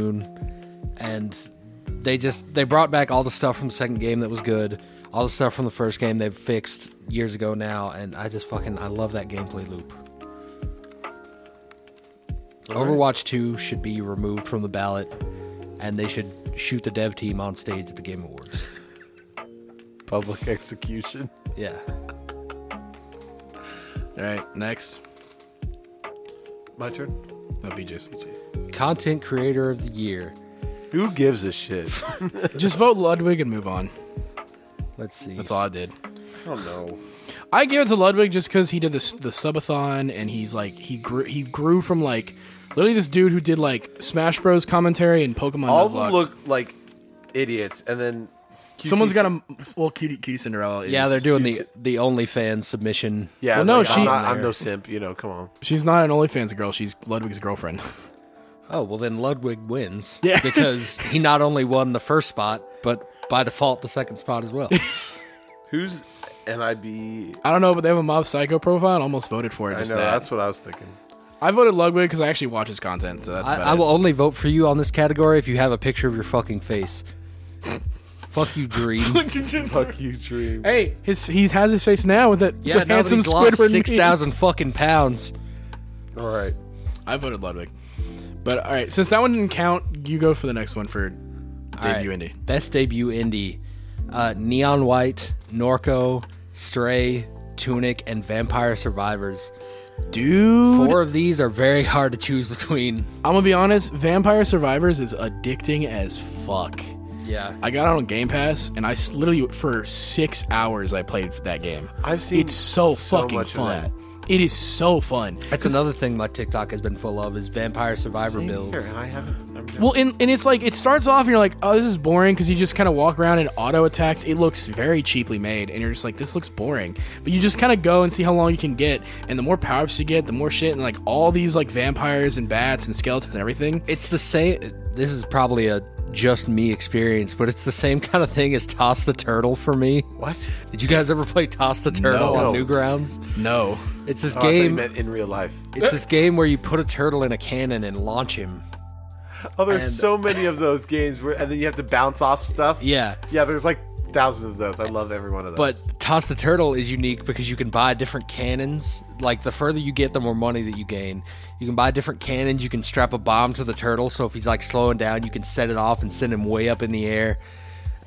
[SPEAKER 2] Splatoon, and they just they brought back all the stuff from the second game that was good, all the stuff from the first game they've fixed years ago now, and I just fucking I love that gameplay loop. Overwatch 2 should be removed from the ballot, and they should shoot the dev team on stage at the Game Awards.
[SPEAKER 1] Public execution.
[SPEAKER 2] Yeah.
[SPEAKER 3] All right, next.
[SPEAKER 1] My turn.
[SPEAKER 3] No, BJ's.
[SPEAKER 2] Content Creator of the Year.
[SPEAKER 1] Who gives a shit?
[SPEAKER 3] Just vote Ludwig and move on.
[SPEAKER 2] Let's see.
[SPEAKER 3] That's all I did.
[SPEAKER 1] I don't know.
[SPEAKER 3] I gave it to Ludwig just because he did this the subathon and he's like he grew he grew from like literally this dude who did like Smash Bros commentary and Pokemon.
[SPEAKER 1] All of them
[SPEAKER 3] Nuzlocke.
[SPEAKER 1] look like idiots, and then QTC
[SPEAKER 3] Someone's got a well, cutie, cutie Cinderella. Is,
[SPEAKER 2] yeah, they're doing the the OnlyFans submission.
[SPEAKER 1] Yeah, I
[SPEAKER 3] Well,
[SPEAKER 1] was
[SPEAKER 3] no,
[SPEAKER 1] like,
[SPEAKER 3] she-
[SPEAKER 1] I'm, not, I'm no simp. You know, come on.
[SPEAKER 3] She's not an OnlyFans girl. She's Ludwig's girlfriend.
[SPEAKER 2] Oh well, then Ludwig wins.
[SPEAKER 3] Yeah.
[SPEAKER 2] because he not only won the first spot, but by default the second spot as well.
[SPEAKER 1] Who's NIB?
[SPEAKER 3] I don't know, but they have a Mob Psycho profile. and almost voted for it.
[SPEAKER 1] I know
[SPEAKER 3] Just that.
[SPEAKER 1] that's what I was thinking.
[SPEAKER 3] I voted Ludwig because I actually watch his content, so that's
[SPEAKER 2] I,
[SPEAKER 3] about
[SPEAKER 2] I
[SPEAKER 3] it.
[SPEAKER 2] will only vote for you on this category if you have a picture of your fucking face. Fuck you, Dream.
[SPEAKER 1] Fuck you, Dream.
[SPEAKER 3] Hey, his he has his face now with that
[SPEAKER 2] yeah,
[SPEAKER 3] the
[SPEAKER 2] now that
[SPEAKER 3] handsome
[SPEAKER 2] he's lost
[SPEAKER 3] Squidward
[SPEAKER 2] six
[SPEAKER 3] meme.
[SPEAKER 2] thousand fucking pounds.
[SPEAKER 1] All right.
[SPEAKER 3] I voted Ludwig, but all right, since that one didn't count, you go for the next one for debut
[SPEAKER 2] All right.
[SPEAKER 3] indie.
[SPEAKER 2] Best debut indie. Uh, Neon White, Norco, Stray, Tunic, and Vampire Survivors.
[SPEAKER 3] Dude,
[SPEAKER 2] Four of these are very hard to choose between.
[SPEAKER 3] I'm gonna be honest. Vampire Survivors is addicting as fuck.
[SPEAKER 2] Yeah.
[SPEAKER 3] I got it on Game Pass, and I s- literally for six hours I played that game.
[SPEAKER 1] I've seen
[SPEAKER 3] it's so,
[SPEAKER 1] so
[SPEAKER 3] fucking
[SPEAKER 1] much of
[SPEAKER 3] fun. It is so fun.
[SPEAKER 2] That's another thing my TikTok has been full of is Vampire Survivor
[SPEAKER 1] Here,
[SPEAKER 2] builds.
[SPEAKER 1] and I haven't. I'm-
[SPEAKER 3] Well, and, and it's like it starts off and you're like, oh, this is boring because you just kind of walk around and auto attacks. It looks very cheaply made, and you're just like, this looks boring. But you just kind of go and see how long you can get, and the more power ups you get, the more shit, and like all these like vampires and bats and skeletons and everything.
[SPEAKER 2] It's the same. This is probably a just me experience, but it's the same kind of thing as Toss the Turtle for me.
[SPEAKER 1] what?
[SPEAKER 2] Did you guys ever play Toss the Turtle
[SPEAKER 3] No.
[SPEAKER 2] on Newgrounds?
[SPEAKER 3] No,
[SPEAKER 2] It's this
[SPEAKER 1] Oh, I thought you
[SPEAKER 2] game.
[SPEAKER 1] meant in real life.
[SPEAKER 2] It's this game where you put a turtle in a cannon and launch him.
[SPEAKER 1] Oh, there's
[SPEAKER 2] And-
[SPEAKER 1] so many of those games where, and then you have to bounce off stuff.
[SPEAKER 2] Yeah.
[SPEAKER 1] Yeah, there's like thousands of those. I love every one of those.
[SPEAKER 2] But Toss the Turtle is unique because you can buy different cannons. Like the further you get, the more money that you gain. You can buy different cannons. You can strap a bomb to the turtle, so if he's like slowing down, you can set it off and send him way up in the air.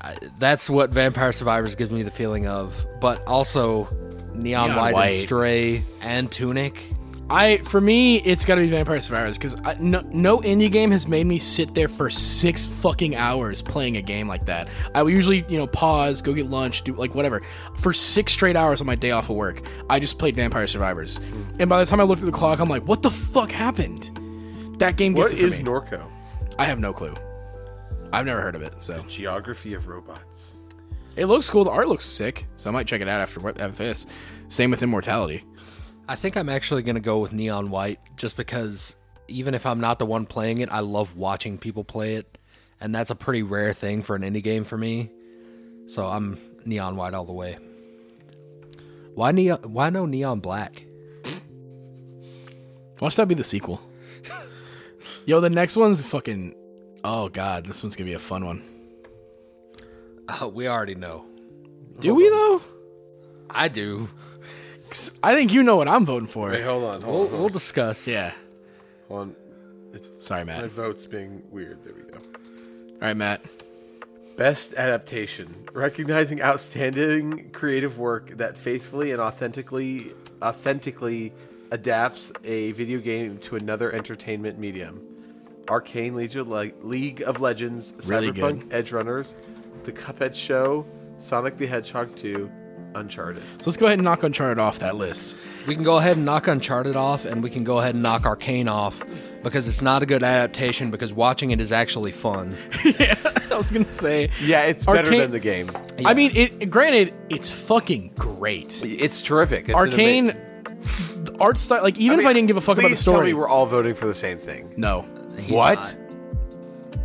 [SPEAKER 2] I- That's what Vampire Survivors gives me the feeling of. But also, Neon,
[SPEAKER 3] Neon
[SPEAKER 2] White,
[SPEAKER 3] White.
[SPEAKER 2] and Stray and Tunic.
[SPEAKER 3] I for me it's got to be Vampire Survivors because no no indie game has made me sit there for six fucking hours playing a game like that. I would usually you know pause, go get lunch, do like whatever for six straight hours on my day off of work. I just played Vampire Survivors, and by the time I looked at the clock, I'm like, what the fuck happened? That game gets
[SPEAKER 1] what
[SPEAKER 3] it for
[SPEAKER 1] is
[SPEAKER 3] me.
[SPEAKER 1] Norco?
[SPEAKER 3] I have no clue. I've never heard of it, so
[SPEAKER 1] Geography of robots.
[SPEAKER 3] it looks cool. The art looks sick, so I might check it out after after this. Same with Immortality.
[SPEAKER 2] I think I'm actually going to go with Neon White just because even if I'm not the one playing it, I love watching people play it. And that's a pretty rare thing for an indie game for me. So I'm Neon White all the way. Why neon, why no Neon Black?
[SPEAKER 3] Watch that be the sequel. Yo, the next one's fucking. Oh god, this one's gonna be a fun one.
[SPEAKER 2] Uh, we already know.
[SPEAKER 3] Do we though?
[SPEAKER 2] I do.
[SPEAKER 3] 'Cause I think you know what I'm voting for.
[SPEAKER 1] Wait, hold on,
[SPEAKER 2] We'll,
[SPEAKER 1] hold on,
[SPEAKER 2] we'll discuss.
[SPEAKER 3] Yeah.
[SPEAKER 1] hold on. It's,
[SPEAKER 3] Sorry, Matt.
[SPEAKER 1] my
[SPEAKER 3] All
[SPEAKER 1] vote's being weird. There we go.
[SPEAKER 3] right, Matt.
[SPEAKER 1] Best adaptation: recognizing outstanding creative work that faithfully and authentically, authentically adapts a video game to another entertainment medium. Arcane League of, Le- League of Legends,
[SPEAKER 3] Really
[SPEAKER 1] Cyberpunk, Edge Runners, The Cuphead Show, Sonic the Hedgehog 2, Uncharted.
[SPEAKER 3] So let's go ahead and knock Uncharted off that list.
[SPEAKER 2] We can go ahead and knock Uncharted off, and we can go ahead and knock Arcane off because it's not a good adaptation because watching it is actually fun.
[SPEAKER 3] I was gonna say.
[SPEAKER 1] Yeah, it's better
[SPEAKER 3] Arcane-
[SPEAKER 1] than the game.
[SPEAKER 2] Yeah.
[SPEAKER 3] I mean, it. Granted, it's fucking great.
[SPEAKER 1] It's terrific. It's an
[SPEAKER 3] Arcane
[SPEAKER 1] amazing-
[SPEAKER 3] art style. Like even if I didn't give a fuck about the
[SPEAKER 1] Please tell
[SPEAKER 3] story,
[SPEAKER 1] me we're all voting for the same thing.
[SPEAKER 3] no.
[SPEAKER 2] He's
[SPEAKER 1] what?
[SPEAKER 2] not.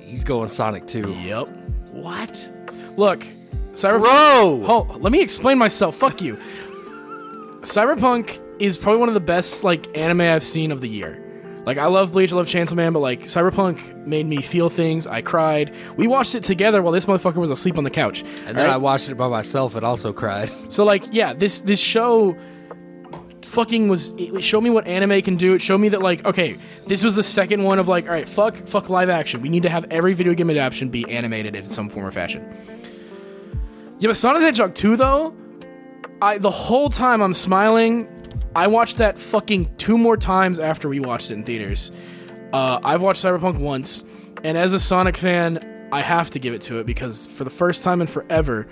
[SPEAKER 2] He's going Sonic 2.
[SPEAKER 3] Yep.
[SPEAKER 1] What?
[SPEAKER 3] Look, Cyberpunk.
[SPEAKER 1] Bro!
[SPEAKER 3] Hold, let me explain myself. Fuck you. Cyberpunk is probably one of the best like anime I've seen of the year. Like I love Bleach, I love Chainsaw Man, but like Cyberpunk made me feel things. I cried. We watched it together while this motherfucker was asleep on the couch.
[SPEAKER 2] And then
[SPEAKER 3] alright?
[SPEAKER 2] I watched it by myself and also cried.
[SPEAKER 3] So like, yeah, this this show fucking was it showed me what anime can do. It showed me that like, okay, this was the second one of like, all right, fuck fuck live action. We need to have every video game adaptation be animated in some form or fashion. Yeah, but Sonic the Hedgehog 2 though, I the whole time I'm smiling. I watched that fucking two more times after we watched it in theaters. Uh, I've watched Cyberpunk once, and as a Sonic fan, I have to give it to it because for the first time in forever,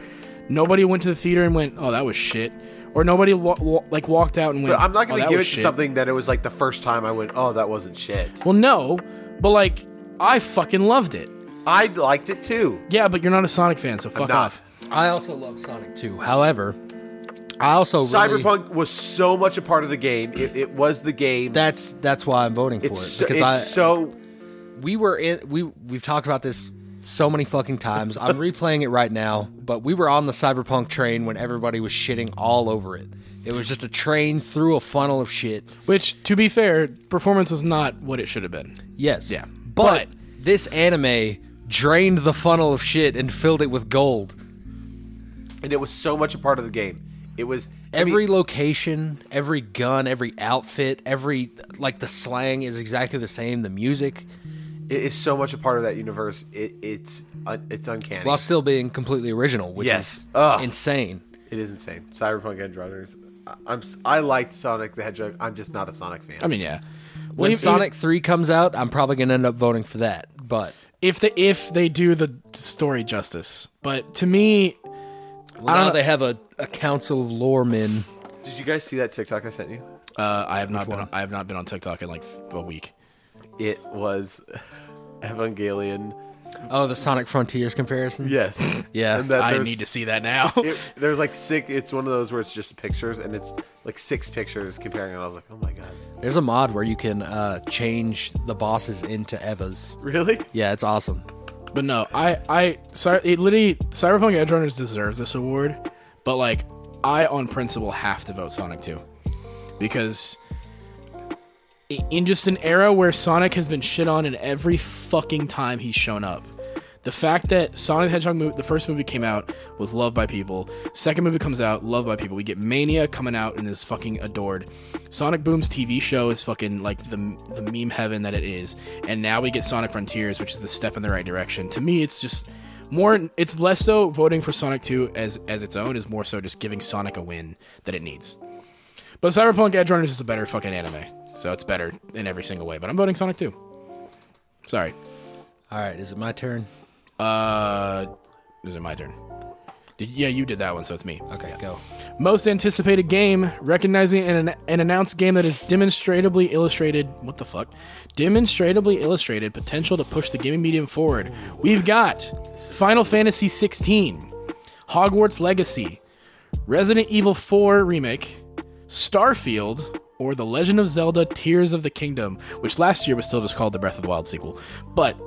[SPEAKER 3] nobody went to the theater and went, "Oh, that was shit," or nobody wa- wa- like walked out and went.
[SPEAKER 1] But I'm not
[SPEAKER 3] "Oh,
[SPEAKER 1] going to
[SPEAKER 3] that
[SPEAKER 1] give it
[SPEAKER 3] was
[SPEAKER 1] to
[SPEAKER 3] shit."
[SPEAKER 1] something that it was like the first time I went, oh, that wasn't shit.
[SPEAKER 3] Well, no, but like I fucking loved it.
[SPEAKER 1] I liked it too.
[SPEAKER 3] Yeah, but you're not a Sonic fan, so fuck
[SPEAKER 1] not.
[SPEAKER 3] off.
[SPEAKER 2] I also love Sonic 2. However, I also really-
[SPEAKER 1] Cyberpunk was so much a part of the game. It, it was the game.
[SPEAKER 2] that's that's why I'm voting for
[SPEAKER 1] it's
[SPEAKER 2] it
[SPEAKER 1] so,
[SPEAKER 2] because
[SPEAKER 1] it's
[SPEAKER 2] I
[SPEAKER 1] so
[SPEAKER 2] we were in we we've talked about this so many fucking times. I'm replaying it right now, but we were on the cyberpunk train when everybody was shitting all over it. It was just a train through a funnel of shit.
[SPEAKER 3] Which, to be fair, performance was not what it should have been.
[SPEAKER 2] Yes.
[SPEAKER 3] Yeah.
[SPEAKER 2] But, this anime drained the funnel of shit and filled it with gold.
[SPEAKER 1] and it was so much a part of the game. It was I mean,
[SPEAKER 2] Every location, every gun, every outfit, every like the slang is exactly the same. The music,
[SPEAKER 1] it is so much a part of that universe. It, it's uh, it's uncanny.
[SPEAKER 2] while still being completely original, which
[SPEAKER 1] Yes.
[SPEAKER 2] is
[SPEAKER 1] Ugh.
[SPEAKER 2] insane.
[SPEAKER 1] it is insane. Cyberpunk Edge Runners. I- I'm s- I liked Sonic the Hedgehog. I'm just not a Sonic fan.
[SPEAKER 3] I mean, yeah.
[SPEAKER 2] When
[SPEAKER 3] Well,
[SPEAKER 2] Sonic Three comes out, I'm probably gonna end up voting for that. But
[SPEAKER 3] if they if they do the story justice. But to me,
[SPEAKER 2] Well, now they have a, a council of lore men.
[SPEAKER 1] Did you guys see that TikTok I sent you?
[SPEAKER 3] uh, I have not been on, I have not been on TikTok in like a week.
[SPEAKER 1] It was Evangelion.
[SPEAKER 2] Oh, the Sonic Frontiers comparison.
[SPEAKER 1] Yes.
[SPEAKER 2] Yeah,
[SPEAKER 1] And that
[SPEAKER 3] I
[SPEAKER 1] there's-
[SPEAKER 3] need to see that now.
[SPEAKER 1] it- there's like six. It's one of those where it's just pictures, and it's like six pictures comparing. And I was like, oh my god,
[SPEAKER 2] There's a mod where you can uh, change the bosses into Evas.
[SPEAKER 1] really?
[SPEAKER 2] Yeah, it's awesome.
[SPEAKER 3] but no, I I sorry, it literally Cyberpunk Edgerunners deserves this award, but like I on principle have to vote Sonic 2 because i- in just an era where Sonic has been shit on in every fucking time he's shown up. The fact that Sonic the Hedgehog, movie, the first movie came out, was loved by people. Second movie comes out, loved by people. We get Mania coming out and is fucking adored. Sonic Boom's TV show is fucking like the the meme heaven that it is. And now we get Sonic Frontiers, which is the step in the right direction. To me, it's just more. It's less so voting for Sonic Two as as its own is more so just giving Sonic a win that it needs. But Cyberpunk Edgerunners is just a better fucking anime, so it's better in every single way. But I'm voting Sonic Two. Sorry.
[SPEAKER 2] All right, is it my turn?
[SPEAKER 3] Uh, is it my turn? Did, yeah, you did that one, so it's me.
[SPEAKER 2] Okay,
[SPEAKER 3] Yeah.
[SPEAKER 2] go.
[SPEAKER 3] Most anticipated game, recognizing an, an announced game that is demonstrably illustrated. What the fuck? Demonstrably illustrated potential to push the gaming medium forward. We've got Final Fantasy 16, Hogwarts Legacy, Resident Evil 4 Remake, Starfield, or The Legend of Zelda Tears of the Kingdom, which last year was still just called the Breath of the Wild sequel. But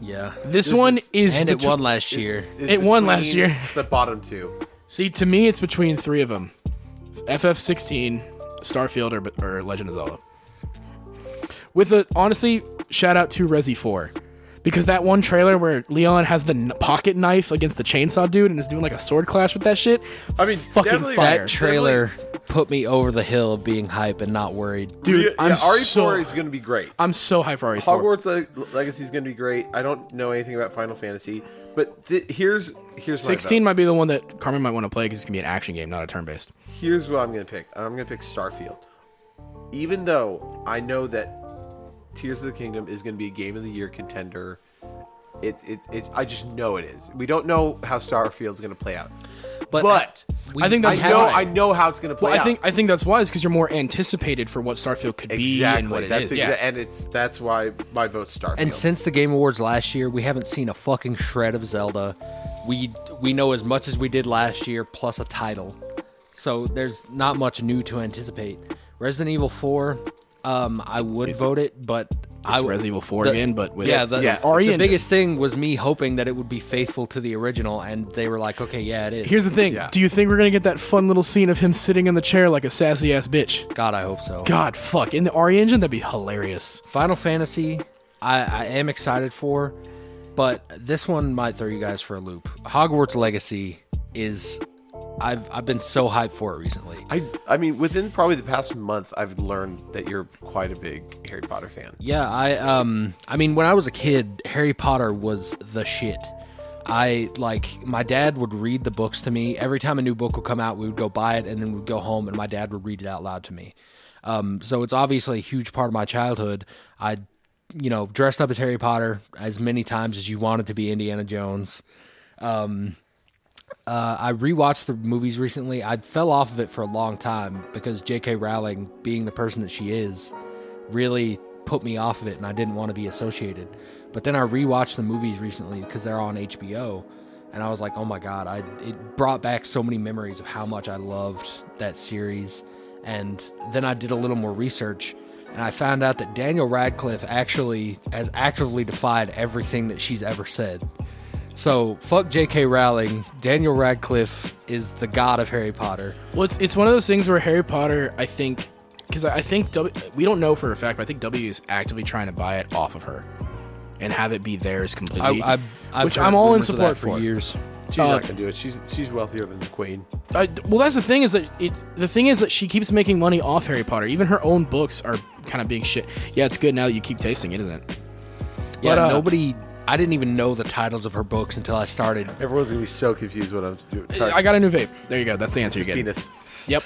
[SPEAKER 2] Yeah,
[SPEAKER 3] this, one
[SPEAKER 1] is-
[SPEAKER 3] is.
[SPEAKER 2] and it
[SPEAKER 3] betw-
[SPEAKER 2] won last year.
[SPEAKER 1] It's
[SPEAKER 3] It won last
[SPEAKER 1] between
[SPEAKER 3] year.
[SPEAKER 1] The bottom two.
[SPEAKER 3] See, to me, it's between three of them: FF16, Starfield, or, or Legend of Zelda. With a honestly, shout out to Resi Four, because that one trailer where Leon has the kn- pocket knife against the chainsaw dude and is doing like a sword clash with that shit.
[SPEAKER 1] I mean,
[SPEAKER 3] Fucking
[SPEAKER 1] definitely-
[SPEAKER 3] fire.
[SPEAKER 2] that trailer put me over the hill of being hype and not worried.
[SPEAKER 3] Dude,
[SPEAKER 1] Yeah,
[SPEAKER 3] I'm
[SPEAKER 1] RE4
[SPEAKER 3] so
[SPEAKER 1] is going to be great.
[SPEAKER 3] I'm so hyped for E RE4.
[SPEAKER 1] Hogwarts Le- Legacy is going to be great. I don't know anything about Final Fantasy, but th- here's here's my vote.
[SPEAKER 3] 16 might be the one that Carmen might want to play because it's gonna be an action game, not a turn-based.
[SPEAKER 1] Here's what I'm going to pick. I'm going to pick Starfield. Even though I know that Tears of the Kingdom is going to be a game of the year contender, it's it's it, I just know it is. We don't know how Starfield's going to play out.
[SPEAKER 2] But,
[SPEAKER 1] But
[SPEAKER 2] we-
[SPEAKER 3] I think that's
[SPEAKER 1] I know
[SPEAKER 3] why.
[SPEAKER 1] I know how it's going to play
[SPEAKER 3] Well, I
[SPEAKER 1] out.
[SPEAKER 3] think I think that's wise because you're more anticipated for what Starfield could be and what
[SPEAKER 1] exactly.
[SPEAKER 3] it
[SPEAKER 1] That's
[SPEAKER 3] is.
[SPEAKER 1] exa-
[SPEAKER 3] yeah.
[SPEAKER 1] and it's that's why my vote's Starfield.
[SPEAKER 2] And since the Game Awards last year, we haven't seen a fucking shred of Zelda. We we know as much as we did last year, plus a title. so there's not much new to anticipate. Resident Evil 4, um, I would vote it, but I
[SPEAKER 3] It's Resident Evil 4
[SPEAKER 2] the-
[SPEAKER 3] again, but with
[SPEAKER 2] yeah, the,
[SPEAKER 1] yeah,
[SPEAKER 3] RE
[SPEAKER 2] the
[SPEAKER 3] engine.
[SPEAKER 2] biggest thing was me hoping that it would be faithful to the original, and they were like, okay, yeah, it is.
[SPEAKER 3] Here's the thing.
[SPEAKER 1] Yeah.
[SPEAKER 3] Do you think we're gonna get that fun little scene of him sitting in the chair like a sassy ass bitch?
[SPEAKER 2] God, I hope so.
[SPEAKER 3] God, fuck. In the RE engine, that'd be hilarious.
[SPEAKER 2] Final Fantasy, I, I am excited for, but this one might throw you guys for a loop. Hogwarts Legacy is, I've I've been so hyped for it recently.
[SPEAKER 1] I, I mean, within probably the past month, I've learned that you're quite a big Harry Potter fan.
[SPEAKER 2] Yeah, I um I mean when I was a kid, Harry Potter was the shit. I like my dad would read the books to me. Every time a new book would come out, we would go buy it and then we'd go home and my dad would read it out loud to me. Um so it's obviously a huge part of my childhood. I you know, dressed up as Harry Potter as many times as you wanted to be Indiana Jones. I rewatched the movies recently. I fell off of it for a long time because J.K. Rowling, being the person that she is, really put me off of it, and I didn't want to be associated. But then I rewatched the movies recently because they're on HBO, and I was like, "Oh my god!" I it brought back so many memories of how much I loved that series. And then I did a little more research, and I found out that Daniel Radcliffe actually has actively defied everything that she's ever said. So fuck J.K. Rowling. Daniel Radcliffe is the god of Harry Potter.
[SPEAKER 3] Well, it's, it's one of those things where Harry Potter, I think, because I I think w, we don't know for a fact, but I think W is actively trying to buy it off of her and have it be theirs completely.
[SPEAKER 2] I, I, I've
[SPEAKER 3] which
[SPEAKER 2] heard
[SPEAKER 3] I'm all in
[SPEAKER 2] rumors of that
[SPEAKER 3] support for.
[SPEAKER 2] for years.
[SPEAKER 1] She's
[SPEAKER 3] Uh,
[SPEAKER 1] not gonna do it. She's she's wealthier than the Queen.
[SPEAKER 3] I- well, that's the thing is that it's the thing is that she keeps making money off Harry Potter. Even her own books are kind of being shit. Yeah, it's good now that you keep tasting it, isn't it?
[SPEAKER 2] Yeah,
[SPEAKER 3] But, uh,
[SPEAKER 2] nobody. I didn't even know the titles of her books until I started.
[SPEAKER 1] Everyone's gonna be so confused what I'm doing.
[SPEAKER 3] I got a new vape. There you go. That's the answer you get.
[SPEAKER 1] penis.
[SPEAKER 3] Yep.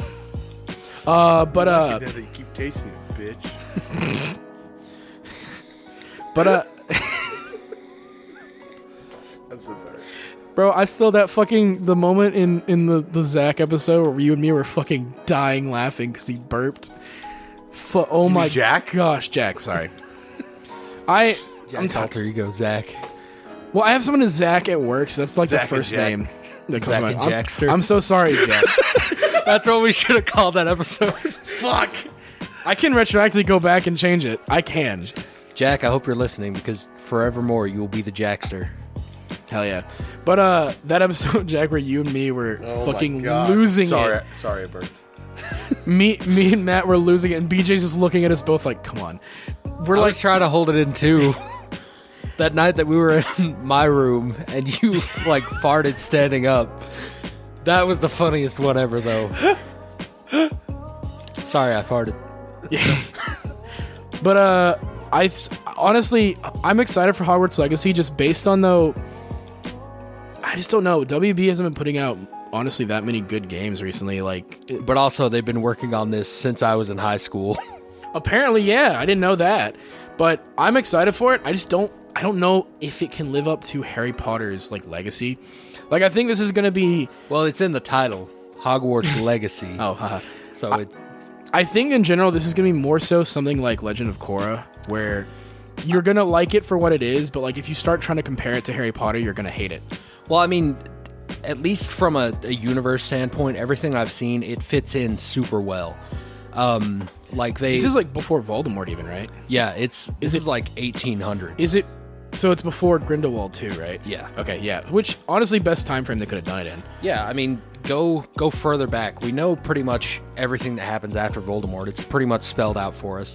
[SPEAKER 3] Uh, but uh,
[SPEAKER 1] that you keep tasting it, bitch.
[SPEAKER 3] but uh,
[SPEAKER 1] I'm so sorry.
[SPEAKER 3] bro, I still that fucking the moment in in the the Zach episode where you and me were fucking dying laughing because he burped. Fu- oh my
[SPEAKER 1] Jack?
[SPEAKER 3] gosh, Jack. Sorry. I I'm
[SPEAKER 2] I'm
[SPEAKER 3] talking.
[SPEAKER 2] alter ego Zach.
[SPEAKER 3] Well, I have someone as Zach at work, so that's like
[SPEAKER 1] Zach
[SPEAKER 3] the
[SPEAKER 1] and
[SPEAKER 3] first
[SPEAKER 1] Jack.
[SPEAKER 3] name. That comes
[SPEAKER 2] Zach
[SPEAKER 3] to mind.
[SPEAKER 2] and
[SPEAKER 3] I'm-
[SPEAKER 2] Jackster.
[SPEAKER 3] I'm so sorry, Jack.
[SPEAKER 2] That's what we should have called that episode.
[SPEAKER 3] Fuck. I can retroactively go back and change it. I can.
[SPEAKER 2] Jack, I hope you're listening because forevermore you will be the Jackster.
[SPEAKER 3] Hell yeah. But uh that episode, Jack, where you and me were fucking losing
[SPEAKER 1] sorry,
[SPEAKER 3] it.
[SPEAKER 1] Sorry, Bert.
[SPEAKER 3] Me me and Matt were losing it, and BJ's just looking at us both like, come on. We're
[SPEAKER 2] I
[SPEAKER 3] like
[SPEAKER 2] was trying to hold it in too. that night that we were in my room and you like farted standing up. That was the funniest one ever, though. Sorry, I farted.
[SPEAKER 3] But uh, I th- honestly, I'm excited for Hogwarts Legacy just based on though. I just don't know. WB hasn't been putting out honestly that many good games recently. Like
[SPEAKER 2] But also, they've been working on this since I was in high school.
[SPEAKER 3] apparently, yeah, I didn't know that, but I'm excited for it. I just don't. I don't know if it can live up to Harry Potter's like legacy. Like I think this is gonna be.
[SPEAKER 2] well, it's in the title, Hogwarts Legacy.
[SPEAKER 3] Oh, haha.
[SPEAKER 2] so it,
[SPEAKER 3] I think in general this is gonna be more so something like Legend of Korra, where you're gonna like it for what it is, but like if you start trying to compare it to Harry Potter, you're gonna hate it.
[SPEAKER 2] well, I mean, at least from a, a universe standpoint, everything I've seen, it fits in super well. Um, like they,
[SPEAKER 3] This is like before Voldemort, even right?
[SPEAKER 2] yeah, it's this
[SPEAKER 3] it-
[SPEAKER 2] is like 1800.
[SPEAKER 3] Is it? So it's before Grindelwald too, right?
[SPEAKER 2] Yeah.
[SPEAKER 3] Okay. Yeah. Which honestly, best time frame they could have done it in.
[SPEAKER 2] Yeah, I mean, go go further back. We know pretty much everything that happens after Voldemort. It's pretty much spelled out for us.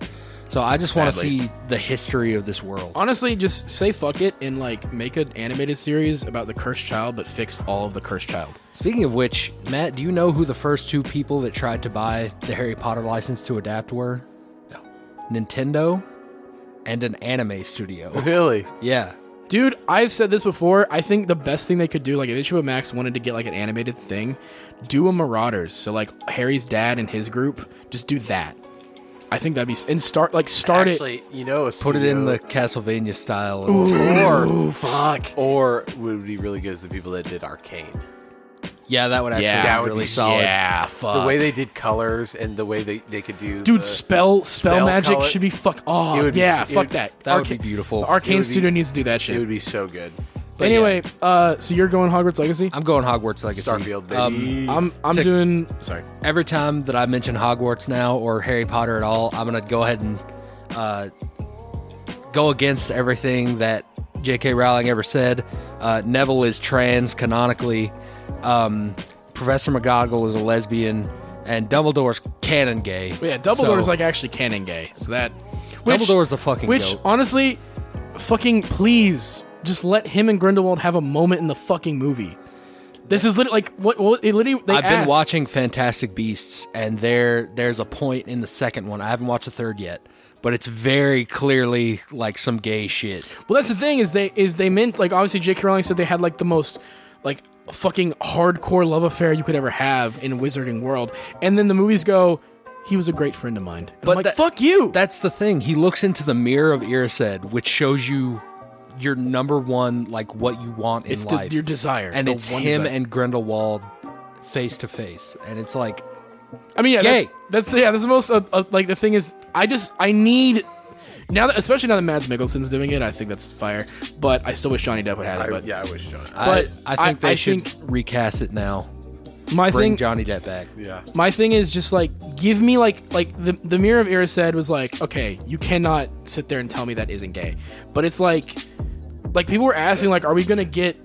[SPEAKER 2] So I just want to
[SPEAKER 3] Sadly.
[SPEAKER 2] see the history of this world.
[SPEAKER 3] Honestly, just say fuck it and like make an animated series about the cursed child, but fix all of the cursed child.
[SPEAKER 2] Speaking of which, Matt, do you know who the first two people that tried to buy the Harry Potter license to adapt were? No. Nintendo and an anime studio.
[SPEAKER 1] Really?
[SPEAKER 2] yeah.
[SPEAKER 3] Dude, I've said this before. I think the best thing they could do, like if HBO Max wanted to get like an animated thing, do a Marauders. So like Harry's dad and his group, just do that. I think that'd be s- and start like start
[SPEAKER 1] Actually, you know, a E
[SPEAKER 2] Put it in the
[SPEAKER 1] studio-
[SPEAKER 2] Castlevania style.
[SPEAKER 3] it.
[SPEAKER 1] or
[SPEAKER 3] Ooh, fuck.
[SPEAKER 1] or would be really good is the people that did Arcane.
[SPEAKER 2] yeah, that would actually
[SPEAKER 3] Yeah,
[SPEAKER 2] be
[SPEAKER 1] that would
[SPEAKER 2] really
[SPEAKER 1] be
[SPEAKER 2] solid.
[SPEAKER 3] Yeah, fuck.
[SPEAKER 1] The way they did colors and the way they, they could do
[SPEAKER 3] Uh, Dude,
[SPEAKER 1] the-
[SPEAKER 3] spell, spell
[SPEAKER 1] spell
[SPEAKER 3] magic
[SPEAKER 1] color-
[SPEAKER 3] should be fuck. Oh,
[SPEAKER 1] It would be-
[SPEAKER 3] yeah,
[SPEAKER 1] it
[SPEAKER 3] fuck
[SPEAKER 1] would-
[SPEAKER 3] that.
[SPEAKER 2] That would
[SPEAKER 3] Arca-
[SPEAKER 2] be beautiful.
[SPEAKER 3] Arcane
[SPEAKER 1] It would be-
[SPEAKER 3] Studio needs to do that
[SPEAKER 1] it
[SPEAKER 3] shit.
[SPEAKER 1] would be so good.
[SPEAKER 2] But
[SPEAKER 3] anyway,
[SPEAKER 2] yeah,
[SPEAKER 3] uh, so you're going Hogwarts Legacy?
[SPEAKER 2] I'm going Hogwarts Legacy.
[SPEAKER 1] Starfield,
[SPEAKER 2] Um,
[SPEAKER 1] baby.
[SPEAKER 3] I'm I'm
[SPEAKER 2] to-
[SPEAKER 3] doing sorry.
[SPEAKER 2] every time that I mention Hogwarts now or Harry Potter at all, I'm gonna go ahead and uh, go against everything that J.K. Rowling ever said. Uh, Neville is trans canonically. Um, Professor McGonagall is a lesbian, and Dumbledore's canon gay.
[SPEAKER 3] But yeah, Dumbledore's
[SPEAKER 2] So,
[SPEAKER 3] like actually canon gay. Is that
[SPEAKER 2] Dumbledore's the fucking
[SPEAKER 3] Which
[SPEAKER 2] goat.
[SPEAKER 3] honestly, fucking please, just let him and Grindelwald have a moment in the fucking movie. This is literally like what, what it literally. They
[SPEAKER 2] I've been
[SPEAKER 3] asked-
[SPEAKER 2] watching Fantastic Beasts, and there there's a point in the second one. I haven't watched the third yet, but it's very clearly like some gay shit.
[SPEAKER 3] Well, that's the thing is they is they meant like obviously J.K. Rowling said they had like the most like fucking hardcore love affair you could ever have in Wizarding World, and then the movies go, he was a great friend of mine. but like
[SPEAKER 2] that-
[SPEAKER 3] fuck you.
[SPEAKER 2] That's the thing. He looks into the mirror of Irised, which shows you your number one, like what you want in
[SPEAKER 3] it's de-
[SPEAKER 2] life,
[SPEAKER 3] your desire,
[SPEAKER 2] and
[SPEAKER 3] the
[SPEAKER 2] it's
[SPEAKER 3] one
[SPEAKER 2] him
[SPEAKER 3] desire.
[SPEAKER 2] and Grindelwald face to face, and it's like
[SPEAKER 3] I mean, yeah,
[SPEAKER 2] Gay.
[SPEAKER 3] that- that's the, yeah. That's the most uh, uh, like the thing is. I just I need now that especially now that Mads Mikkelsen's doing it. I think that's fire. But I still wish Johnny Depp would have
[SPEAKER 1] I,
[SPEAKER 3] it. But
[SPEAKER 1] yeah, I wish John.
[SPEAKER 2] I,
[SPEAKER 3] But
[SPEAKER 2] I
[SPEAKER 3] I-
[SPEAKER 2] think they
[SPEAKER 3] I
[SPEAKER 2] should
[SPEAKER 3] think-
[SPEAKER 2] recast it now.
[SPEAKER 3] my
[SPEAKER 2] Bring
[SPEAKER 3] thing,
[SPEAKER 2] Johnny Depp back.
[SPEAKER 1] yeah,
[SPEAKER 3] my thing is just like give me like like the the mirror of Iris said was like okay, you cannot sit there and tell me that isn't gay. But it's like like people were asking like, are we gonna get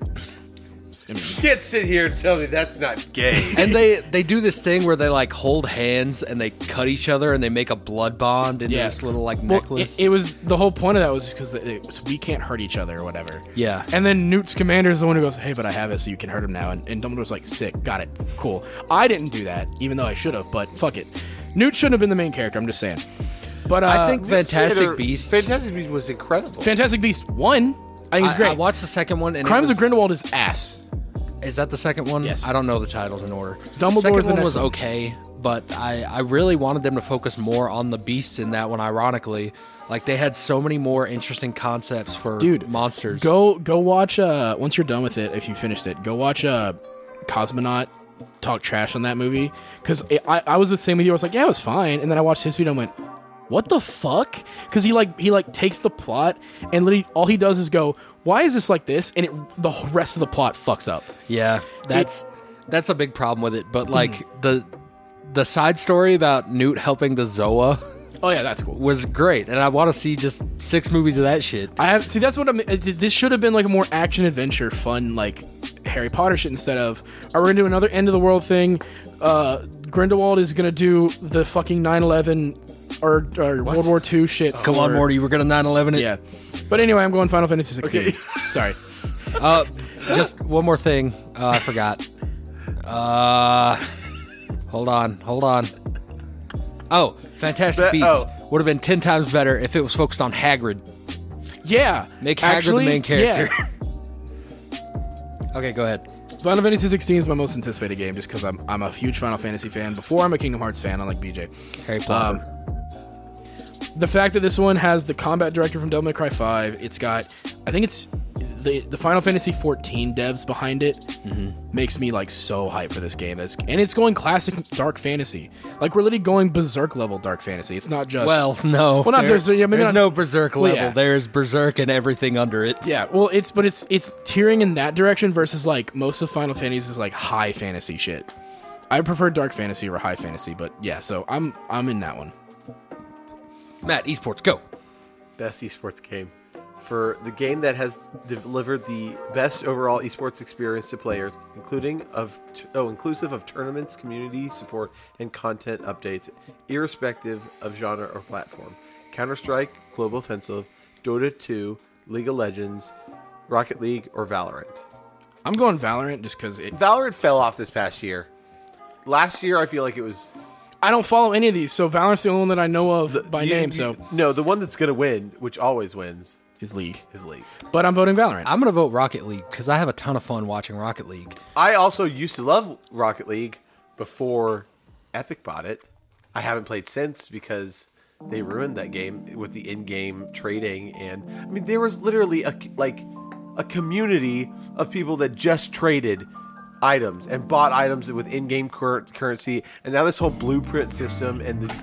[SPEAKER 1] you can't sit here and tell me that's not gay.
[SPEAKER 2] And they they do this thing where they like hold hands and they cut each other and they make a blood bond into
[SPEAKER 3] Yeah.
[SPEAKER 2] this little like
[SPEAKER 3] Well,
[SPEAKER 2] necklace.
[SPEAKER 3] It, it was the whole point of that was because we can't hurt each other or whatever.
[SPEAKER 2] Yeah.
[SPEAKER 3] And then Newt's commander is the one who goes, "Hey, but I have it, so you can hurt him now." And, and Dumbledore's like, "Sick, got it, cool." I didn't do that, even though I should have. But fuck it, Newt shouldn't have been the main character. I'm just saying. But uh,
[SPEAKER 2] I think Fantastic
[SPEAKER 1] Beast.
[SPEAKER 2] Beasts.
[SPEAKER 1] Fantastic Beast was incredible.
[SPEAKER 3] Fantastic Beast one, I think
[SPEAKER 2] I,
[SPEAKER 3] is great.
[SPEAKER 2] I watched the second one. And it
[SPEAKER 3] Crimes
[SPEAKER 2] was,
[SPEAKER 3] of Grindelwald is ass.
[SPEAKER 2] Is that the second one?
[SPEAKER 3] Yes.
[SPEAKER 2] I don't know the titles in order.
[SPEAKER 3] Dumbledore's
[SPEAKER 2] second
[SPEAKER 3] the
[SPEAKER 2] one
[SPEAKER 3] next
[SPEAKER 2] was
[SPEAKER 3] one.
[SPEAKER 2] okay, but I, I really wanted them to focus more on the beasts in that one. Ironically, like they had so many more interesting concepts for
[SPEAKER 3] Dude,
[SPEAKER 2] monsters.
[SPEAKER 3] Go go watch. Uh, once you're done with it, if you finished it, go watch uh, Cosmonaut talk trash on that movie because I, I was with Sam with you. I was like, yeah, it was fine, and then I watched his video and went, what the fuck? Because he like he like takes the plot and literally all he does is go, why is this like this? And it the rest of the plot fucks up.
[SPEAKER 2] Yeah, that's that's a big problem with it.
[SPEAKER 3] Hmm.
[SPEAKER 2] But like the the side story about Newt helping the Zoa
[SPEAKER 3] Oh yeah, that's cool.
[SPEAKER 2] was great, and I want to see just six movies of that shit.
[SPEAKER 3] I have see that's what I'm. it- This should have been like a more action adventure, fun like Harry Potter shit instead of are we gonna do another end of the world thing? Uh, Grindelwald is gonna do the fucking 9/11 or, or World War II shit.
[SPEAKER 2] Come on,
[SPEAKER 3] for-
[SPEAKER 2] Morty, we're gonna 9-11 it.
[SPEAKER 3] Yeah, but anyway, I'm going Final Fantasy 16. Sorry,
[SPEAKER 2] Uh, just one more thing. Uh, I forgot. Uh, hold on, hold on. Oh, Fantastic
[SPEAKER 1] That-
[SPEAKER 2] Beasts
[SPEAKER 1] oh.
[SPEAKER 2] would have been ten times better if it was focused on Hagrid.
[SPEAKER 3] yeah,
[SPEAKER 2] Make Hagrid
[SPEAKER 3] actually,
[SPEAKER 2] the main character.
[SPEAKER 3] yeah.
[SPEAKER 2] okay, go ahead.
[SPEAKER 3] Final Fantasy 16 is my most anticipated game just because I'm I'm a huge Final Fantasy fan. Before I'm a Kingdom Hearts fan, unlike BJ.
[SPEAKER 2] Harry Potter.
[SPEAKER 3] Um, the fact that this one has the combat director from Devil May Cry 5, it's got, I think it's the the Final Fantasy 14 devs behind it, makes me like so hyped for this game. That's, and it's going classic dark fantasy. Like we're literally going berserk level dark fantasy. It's not just
[SPEAKER 2] well, no.
[SPEAKER 3] Well, not Berserk, yeah, maybe
[SPEAKER 2] there's
[SPEAKER 3] not-
[SPEAKER 2] no Berserk
[SPEAKER 3] Well,
[SPEAKER 2] level.
[SPEAKER 3] yeah.
[SPEAKER 2] There's Berserk and everything under it.
[SPEAKER 3] Yeah, well, it's but it's it's tearing in that direction versus like most of Final Fantasy is like high fantasy shit. I prefer dark fantasy or high fantasy, but yeah, so I'm I'm in that one.
[SPEAKER 2] Matt, esports, go.
[SPEAKER 1] best esports game for the game that has delivered the best overall esports experience to players, including of oh, inclusive of tournaments, community support, and content updates, irrespective of genre or platform. Counter Strike, Global Offensive, Dota 2, League of Legends, Rocket League, or Valorant.
[SPEAKER 3] I'm going Valorant just because it
[SPEAKER 1] Valorant fell off this past year. Last year, I feel like it was
[SPEAKER 3] I don't follow any of these, so Valorant's the only one that I know of by
[SPEAKER 1] you-
[SPEAKER 3] name.
[SPEAKER 1] you-
[SPEAKER 3] so
[SPEAKER 1] no, the one that's gonna win, which always wins,
[SPEAKER 3] his league,
[SPEAKER 1] is League.
[SPEAKER 3] but I'm voting Valorant.
[SPEAKER 2] I'm gonna vote Rocket League because I have a ton of fun watching Rocket League.
[SPEAKER 1] I also used to love Rocket League before Epic bought it. I haven't played since because they ruined that game with the in-game trading and I mean there was literally a like a community of people that just traded items and bought items with in-game cur- currency and now this whole blueprint system and the, the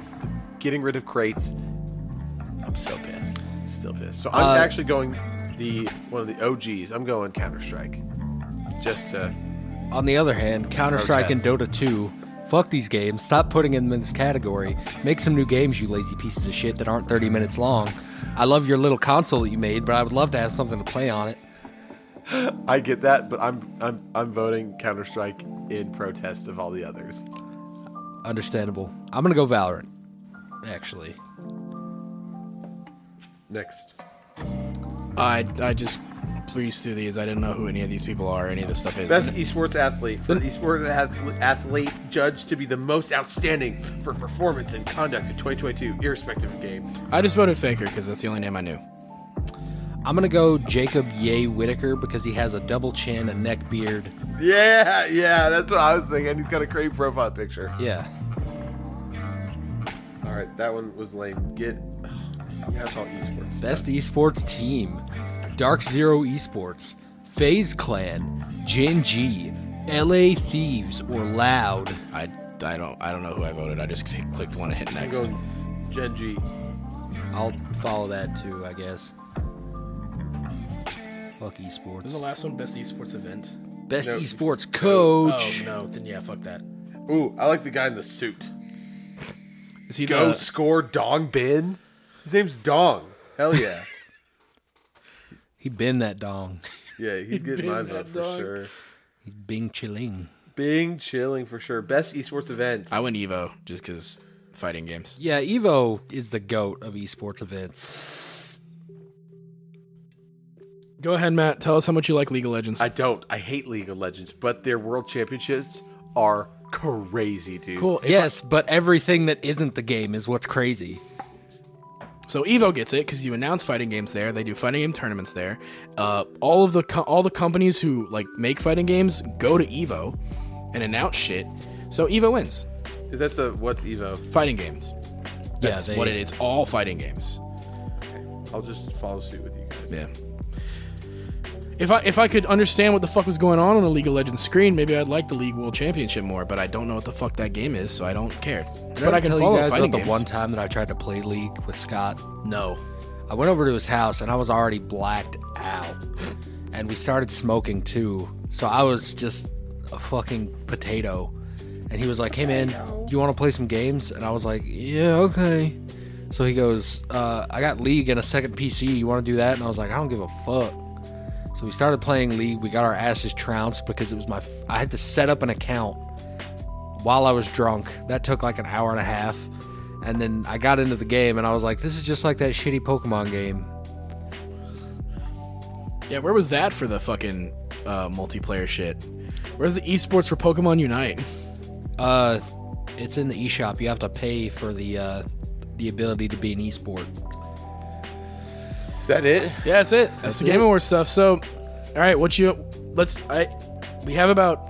[SPEAKER 1] getting rid of crates I'm so pissed. Still pissed. So I'm actually going the the one of the OGs. I'm going Counter Strike. Just to
[SPEAKER 2] On the other hand, Counter Strike and Dota 2, fuck these games. Stop putting them in this category. Make some new games, you lazy pieces of shit that aren't 30 minutes long. I love your little console that you made, but I would love to have something to play on it.
[SPEAKER 1] I get that, but I'm I'm I'm voting Counter Strike in protest of all the others.
[SPEAKER 2] Understandable. I'm gonna go Valorant, actually.
[SPEAKER 1] Next.
[SPEAKER 3] I I just breezed through these. I didn't know who any of these people are. Or any of this stuff is.
[SPEAKER 1] Best esports athlete for an esports ath- athlete judged to be the most outstanding for performance and conduct in 2022, irrespective of game.
[SPEAKER 3] I just voted Faker because that's the only name I knew.
[SPEAKER 2] I'm gonna go Jacob Yay Whitaker because he has a double chin, a neck beard.
[SPEAKER 1] Yeah, yeah, that's what I was thinking. He's got a great profile picture.
[SPEAKER 2] Yeah.
[SPEAKER 1] All right, that one was lame. Get ugh, that's all esports.
[SPEAKER 2] Best esports team Dark Zero Esports, Phase Clan, Gen G, LA Thieves, or Loud.
[SPEAKER 3] I I don't I don't know who I voted. I just cl- clicked one and hit
[SPEAKER 1] I'm
[SPEAKER 3] next.
[SPEAKER 1] going Gen G.
[SPEAKER 2] I'll follow that too, I guess. Fuck esports.
[SPEAKER 5] Wasn't the last one best esports event?
[SPEAKER 2] Best
[SPEAKER 1] No.
[SPEAKER 2] esports coach.
[SPEAKER 5] Oh no, then yeah, fuck that.
[SPEAKER 1] Ooh, I like the guy in the suit.
[SPEAKER 3] Is he
[SPEAKER 1] Go
[SPEAKER 3] the,
[SPEAKER 1] score Dong Bin. His name's Dong. Hell yeah.
[SPEAKER 2] He been that dong.
[SPEAKER 1] yeah, he's getting my
[SPEAKER 3] been
[SPEAKER 1] vote
[SPEAKER 3] that
[SPEAKER 1] for
[SPEAKER 3] dong.
[SPEAKER 1] sure.
[SPEAKER 2] He's Bing Chilling.
[SPEAKER 1] Bing chilling for sure. Best esports event.
[SPEAKER 3] I went Evo just because fighting games.
[SPEAKER 2] Yeah, Evo is the goat of esports events.
[SPEAKER 3] Go ahead, Matt. Tell us how much you like League of Legends.
[SPEAKER 1] I don't. I hate League of Legends, but their world championships are crazy, dude.
[SPEAKER 3] cool. If-
[SPEAKER 2] Yes, but everything that isn't the game is what's crazy.
[SPEAKER 3] So Evo gets it because you announce fighting games there. They do fighting game tournaments there. Uh, all of the co- all the companies who like make fighting games go to Evo and announce shit. So Evo wins
[SPEAKER 1] That's a what's Evo?
[SPEAKER 3] fighting games. That's
[SPEAKER 2] they-
[SPEAKER 3] what it is. All fighting games.
[SPEAKER 1] I'll just follow suit with you guys.
[SPEAKER 3] Yeah. If I if I could understand what the fuck was going on on a League of Legends screen, maybe I'd like the League World Championship more. But I don't know what the fuck that game is, so I don't care. but I can
[SPEAKER 2] tell
[SPEAKER 3] follow
[SPEAKER 2] you guys
[SPEAKER 3] fighting
[SPEAKER 2] about the
[SPEAKER 3] games.
[SPEAKER 2] one time that I tried to play League with Scott.
[SPEAKER 3] No.
[SPEAKER 2] I went over to his house and I was already blacked out. And we started smoking too. So I was just a fucking potato. And he was like, hey man, you want to play some games? And I was like, yeah, okay. So he goes, uh, I got League and a second PC. You want to do that? And I was like, I don't give a fuck. So we started playing League. We got our asses trounced because it was my. I had to set up an account while I was drunk. That took like an hour and a half. And then I got into the game and I was like, this is just like that shitty Pokemon game.
[SPEAKER 3] Yeah, where was that for the fucking uh, multiplayer shit? Where's the esports for Pokemon Unite?
[SPEAKER 2] Uh, it's in the eShop. You have to pay for the uh, the ability to be an esport.
[SPEAKER 1] Is that it?
[SPEAKER 3] Yeah, that's it. That's, the Game Awards stuff. So, all right, what you let's I we have about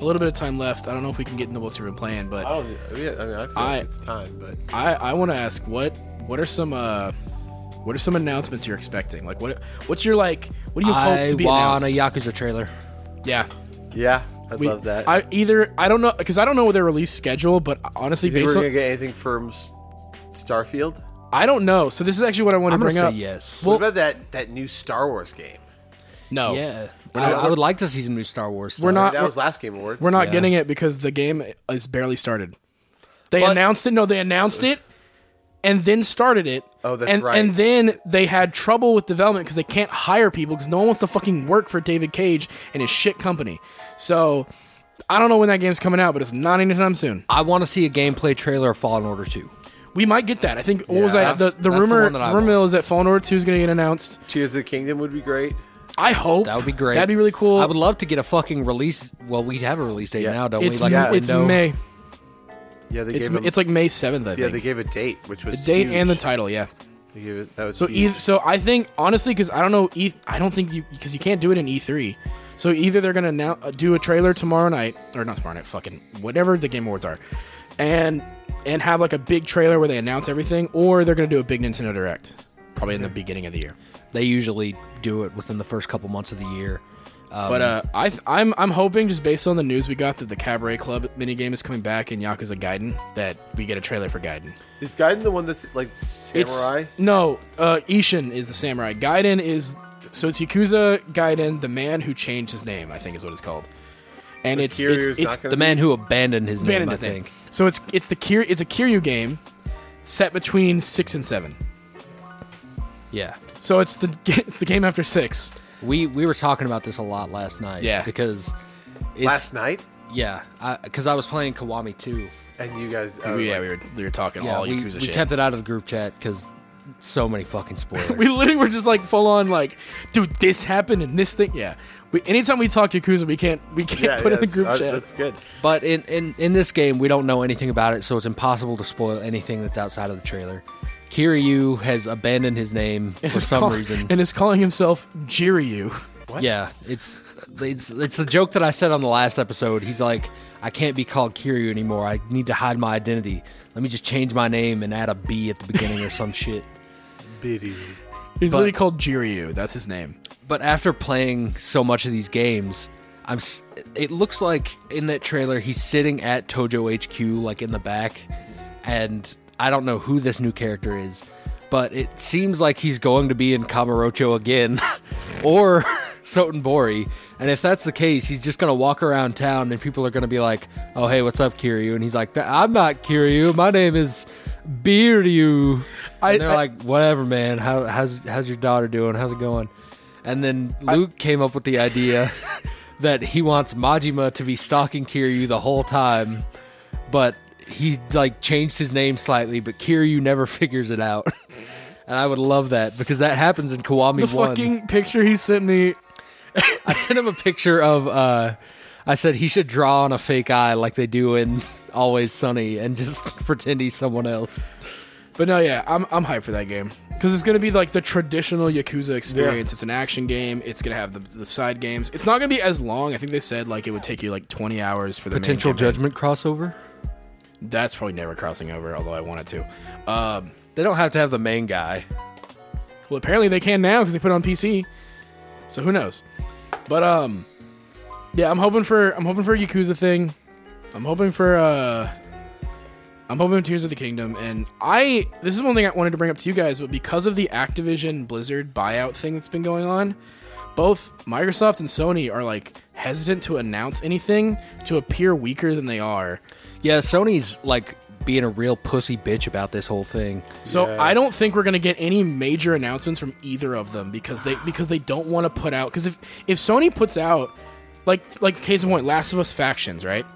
[SPEAKER 3] a little bit of time left. I don't know if we can get into what you've been playing, but
[SPEAKER 1] I don't. Yeah, I mean, I feel
[SPEAKER 3] I-
[SPEAKER 1] like it's time, but
[SPEAKER 3] I I want to ask what what are some uh what are some announcements you're expecting? Like what what's your like what do you hope
[SPEAKER 2] I
[SPEAKER 3] to be
[SPEAKER 2] want
[SPEAKER 3] announced?
[SPEAKER 2] a Yakuza trailer.
[SPEAKER 3] yeah.
[SPEAKER 1] yeah, I
[SPEAKER 3] We-
[SPEAKER 1] love that.
[SPEAKER 3] I either I don't know cuz I don't know their release schedule, but honestly
[SPEAKER 1] you think we're
[SPEAKER 3] based on,
[SPEAKER 1] gonna get anything from S- Starfield?
[SPEAKER 3] I don't know. So this is actually what I want to
[SPEAKER 2] I'm gonna
[SPEAKER 3] bring
[SPEAKER 2] say
[SPEAKER 3] up.
[SPEAKER 2] yes.
[SPEAKER 1] What
[SPEAKER 3] Well-
[SPEAKER 1] about that that new Star Wars game?
[SPEAKER 3] No.
[SPEAKER 2] yeah, I, I would like to see some new Star Wars. Stuff.
[SPEAKER 3] We're not
[SPEAKER 1] That was last Game Awards.
[SPEAKER 3] We're not
[SPEAKER 2] Yeah.
[SPEAKER 3] getting it because the game is barely started. They
[SPEAKER 2] But-
[SPEAKER 3] announced it. No, they announced it and then started it.
[SPEAKER 1] Oh, that's
[SPEAKER 3] and,
[SPEAKER 1] right.
[SPEAKER 3] And then they had trouble with development because they can't hire people because no one wants to fucking work for David Cage and his shit company. So I don't know when that game's coming out, but it's not anytime soon.
[SPEAKER 2] I want to see a gameplay trailer of Fallen Order 2.
[SPEAKER 3] We might get that. I think what was I
[SPEAKER 1] Yeah,
[SPEAKER 3] the,
[SPEAKER 1] that's-
[SPEAKER 3] the
[SPEAKER 2] that's the
[SPEAKER 3] rumor
[SPEAKER 2] one that I
[SPEAKER 3] rumor is that Fallen Order 2 is going to get announced.
[SPEAKER 1] Tears of the Kingdom would be great.
[SPEAKER 3] I hope
[SPEAKER 2] That would be great.
[SPEAKER 3] That'd be really cool.
[SPEAKER 2] I would love to get a fucking release. Well, we have a release date
[SPEAKER 1] Yeah.
[SPEAKER 2] now, don't
[SPEAKER 3] it's
[SPEAKER 2] we? Like
[SPEAKER 1] yeah.
[SPEAKER 2] a
[SPEAKER 3] it's
[SPEAKER 2] window.
[SPEAKER 3] May.
[SPEAKER 1] Yeah, they
[SPEAKER 3] It's,
[SPEAKER 1] gave him,
[SPEAKER 3] it's like May 7th, I
[SPEAKER 1] yeah
[SPEAKER 3] think.
[SPEAKER 1] they gave a date, which was
[SPEAKER 3] the date
[SPEAKER 1] huge.
[SPEAKER 3] and the title, yeah.
[SPEAKER 1] They gave it- that was
[SPEAKER 3] So
[SPEAKER 1] huge.
[SPEAKER 3] either, so I think honestly because I don't know E I don't think you because you can't do it in E3. So either they're gonna now uh, do a trailer tomorrow night or not tomorrow night, fucking whatever the Game Awards are, and and have like a big trailer where they announce everything, or they're gonna do a big Nintendo Direct, probably in the beginning of the year.
[SPEAKER 2] They usually do it within the first couple months of the year.
[SPEAKER 3] But uh, I th- I'm I'm hoping just based on the news we got that the Cabaret Club minigame is coming back in Yakuza Gaiden that we get a trailer for Gaiden.
[SPEAKER 1] is Gaiden the one that's like samurai?
[SPEAKER 3] It's no, uh, Ishin is the samurai. Gaiden is so it's Yakuza Gaiden, the man who changed his name, I think is what it's called. And it's
[SPEAKER 1] Kiryu's
[SPEAKER 3] it's, it's
[SPEAKER 1] not gonna
[SPEAKER 2] The man who abandoned his
[SPEAKER 3] abandoned
[SPEAKER 2] name,
[SPEAKER 3] his
[SPEAKER 2] I
[SPEAKER 3] name.
[SPEAKER 2] think.
[SPEAKER 3] So it's it's the Kiryu, it's a Kiryu game set between six and seven.
[SPEAKER 2] Yeah.
[SPEAKER 3] So it's the g- it's the game after six.
[SPEAKER 2] We we were talking about this a lot last night.
[SPEAKER 3] Yeah.
[SPEAKER 2] Because it's,
[SPEAKER 1] last night,
[SPEAKER 2] Yeah. Because I, was playing Kiwami 2.
[SPEAKER 1] and you guys. I was
[SPEAKER 3] yeah,
[SPEAKER 1] like,
[SPEAKER 3] we were we were talking
[SPEAKER 2] Yeah.
[SPEAKER 3] all
[SPEAKER 2] we
[SPEAKER 3] Yakuza
[SPEAKER 2] we
[SPEAKER 3] shit.
[SPEAKER 2] kept it out of the group chat because so many fucking spoilers.
[SPEAKER 3] we literally were just like full on like, dude, this happened and this thing. Yeah. We anytime we talk Yakuza, we can't we can't
[SPEAKER 1] yeah,
[SPEAKER 3] put
[SPEAKER 1] yeah,
[SPEAKER 3] it in the
[SPEAKER 1] that's-
[SPEAKER 3] group
[SPEAKER 1] uh,
[SPEAKER 3] chat.
[SPEAKER 1] That's good.
[SPEAKER 2] But in, in, in this game, we don't know anything about it, so it's impossible to spoil anything that's outside of the trailer. Kiryu has abandoned his name for
[SPEAKER 3] It's
[SPEAKER 2] some
[SPEAKER 3] call-
[SPEAKER 2] reason.
[SPEAKER 3] and is calling himself Jiryu.
[SPEAKER 2] Yeah, it's it's it's the joke that I said on the last episode. He's like, I can't be called Kiryu anymore. I need to hide my identity. Let me just change my name and add a B at the beginning or some shit.
[SPEAKER 1] Biddy.
[SPEAKER 3] He's literally called Jiryu. That's his name.
[SPEAKER 2] But after playing so much of these games, I'm s- it looks like in that trailer he's sitting at Tojo HQ like in the back and I don't know who this new character is, but it seems like he's going to be in Kamurocho again or Sotenbori. And if that's the case, he's just going to walk around town and people are going to be like, "Oh, hey, what's up, Kiryu?" And he's like, "I'm not Kiryu. My name is Beardu."
[SPEAKER 3] I-
[SPEAKER 2] And they're
[SPEAKER 3] I-
[SPEAKER 2] like, "Whatever, man. How, how's how's your daughter doing? How's it going?" And then Luke came up with the idea that he wants Majima to be stalking Kiryu the whole time, but he like changed his name slightly, but Kiryu never figures it out. And I would love that because that happens in Kiwami
[SPEAKER 3] The
[SPEAKER 2] 1.
[SPEAKER 3] fucking picture he sent me.
[SPEAKER 2] I sent him a picture of uh I said he should draw on a fake eye like they do in Always Sunny and just pretend he's someone else.
[SPEAKER 3] But no, yeah, I'm I'm hyped for that game because it's gonna be like the traditional Yakuza experience. It's an action game. It's gonna have the, the side games. It's not gonna be as long. I think they said like it would take you like 20 hours for the main
[SPEAKER 2] Potential
[SPEAKER 3] campaign.
[SPEAKER 2] judgment crossover?
[SPEAKER 3] That's probably never crossing over, although I wanted to. Um,
[SPEAKER 2] They don't have to have the main guy.
[SPEAKER 3] well, apparently they can now because they put it on PC. So who knows? But um, yeah, I'm hoping for I'm hoping for a Yakuza thing. I'm hoping for uh, I'm hoping Tears of the Kingdom. And I this is one thing I wanted to bring up to you guys, but because of the Activision Blizzard buyout thing that's been going on, both Microsoft and Sony are like hesitant to announce anything to appear weaker than they are.
[SPEAKER 2] Yeah, Sony's like being a real pussy bitch about this whole thing.
[SPEAKER 3] So I don't think we're gonna get any major announcements from either of them because they because they don't want to put out because if if Sony puts out like like case in point Last of Us Factions right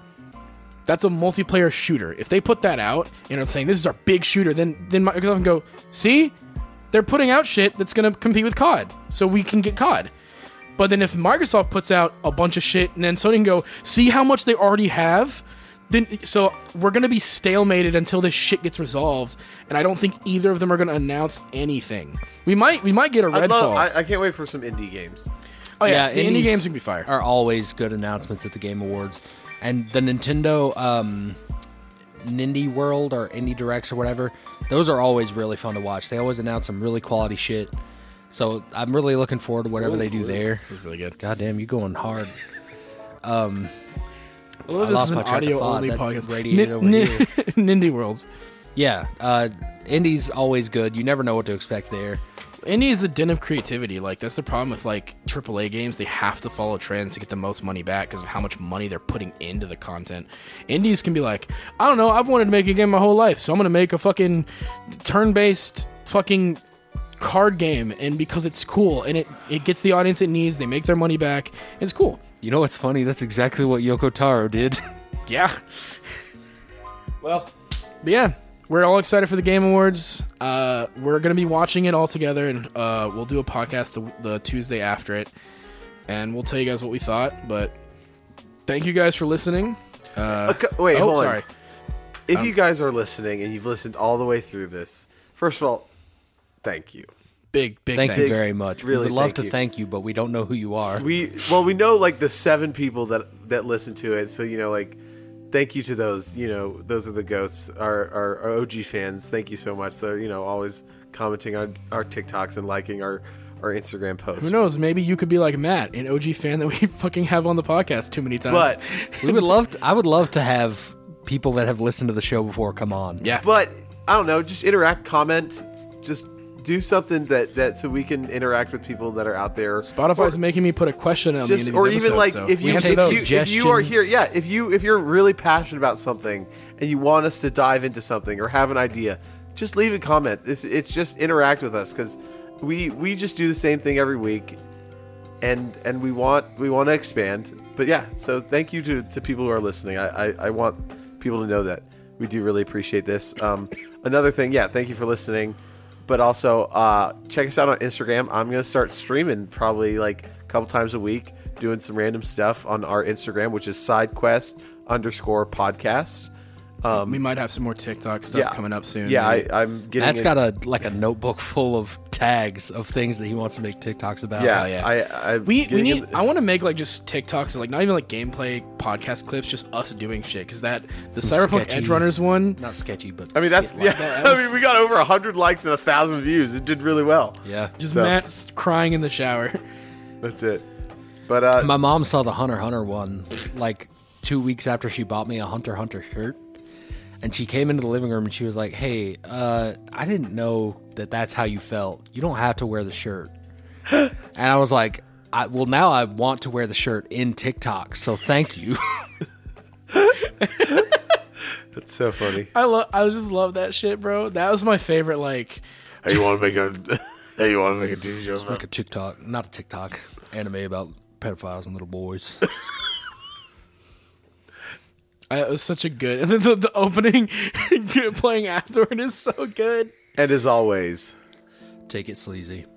[SPEAKER 3] that's a multiplayer shooter if they put that out and are saying this is our big shooter then then Microsoft can go see they're putting out shit that's gonna compete with COD so we can get COD but then if Microsoft puts out a bunch of shit and then Sony can go, see how much they already have, then so we're gonna be stalemated until this shit gets resolved. And I don't think either of them are gonna announce anything. We might we might get a
[SPEAKER 1] I
[SPEAKER 3] Redfall.
[SPEAKER 1] love. I, I can't wait for some indie games.
[SPEAKER 3] oh yeah, the indie
[SPEAKER 2] indies
[SPEAKER 3] games can be fire.
[SPEAKER 2] Are always good announcements at the Game Awards, and the Nintendo um, Nindy World or Indie Directs or whatever. Those are always really fun to watch. They always announce some really quality shit. So I'm really looking forward to whatever they do there.
[SPEAKER 3] It was really good.
[SPEAKER 2] Goddamn, you going hard.
[SPEAKER 3] Although
[SPEAKER 2] I
[SPEAKER 3] this
[SPEAKER 2] lost
[SPEAKER 3] is an
[SPEAKER 2] my train of
[SPEAKER 3] audio
[SPEAKER 2] thought.
[SPEAKER 3] only
[SPEAKER 2] That
[SPEAKER 3] podcast.
[SPEAKER 2] radiated over here.
[SPEAKER 3] Nindy Worlds.
[SPEAKER 2] Yeah, uh, Indie's always good. You never know what to expect there.
[SPEAKER 3] Indie is the den of creativity. Like that's the problem with like AAA games. They have to follow trends to get the most money back because of how much money they're putting into the content. Indies can be like, I don't know, I've wanted to make a game my whole life, so I'm gonna make a fucking turn-based fucking card game, and because it's cool and it it gets the audience it needs, they make their money back. It's cool.
[SPEAKER 2] You know what's funny? That's exactly what Yoko Taro did.
[SPEAKER 3] Yeah. well, but yeah, we're all excited for the Game Awards. Uh, we're gonna be watching it all together, and uh, we'll do a podcast the, the Tuesday after it, and we'll tell you guys what we thought. But thank you guys for listening. Uh,
[SPEAKER 1] Okay, wait,
[SPEAKER 3] oh,
[SPEAKER 1] hold on.
[SPEAKER 3] sorry.
[SPEAKER 1] If
[SPEAKER 3] Um,
[SPEAKER 1] you guys are listening and you've listened all the way through this, first of all, thank you.
[SPEAKER 3] Big, big
[SPEAKER 2] Thank
[SPEAKER 3] thanks.
[SPEAKER 2] you very much.
[SPEAKER 1] Really,
[SPEAKER 2] we would love
[SPEAKER 1] thank
[SPEAKER 2] to
[SPEAKER 1] you.
[SPEAKER 2] thank you, but we don't know who you are.
[SPEAKER 1] We well, we know like the seven people that that listen to it, so you know like. Thank you to those, you know, those are the ghosts, our, our, our OG fans. Thank you so much. They're, you know, always commenting on our TikToks and liking our, our Instagram posts.
[SPEAKER 3] Who knows? Maybe you could be like Matt, an OG fan that we fucking have on the podcast too many times.
[SPEAKER 1] But
[SPEAKER 2] we would love to, I would love to have people that have listened to the show before come on.
[SPEAKER 3] yeah,
[SPEAKER 1] but I don't know, just interact, comment, just
[SPEAKER 4] do something that that so we can interact with people that are out there.
[SPEAKER 3] Spotify's making me put a question on
[SPEAKER 4] just
[SPEAKER 3] the end of
[SPEAKER 4] or
[SPEAKER 3] these
[SPEAKER 4] even
[SPEAKER 3] episodes,
[SPEAKER 4] like
[SPEAKER 3] so
[SPEAKER 4] if
[SPEAKER 3] we
[SPEAKER 4] you,
[SPEAKER 3] answer
[SPEAKER 2] take
[SPEAKER 3] those.
[SPEAKER 4] if you if you are here, yeah, if you if you're really passionate about something and you want us to dive into something or have an idea, just leave a comment. It's it's just interact with us because we we just do the same thing every week, and and we want we want to expand. But yeah, so thank you to to people who are listening. I I, I want people to know that we do really appreciate this. Um, another thing, yeah, thank you for listening. But also, uh, check us out on Instagram. I'm gonna start streaming probably like a couple times a week, doing some random stuff on our Instagram, which is sidequest underscore podcast.
[SPEAKER 3] Uh, we might have some more TikTok stuff coming up soon.
[SPEAKER 4] Yeah,
[SPEAKER 3] maybe.
[SPEAKER 4] I, I'm getting.
[SPEAKER 2] Matt's
[SPEAKER 4] in-
[SPEAKER 2] got a like a notebook full of tags of things that he wants to make TikToks about.
[SPEAKER 4] Yeah,
[SPEAKER 3] oh, yeah.
[SPEAKER 4] I, I
[SPEAKER 3] we, we need. I want to make like just TikToks, like not even like gameplay podcast clips, just us doing shit. Because that the
[SPEAKER 2] Some
[SPEAKER 3] Cyberpunk
[SPEAKER 2] sketchy-
[SPEAKER 3] Edge Runners one,
[SPEAKER 2] Not sketchy, but
[SPEAKER 4] I mean, that's
[SPEAKER 2] skit
[SPEAKER 4] yeah.
[SPEAKER 2] like-
[SPEAKER 4] I mean, we got over hundred likes and a thousand views. It did really well.
[SPEAKER 2] yeah.
[SPEAKER 3] just
[SPEAKER 4] So-
[SPEAKER 3] Matt's crying in the shower.
[SPEAKER 4] That's it. But uh,
[SPEAKER 2] My mom saw the Hunter x Hunter one like two weeks after she bought me a Hunter x Hunter shirt. And she came into the living room and she was like, Hey, uh, I didn't know that that's how you felt. You don't have to wear the shirt. and I was like, I, Well, now I want to wear the shirt in TikTok. So thank you.
[SPEAKER 4] it's so funny.
[SPEAKER 3] I love. I just love that shit, bro. That was my favorite. Like,
[SPEAKER 4] Hey, you want to make a? hey, you want to make a TV show?
[SPEAKER 2] like a TikTok, not a TikTok anime about pedophiles and little boys.
[SPEAKER 3] I, it was such a good. And then the, the opening playing afterward is so good.
[SPEAKER 4] And as always.
[SPEAKER 2] Take it sleazy.